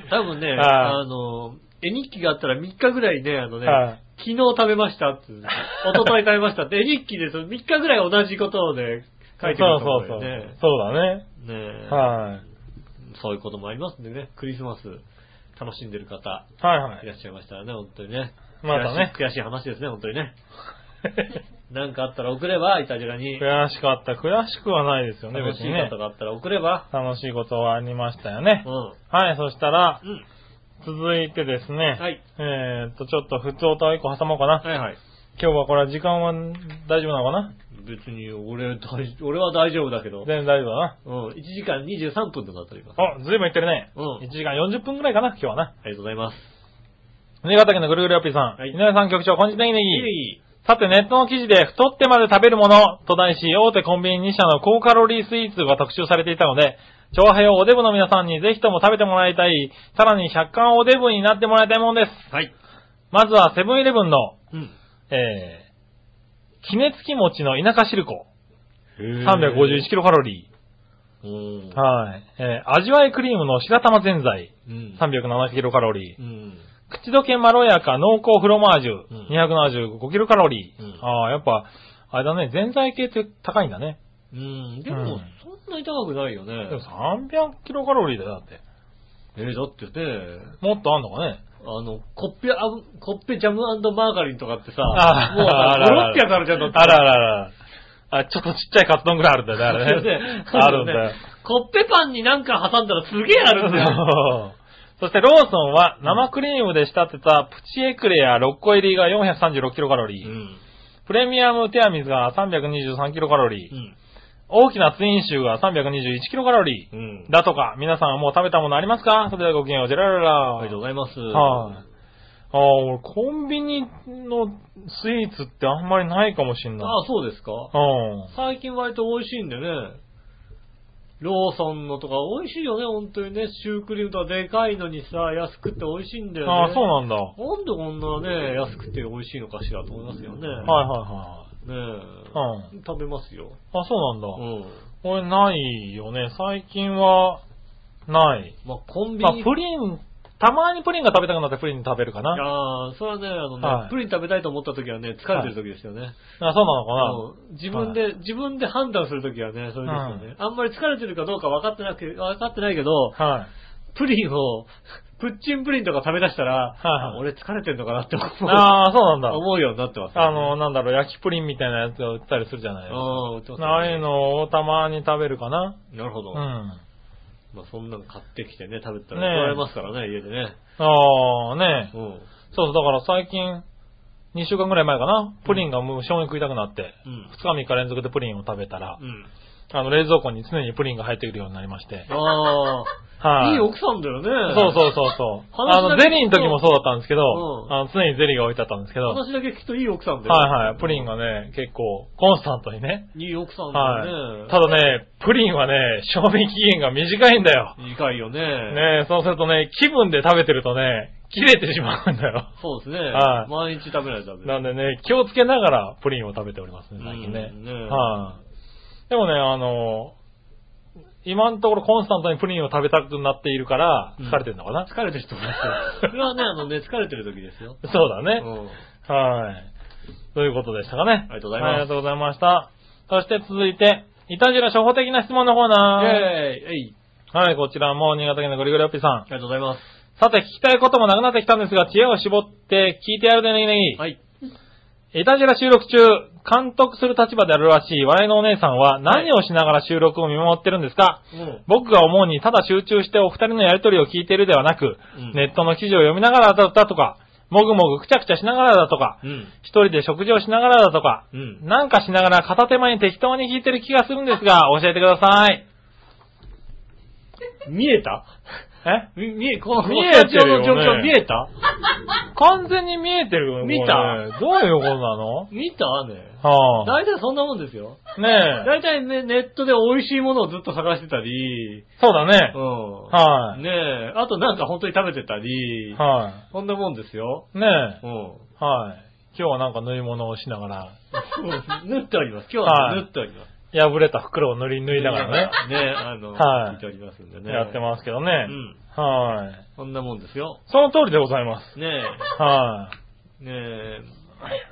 B: 多分ね、
C: はい
B: あの、絵日記があったら3日ぐらいね、あのね、
C: はい
B: 昨日食べました って、一昨日食べましたって、絵日記でその3日ぐらい同じことをね、書いてく
C: そ
B: る
C: う
B: と
C: そ
B: 思
C: う
B: う
C: そ
B: よ
C: う
B: ね。。
C: そうだね。
B: ねえ
C: はい。
B: そういうこともありますんでね、クリスマス楽しんでる方、
C: はいは い
B: らっしゃいましたらね、本当にね。
C: またね
B: 悔しい悔しい話ですね、本当にね。なんかあったら送れば、いたじらに。
C: 悔しかった。悔しくはないですよね、
B: 楽
C: 別
B: し
C: に
B: いこ
C: ね
B: と。があったら送れば。
C: 楽しいことはありましたよね
B: う。ん。
C: はい、そしたら、
B: うん。
C: 続いてですね。
B: はい。
C: えーっと、ちょっと普通音を一個挟もうかな。
B: はいはい。
C: 今日はこれは時間は大丈夫なのかな
B: 別に俺大、俺は大丈夫だけど。
C: 全然大丈夫だな。
B: うん。1時間23分となっております。あ
C: あ、ずいぶんいってるね。
B: うん
C: 1時間40分くらいかな、今日はな。
B: りがとうございます。
C: 新潟県のぐるぐるよっぴーさん。
B: はい
C: 井上さん局長、こんにちは、ネギネギ。
B: いい。
C: さて、ネットの記事で、太ってまで食べるものと題し、大手コンビニ2社の高カロリースイーツが特集されていたので、長平をおデブの皆さんにぜひとも食べてもらいたい、さらに百貫おデブになってもらいたいものです。
B: はい。
C: まずはセブンイレブンの、
B: うん。
C: えー、杵付き餅の田舎汁粉、351
B: ロ。
C: キロカロリ
B: うん
C: ー。。はい。えー、味わいクリームの白玉ぜんざい、
B: うん。
C: 370キロカロリー
B: う。ん。
C: 口どけまろやか濃厚フロマージュ
B: うん、
C: 275キロカロリー。
B: うん
C: ああ、やっぱ、あれだね、全在系って高いんだね。
B: うん。で
C: う
B: も
C: ん、
B: そんなに高くないよね。
C: でも300キロカロリーだよ、だって。
B: えー、だってね、
C: もっとあんのかね。
B: あの、コッペアブ、コッペジャムマーガリンとかってさ、
C: あー
B: もう
C: あ
B: さ、
C: ら
B: コ
C: ら
B: ロッケされちゃうんだって。
C: あらあらあら。あ、ちょっとちっちゃいカツ丼ぐらいあるんだよね、あれね。あるんだよ。
B: コッペパンになんか挟んだらすげえあるんだよ。
C: そしてローソンは生クリームで仕立てたプチエクレア6個入りが436キロカロリ
B: う
C: ー、
B: ん。
C: プレミアムティアミスが323キロカロリー、
B: うん。
C: 大きなツインシューが321キロカロリー、
B: うん。
C: だとか、皆さんはもう食べたものありますかそれではごきげんよう、ジェラララ。
B: ありがとうございます。
C: はい、ああ、俺、コンビニのスイーツってあんまりないかもしんない。
B: ああ、そうですか
C: うん。
B: 最近割と美味しいんでね。ローソンのとか美味しいよね、本当にね。シュークリームとかでかいのにさ、安くて美味しいんだよね。
C: ああ、そうなんだ。は
B: なんでこんなね、安くて美味しいのかしらと思いますよね。
C: いは
B: ね
C: いはい。うん。
B: え。食べますよ。
C: あ、そうなんだ。
B: うん。
C: 俺、ないよね。最近は、ない。
B: まあ、コンビ
C: まあ、
B: ニ。
C: プリン、たまにプリンが食べたくなったらプリン食べるかな。
B: ああ、それはね、あのね、
C: はい
B: プリン食べたいと思った時はね、疲れてる時ですよね。
C: あそうなのか
B: あ
C: な。
B: の自分で、自分で判断する時はね、それですよね。あんまり疲れてるかどうか分かってなくて、分かってないけど、
C: はい。
B: プリンを、プッチンプリンとか食べ出したら、
C: はいはい
B: あ俺疲れてんのかなって思う
C: ああ、そうなんだ。
B: 思うようになってます、
C: あの、なんだろう、焼きプリンみたいなやつが売ったりするじゃないですか。
B: ああ、売ってますね
C: ああいうのをたまに食べるかな。
B: なるほ
C: う
B: ど。
C: ん。あ
B: まあ、そんなの買ってきてね、食べたら
C: ねえ
B: 怒られますからね、家でね。
C: あ、ね
B: うん。
C: そうそう、だから最近、2週間ぐらい前かな、プリンが無性に食いたくなって、
B: うん。
C: 2日3日連続でプリンを食べたら
B: う、ん。
C: あの、冷蔵庫に常にプリンが入ってくるようになりまして。
B: ああ、
C: はいい。
B: い奥さんだよね。
C: そうそうそうそう。
B: 話
C: あ
B: だけ聞
C: の、
B: くと
C: ゼリーの時もそうだったんですけど、
B: うん
C: あの常にゼリーが置いてあったんですけど、はい
B: 話だけ聞くといい奥さんだよ。
C: はい、プリンがね、結構、コンスタントにね。
B: いい奥さんだよ
C: は
B: ね。
C: い。ただね、プリンはね、賞味期限が短いんだよ。
B: 短いよね。
C: ねそうするとね、気分で食べてるとね、切れてしまうんだよ。
B: そうですね。
C: はい
B: 毎日食べないとダメ
C: なんでね、気をつけながらプリンを食べておりますね、最近ね
B: うんね。
C: はい。でもね、あの、今のところコンスタントにプリンを食べたくなっているから、疲れてるのかな、
B: 疲れてる人もいます よ。それはね、あのね、疲れてる時ですよ。
C: そうだ
B: う
C: ね。
B: ん。
C: はい。ということでしたかね。
B: ありがとうございます
C: ありがとうございました。そして続いて、いたじら初歩的な質問のコ
B: イ
C: ー
B: ェーイ
C: ナー。
B: えい
C: はい、こちらも新潟県のゴリゴリオッピーさん
B: あ。りがとうございます。
C: さて、聞きたいこともなくなってきたんですが、知恵を絞って聞いてやるでねぎねぎ。
B: はい。
C: いたじら収録中、監督する立場であるらしい笑いのお姉さんは何をしながら収録を見守ってるんですか、
B: うん。
C: 僕が思うに、ただ集中してお二人のやりとりを聞いているではなく、
B: うん
C: ネットの記事を読みながらだったとか、もぐもぐくちゃくちゃしながらだとか、
B: うん。
C: 一人で食事をしながらだとか、
B: うん
C: なんかしながら片手間に適当に聞いてる気がするんですが、教えてください。
B: 見えた
C: え
B: み見え、この、
C: 見えてるよね
B: このスタジオの状況見えた
C: 完全に見えてるよね
B: 見た
C: これねどういうことなの
B: 見たね。
C: はあ、
B: 大体そんなもんですよ。
C: ねえ。
B: 大体ね、ネットで美味しいものをずっと探してたり、
C: そうだね
B: う。ん。
C: はい、
B: ねえ、あとなんか本当に食べてたり、
C: は
B: そんなもんですよ。
C: い、ねえ。
B: うん。
C: はい。今日はなんか縫い物をしながら、
B: 縫っております。今日はね縫
C: はい
B: っております。
C: 破れた袋を塗り、縫いながらね、
B: ね。ね、あの、
C: は
B: 聞
C: い
B: いておりますんで ね。
C: やってますけどね。
B: うん。
C: はい。
B: そんなもんですよ。
C: その通りでございます。
B: ね
C: は
B: え、ねえ、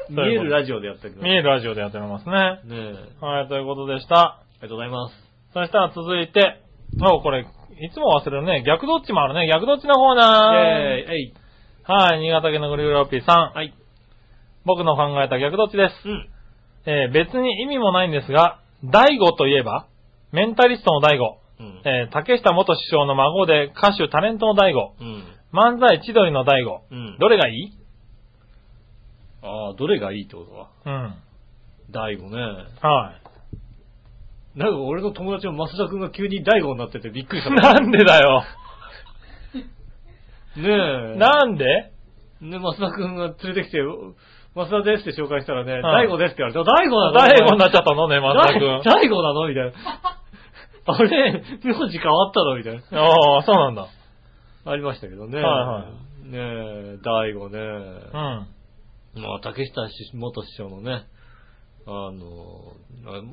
C: い。
B: 見えるラジオでやってください。
C: 見えるラジオでやっておりますね。
B: ねえ、
C: はい、ということでした。
B: ありがとうございます。
C: そしたら続いて、もうこれ、いつも忘れるね。逆どっちもあるね。逆どっちのコーナー。
B: イェーイ、えい、
C: はい、新潟県のグリグラッピーさん。
B: はい。
C: 僕の考えた逆どっちです。
B: うん。
C: えー別に意味もないんですが、大悟といえば、メンタリストの大悟、
B: うん。
C: えー竹下元首相の孫で歌手タレントの大悟、
B: うん。
C: 漫才千鳥の大悟、
B: うん
C: どれがいい
B: ああ、どれがいいってことは
C: うん。
B: 大悟ね。
C: はい。
B: なんか俺の友達の増田くんが急に大悟になっててびっくりした。
C: なんでだよ。
B: ねえ。
C: なんで
B: ね、増田くんが連れてきて、増田ですって紹介したらね、
C: は
B: 大
C: い
B: 悟ですって言われて、大悟なの
C: 大悟になっちゃったのね、松田く ん。
B: 大大悟なのみたいな。あれ、名字変わったのみたいな。
C: ああ、そうなんだ。
B: ありましたけどね。
C: は
B: ねえ、大悟ね。
C: うん。
B: まあ、竹下し元師匠のね、あの、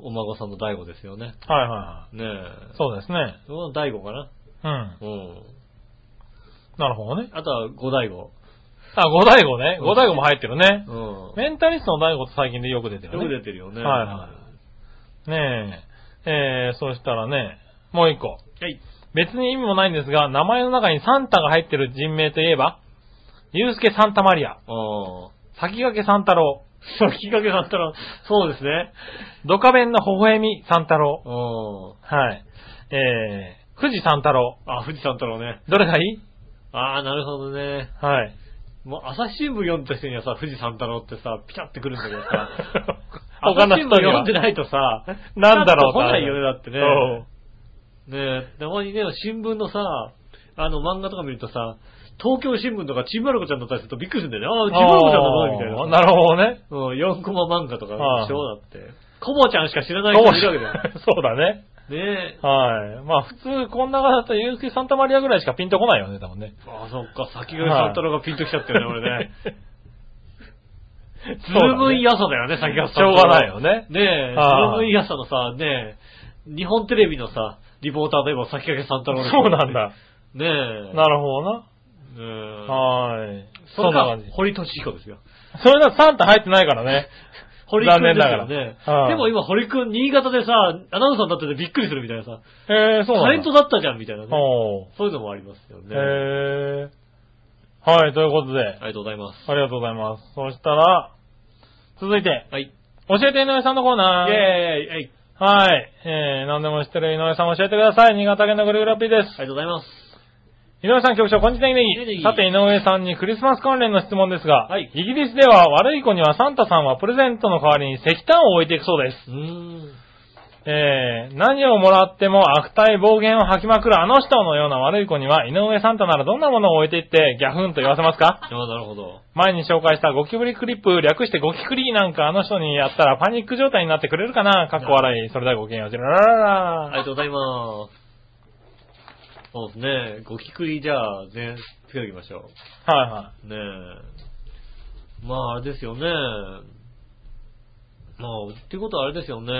B: お孫さんの大悟ですよね。
C: はいはいは
B: ねえ。
C: い。そうですね。
B: その大悟かな。
C: うん。
B: うん。
C: なるほどね。
B: あとは五大悟。
C: あ、五大悟ね。
B: うん
C: 五大悟も入ってるね。
B: うん。
C: メンタリストの大悟って最近でよく出てる
B: よ
C: ね。
B: く出てるよね。
C: はいはねえ。えー、そしたらね、もう一個。
B: い。はい。
C: 別に意味もないんですが、名前の中にサンタが入ってる人名といえば、ゆうすけサンタマリア、
B: ああ。
C: 先駆けサンタロ
B: きっかけだったら、そうですね。
C: ウ、ドカベンの微笑みサンタロ
B: うん。
C: ウ、はい、えー、富士サンタロ
B: あ、富士山太郎ね。
C: ウ、どれがいい
B: ああ、なるほどね。
C: はい。、
B: もう朝日新聞読んだ人にはさ、富士山太郎ってさ、ピタってくるんだけどさ
C: 他
B: 朝
C: の
B: 日
C: 人
B: 新聞
C: には
B: 読んでないとさ、
C: なんだろう
B: 来ないよね、だってね。
C: そう
B: ねえ、たまにね、新聞のさ、あの漫画とか見るとさ、東京新聞とかちんまる子ちゃんだったりするとびっくりするんだよね。ああ、ちんまる子ちゃんだな、みたい
C: あー
B: な。
C: なるほどね。
B: うん、4コマ漫画とか
C: ああ
B: でしょ、だって。コボちゃんしか知らない
C: そ
B: 人
C: う
B: もいるわけだよ。
C: だね。
B: ねえ。
C: はい。まあ普通、こんな方だと、ゆうすけサンタマリアぐらいしかピンとこないよね、多分ね。
B: ああ、そっか、先駆けサンタロがピンときちゃったよね、俺ね。
C: そ
B: ず
C: うだね。
B: いぶん嫌さだよね、先駆け
C: しょうがないよね。
B: ねえ、
C: ああ
B: ずいぶん嫌さのさ、ねえ、日本テレビのさ、リポーターといえば先駆けサンタロ
C: そうなん。だ。
B: ねえ。
C: なるほどな。
B: うん。
C: はい。
B: そ
C: そ
B: れ
C: んな
B: が
C: 感じ。
B: 堀俊彦ですよ。
C: それだとサンタ入ってないからね。
B: 堀くんですよ
C: 残念
B: ね
C: ながら。うん
B: でも今堀くん、新潟でさ、アナウンサーになっててびっくりするみたいなさ、
C: えー、そう
B: タ
C: な
B: レ
C: ん
B: ン
C: だ
B: ト。だったじゃんみたいなね。
C: おー
B: そういうのもありますよね。あ
C: えー。はい、ということで、
B: りがとうございます。
C: ありがとうございます。そしたら、続いて、
B: はい。イ
C: 教えて井上さんのコー
B: ェー
C: ナー。
B: イえい
C: はい。えー、何でも知ってる井上さん教えてください。新潟県のぐるぐるラッピーです
B: あ。りがとうございます。
C: 井上さん局長、こんにちは、ネ
B: ネ
C: ギ
B: ギ
C: さて、井上さんにクリスマス関連の質問ですが、
B: はい
C: イギリスでは悪い子にはサンタさんはプレゼントの代わりに石炭を置いていくそうです。
B: うーん。
C: えー、何をもらっても悪態暴言を吐きまくるあの人のような悪い子には、井上サンタならどんなものを置いていってギャフンと言わせますか
B: ああ、なるほど。
C: 前に紹介したゴキブリクリップ、略してゴキクリなんかあの人にやったらパニック状態になってくれるかなかっこ笑い。それではごきげんよう。ジェラララ
B: あ
C: ラ
B: りがとうございます。そうですね。ごきくりじゃあ、ね、つけておきましょ
C: はいは
B: う。ねえ。まあ、あれですよね。まあ、ってことはあれですよね。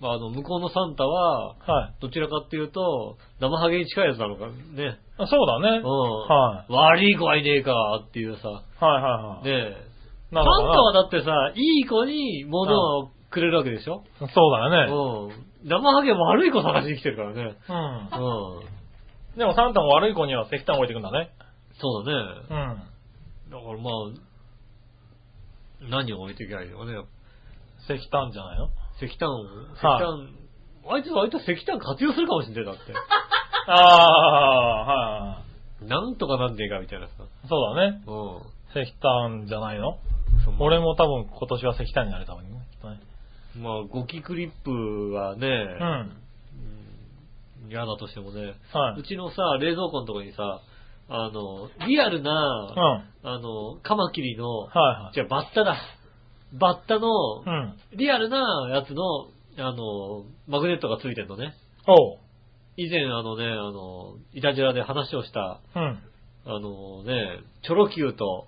B: まあ、あの、向こうのサンタは、
C: い。はい。
B: どちらかっていうと、生ハゲに近いやつなのか、ね。
C: あそうだね。
B: うん。
C: はい
B: 悪い子はいねえか、っていうさ。
C: はいはいはい。
B: ねえ。サ
C: な
B: ンタ
C: んだろうな
B: はだってさ、いい子に物をくれるわけでしょ
C: そうだよね。
B: うん。生ハゲも悪い子探しに来てるからね。
C: うん
B: う。ん。
C: でもサンタも悪い子には石炭置いてくんだね。
B: そうだね。
C: うん。
B: だからまあ、何を置いていけばいいのかね。
C: 石炭じゃないの
B: 石炭を、石炭、あいつはあいつは石炭活用するかもしんないだ って。
C: ああー、はいはいは
B: なんとかなんねえかみたいなさ。
C: い。そうだね。
B: うん。
C: 石炭じゃないの俺も多分今年は石炭になるためにね。きっとね
B: まあ、ゴキクリップはね、
C: うん。
B: うん嫌だとしてもね、
C: は
B: う
C: い。
B: ちのさ、冷蔵庫のとこにさ、あの、リアル
C: う
B: な、
C: ん。はい
B: あの、カマキリの、
C: はい。
B: じゃバッタだ。バッタの、
C: うん。
B: リアルなやつの、あの、マグネットがついてんのね。
C: おう。
B: 以前あのね、あの、イタジラで話をした、
C: うん。
B: あのね、チョロ Q と、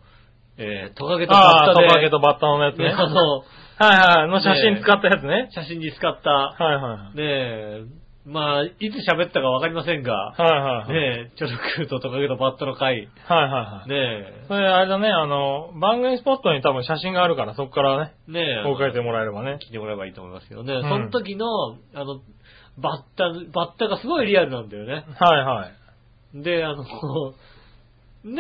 B: えートカゲと
C: あ
B: バ
C: あ、
B: ッタ
C: ト
B: で、
C: カゲとバッタのやつね。
B: ね、あ
C: は
B: の、
C: いはい。の写真使ったやつね。
B: 写真に使った、
C: はいは
B: ね
C: い。
B: え、まあ、いつ喋ったかわかりませんが、
C: はいはい。はい
B: ねえ、チョロ Q とトカゲとバッタの回、
C: はいはい。
B: ね
C: それあれだね、あの、番組スポットに多分写真があるから、そこからね、
B: え、ねえ、
C: 公開してもらえればね。
B: 来てもらえばいいと思いますけどね、
C: ん
B: その時の、あの、バッタ、バッタがすごいリアルなんだよね。
C: はいはい。
B: で、あの、 ね、ずい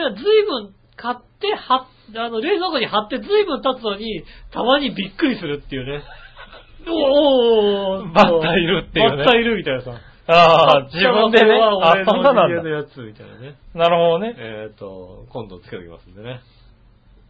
B: ぶん買って、は、あの、冷蔵庫に貼ってずいぶん経つのに、たまにびっくりするっていうね。 おー
C: バッタいるっていうね
B: バッタいるみたいなさ。
C: ああ、自分でね、あ、
B: あ、
C: そ
B: そ
C: ん
B: ん
C: な
B: なな
C: な
B: んん
C: だ
B: だ。。やつみたいなね。
C: なるほどね。
B: えっ、と、今度つけておきますんでね。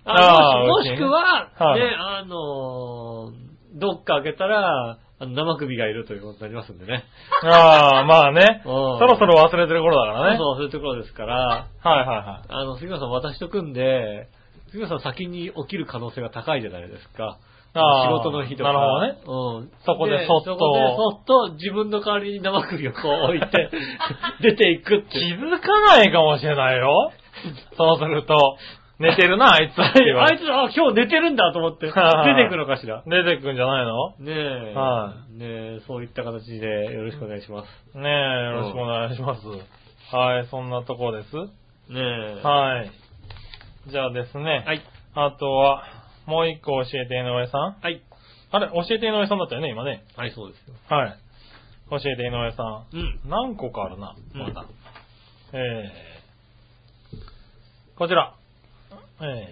C: あ
B: あ
C: ー
B: もしもしくは、
C: はい
B: ね、あのーどっか開けたら、あの生首がいるということになりますんでね。
C: ああ、まあね。そ
B: うん
C: ろそろ忘れてる頃だからね。
B: そう、そういうところですから、
C: はいはいはい。
B: あの、杉村さん渡しとくんで、杉村さん先に起きる可能性が高いじゃないですか。
C: あー
B: 仕事の日とか。
C: なる
B: うん。
C: そこでそっと
B: そこでそっと自分の代わりに生首をこう置い て、出ていくって
C: 気
B: いう。
C: づかないかもしれないよ。そうすると、寝てるな、あいつって言
B: あ
C: われ
B: い
C: て。
B: つ、あ、今日寝てるんだと思って、出
C: はい
B: ていくのかしら。
C: 出てくんじゃないの
B: ねえ。
C: は
B: ねえ、そういった形でよろしくお願いします。
C: ねえ、よろしくお願いします。はい、そんなとこです。
B: ねえ。
C: はい。じゃあですね。
B: はい。
C: あとは、もう一個教えて井上さん。
B: はい。
C: あれ、教えて井上さんだったよね、今ね。
B: はい、そうですよ。
C: はい。教えて井上さ
B: うん。
C: ん。何個かあるな、
B: うん
C: まだ。えー、こちら。えー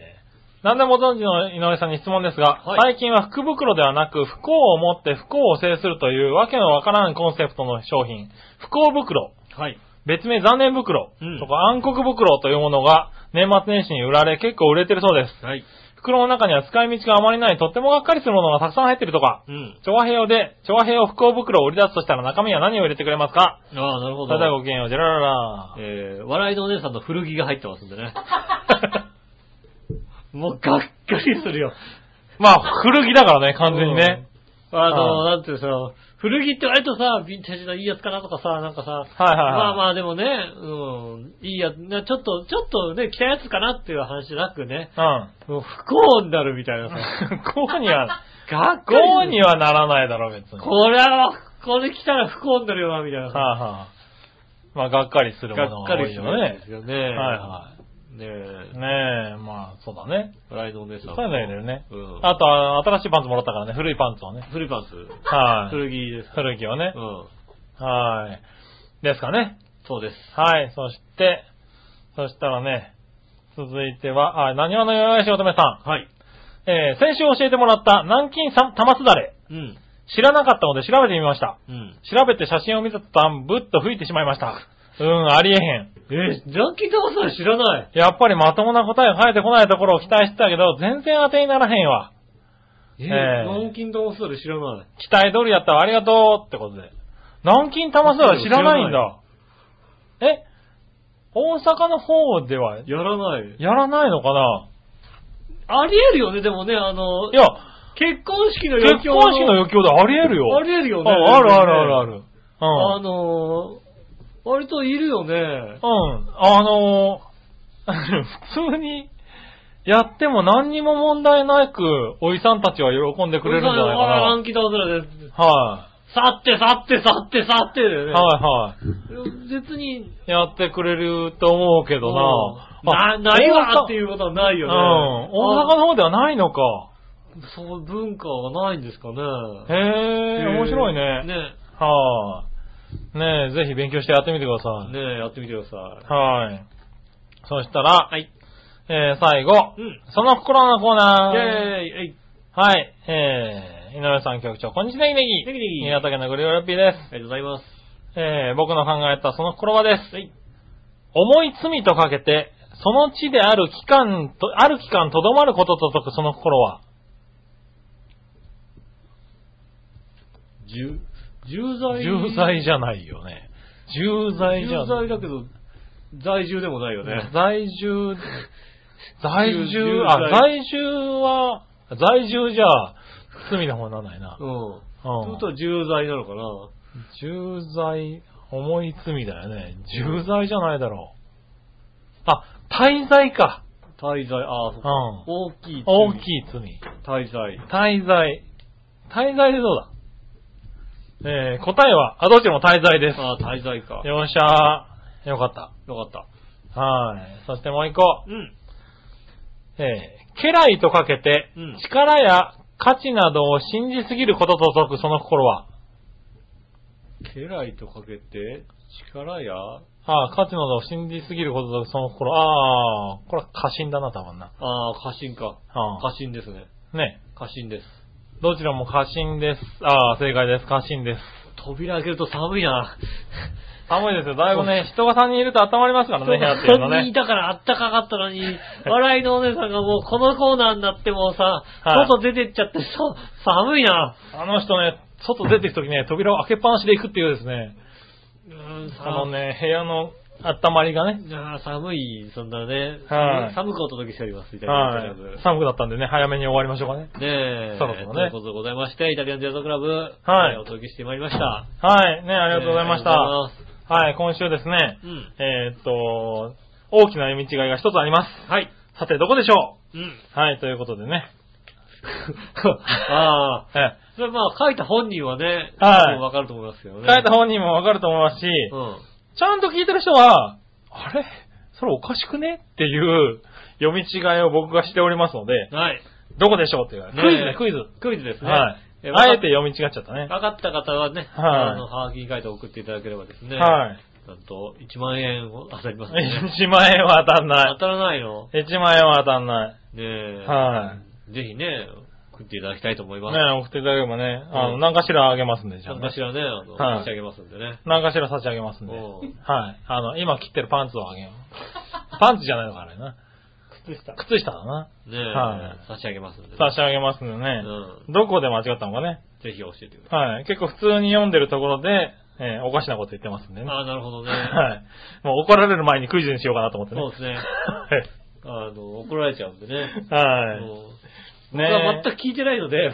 C: 何でもご存知の井上さんに質問ですが、
B: は
C: 最近は福袋ではなく、不幸を持って不幸を制するというわけのわからんコンセプトの商品、不幸袋、
B: はい。
C: 別名残念袋、
B: うん
C: とか暗黒袋というものが年末年始に売られ結構売れてるそうです。
B: はい。
C: 袋の中には使い道があまりないとってもがっかりするものがたくさん入ってるとか、
B: うん。
C: 調和平をで、調和平を不幸袋を売り出すとしたら中身は何を入れてくれます
B: あ
C: か
B: あ、なるほど
C: それ。ではごきげんよう、ジェラララ。
B: えー、笑いのお姉さんの古着が入ってますんで ね。もうがっかりするよ。
C: まあ、古着だからね、完全にね。
B: あの、
C: は
B: なんていうのさ、古着って割とさ、ヴィンテージのいいやつかなとかさ、なんかさ、
C: はいはいはい。
B: まあまあでもね、うん、いいやつ、なちょっと、ちょっとね、着たやつかなっていう話じゃなくね、もう不幸になるみたいなさ。
C: うん。 こうには、
B: がっかりする
C: こうにはならないだろ、別に。はい
B: これは、これ着たら不幸になるよな、みたいなさ。
C: はい。まあ、がっかりするもの
B: がっか
C: が多
B: り
C: い
B: す
C: よ
B: るん
C: ね
B: で。すよね。
C: はいは
B: ね
C: い。
B: え、
C: ねえ、まあ、そうだね。
B: 笑いのお姉さん
C: そ
B: も。
C: ういうの入れるね。
B: うん。
C: あとは、新しいパンツもらったからね、古いパンツをね。
B: フリパンス。
C: はい。
B: 古着です。
C: 古着をね
B: う。ん。
C: はい。ですかね。
B: そうです。
C: はい。そして、そしたらね、続いては、あ、何話のよよしおとめさん。
B: はい。
C: えー、先週教えてもらった南京さ玉すだれ。
B: うん。
C: 知らなかったので調べてみました。
B: うん。
C: 調べて写真を見た途端、ぶっと吹いてしまいました。うん、ありえへん。
B: えー、ジャンキータマさん知らない。
C: やっぱりまともな答えが返ってこないところを期待してたけど、全然当てにならへんわ。
B: えー、
C: えー
B: 南京玉それ知らない。
C: 期待通りやったわ、ありがとうってことで。南京玉すだれ知らないんだ。え大阪の方では
B: やらない。
C: やらないのかな
B: ありえるよね、でもね、あの、
C: いや、
B: 結婚式の余
C: 結
B: 興
C: 婚式の余興でありえるよ。
B: ありえるよね。
C: ああるあるあるある。うん。
B: あのー、割といるよね。
C: うん。あの ー普通にやっても何にも問題なく、おじさんたちは喜んでくれるんじゃないか
B: あラ
C: な。
B: ンキータマそれです。
C: は
B: 去って去って去って去ってだよ
C: い。
B: ね。
C: はいはい。
B: 別に、
C: やってくれると思うけど
B: うん
C: な。あ
B: な、ないわ
C: 大阪
B: っていうことはない
C: うん。
B: よね。
C: 大阪の方ではないのか。
B: あそう、文化はないんですかね。
C: へえ、面白いね。
B: ね。
C: はい。ねえ、ぜひ勉強してやってみてください。
B: ねやってみてくださ
C: はい。そしたら、
B: はい
C: えー最後
B: い。、うん。
C: その心のコー
B: イェ
C: ナ
B: ー
C: ー。
B: イはい。
C: はい、えー、井上さん局長、こんにちは、ネギネギ。
B: ネギネギ
C: 新潟県のグリオラッピーで
B: ありがとうございます。
C: す。えー、僕の考えたその心はです。
B: はい。
C: 重い罪とかけて、その地である期間と、ある期間とどまることと解くその心は。
B: 重、重罪。
C: 重罪じゃないよね。重罪じゃ
B: 重
C: な
B: 罪
C: い。
B: だけど、在住でもないよね。
C: 在住、在住、
B: 重
C: あ、
B: 罪
C: 在住は、在住じゃ、罪の方にならないな。
B: うん。
C: うん
B: ということは重罪なのかな
C: 重罪、重い罪だよね。重罪じゃないだろう。あ、滞在か。
B: 滞在、ああ、そっ
C: う
B: か
C: ん。
B: 大きい。
C: 大きい罪。
B: 滞在。
C: 滞在。滞在でどうだえー、答えは、あ、どっちも滞在です。
B: ああ、滞在か。よ
C: よっしゃー。よかっ
B: かった。
C: た。はい。そしてもう一個。
B: うん。
C: えー、家来とかけて
B: うん、
C: 力や価値などを信じすぎることと解くその心は。
B: 家来とかけて、力や、あ
C: あー価値などを信じすぎることと解くその心。あー、これは過信だな、多分な。
B: あ、過信か。
C: あ
B: 過信ですね。
C: ーね。
B: 過信です。
C: どちらも過信です。ああ、正解です。過信です。
B: 扉開けると寒いな。
C: 寒いですよ。だいぶね、人が3人いると温まりますからね、部屋っていうの
B: 人
C: ね
B: い。たからあったかかったのに、笑いのお姉さんがもうこのコーナーになってもうさ、
C: はい
B: 外出てっちゃってさ、寒いな。
C: あの人ね、外出てくときね、扉を開けっぱなしで行くっていうですね、
B: うん、
C: そのね、部屋の温まりがね、
B: いやー寒い、そんなね、
C: はい
B: 寒くお届けしております、イタリアン
C: は
B: ジェラクラブ。
C: い。寒くなったんでね、早めに終わりましょうかね。
B: ねえ、
C: そろそろね
B: ということでございまして、イタリアンジェラートクラブ、
C: はい
B: えーお届けしてまいりました。
C: はい、ね、ありがとうございました。
B: えーありがとうござい
C: はい、今週ですね、
B: うん
C: えーっと、大きな読み違いが一つあります。はい。さて、どこでしょ
B: ます。うん。
C: うはい、ということでね。
B: ああ、
C: ええ
B: それまあ書いた本人はね、多
C: はい
B: 分わかると思いますけどね。
C: 書いた本人もわかると思いますし、
B: うん。
C: ちゃんと聞いてる人は、あれそれおかしくねっていう読み違いを僕がしておりますので、
B: はい。
C: どこでしょうっていう、
B: ねえ
C: クイズね、クイズ。
B: クイズですね。
C: はい
B: え
C: あえて読み違っちゃったね。
B: わかった方はね、
C: はい
B: あの、ハガキに書いて送っていただければですね、
C: はい。
B: なんと、1万円を当たり ますね。
C: 1万円は当たんな
B: 当たらないの
C: い。1万円は当たんない。
B: ねえ。。
C: はい
B: ぜひね、送っていただきたいと思います。
C: ね送っていただければね、あ
B: う
C: の、
B: ん
C: 何かしらあげますんで、じゃあ
B: 何
C: ね。
B: かしらね、あの、
C: はい
B: 差し上げますんでね。
C: 何かしら差し上げますんで。は
B: おう
C: い。あの、今切ってるパンツをあ げよう。パンツじゃないのか、あれな。
E: 靴下。
C: 靴下だな。
B: ねえ、
C: はい
B: 差し上げますんでね、
C: 差し上げますんでね。
B: う
C: どこで間違ったのかね。
B: ぜひ教えてください。
C: はい。結構普通に読んでるところで、えーおかしなこと言ってますんでね。
B: あ
C: は
B: あ、なるほどね。
C: い。もう怒られる前にクイズにしようかなと思ってね。
B: そうですね。あの、怒られちゃうんでね。
C: はい。はい。
B: もう僕
C: ね
B: は全く聞いてないので、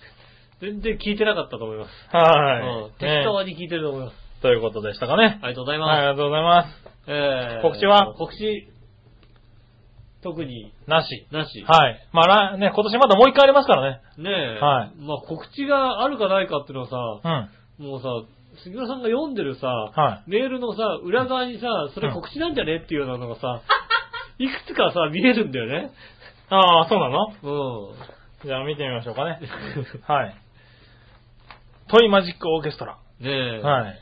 B: 全然聞いてなかったと思います。
C: は
B: うん
C: い。
B: 適
C: ね
B: 当に聞いてると思います。
C: ということでしたかね。
B: ありがとうござい
C: はい、あ
B: ます。
C: りがとうございます。
B: えー
C: 告知は
B: 告知、特に
C: なし。
B: なし。
C: はい。まあ、らね、今年まだもう一回ありますからね。
B: ねえ。
C: はい
B: まあ告知があるかないかっていうのは
C: う
B: さ、
C: ん。
B: もうさ、杉村さんが読んでるさ、
C: は
B: メールのさ、裏側にさ、それ告知なんじゃねっていうようなのが さ、いくつかさ、見えるんだよね。
C: ああ、そうなの
B: うん。
C: じゃあ見てみましょうかね。はい。トイマジックオーケストラ。
B: ねえ。
C: はい。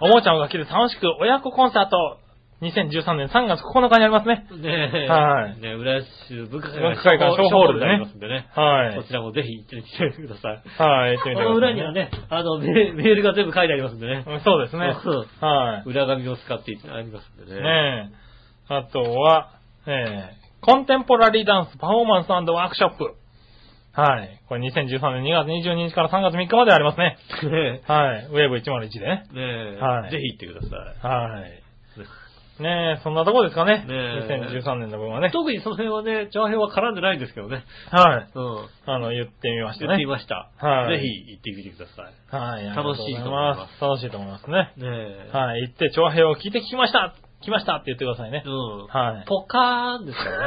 C: おもちゃを楽器で楽しく親子コンサート。2013年3月9日にありますね。
B: ねえ。
C: はい
B: ねえ、浦安市文化会
C: 文化会館小ホールでね
B: ありますんでね。
C: は
B: そ
C: い。
B: ちらもぜひ行ってみてください。
C: はい、行って
B: こ
C: みてください。
B: の裏には。ね、あの、メメールが全部書いてありますんでね。
C: そうですね
B: そう。
C: は
B: 裏紙を使っていただきますんで
C: い。
B: ね。
C: ねえ。あとは、えー、コンテンポラリーダンスパフォーマンスワークショップ。はい。これ2013年2月22日から3月3日までありますね。
B: ね
C: はい。ウェーブ101でね。
B: え。ねえ。
C: はい
B: ぜひ行ってください。
C: はい。ねえ、そんなとこですかね。
B: ねえ
C: 2013年の分はね。
B: 特にその辺はね、長編は絡んでないんですけどね。
C: はい。
B: うん。
C: あの、言ってみました
B: 言ってみ
C: ね。
B: ました。
C: はい
B: ぜひ行ってみてください。
C: はい。
B: 楽しいと思いま
C: ありがとうございます。楽しいと思いますね。
B: ねえ。
C: はい。行って、長編を聞いてきました来ましたって言ってくださいね
B: う。ん。
C: はい
B: ポカーンですからね。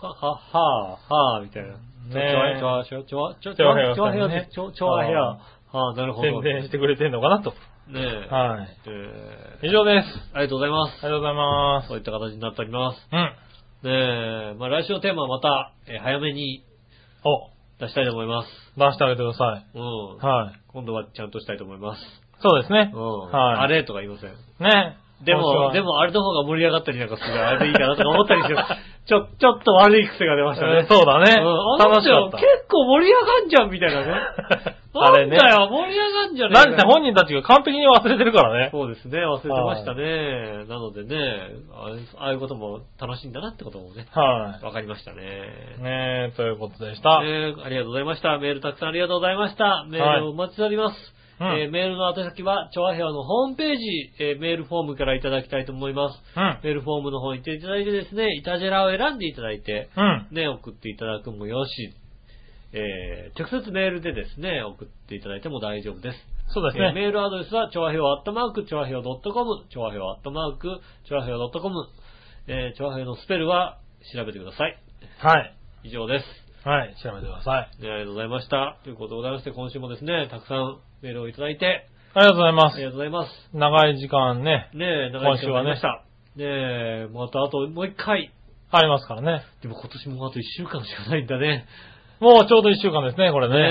B: は、は、はあ、はあ、みたいな。
C: ねえ
B: ちょわ、ちょわ、ちょわ、ちょわ、ち
C: ちょ
B: ょ
C: わ
B: わ、ちょわ、ちょわ、
C: ね
B: ちょわ、ちょわ、はあ、はあ、なるほど。
C: 宣伝
B: ね
C: してくれてんのかなと。
B: え。
C: はい。
B: えー
C: 以上です。
B: ありがとうございます。
C: ありがとうございます。
B: そういった形になっております。
C: うん。
B: ねえ、まあ来週のテーマはまた、えー早めに
C: お、
B: 出したいと思います。
C: 出してあげてください。
B: うん。
C: はい。
B: 今度はちゃんとしたいと思います。
C: そうですね
B: うん。。
C: はい
B: あれとか言いません。
C: ね。
B: でも、でもあれの方が盛り上がったりなんかするから、あれでいいかなとか思ったりして る、ちょ、ちょっと悪い癖が出ま
C: 今
B: し
C: 週
B: た
C: は、
B: ね
C: えー。そうだね。
B: うんあの
C: 楽し
B: 人
C: かった。
B: 結構盛り上がんじゃんみたいなね。
C: あれね
B: なんだよ、盛り上がんじゃねえ
C: な
B: か
C: んせ本人たちが完璧に忘れてるからね。
B: そうですね、忘れてましたね。なのでね、あれああいうことも楽しいんだなってこともね、
C: は
B: わかりましたね
C: い。。ねえ、ということでした。
B: えーありがとうございました。メールたくさんありがとうございました。メールをお待ちしております。
C: はいうん
B: えーメールの宛先は、チョアヘアのホームページ、えーメールフォームからいただきたいと思います。
C: うん。
B: メールフォームの方に行っていただいてですね、イタジェラを選んでいただいて、
C: うん。
B: ね、送っていただくもよし、えー直接メールでですね、送っていただいても大丈夫です。
C: そうです
B: えー
C: ね。
B: メールアドレスは、ちょわひょうアットマーク、ちょわひょう .com、ちょわひょうアットマーク、ちょわひょう .com、えー、ちょわひょうのスペルは調べてください。
C: はい。
B: 以上です。
C: はい。調べてください。
B: ねありがとうございました。ということでございまして、今週もですね、たくさんメールをいただいて、
C: ありがとうございま
B: ありが
C: す。
B: とうございます。
C: 長い時間ね、
B: ねえ、長
C: 今
B: い時
C: 週
B: 間
C: は
B: になりま
C: ね
B: した。ねえ、またあともう一回。
C: ありますからね。
B: でも今年もあと一週間しかないんだね。
C: もうちょうど1週間ですね、これ
B: ねえ、
C: ね。はい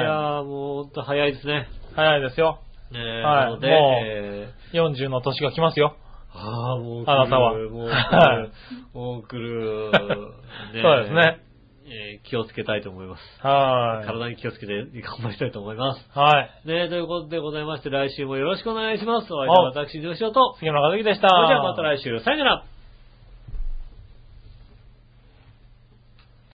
B: いやーもうほんと早いですね。
C: 早いですよ。
B: ねえ、
C: はい
B: なので、
C: もう
B: え
C: 40の年が来ますよ。
B: ーああ、もう来る
C: あなたは
B: もう来
C: は
B: る。もう来 る。え
C: そうですね。
B: えー気をつけたいと思います。
C: は
B: 体に気をつけて頑張りたいと思います。
C: い。はい。
B: ねえ、ということでございまして、来週もよろしくお願いします。お相手は私、どうしようと。
C: 杉村和樹でした。
B: それではまた来週、さよなら。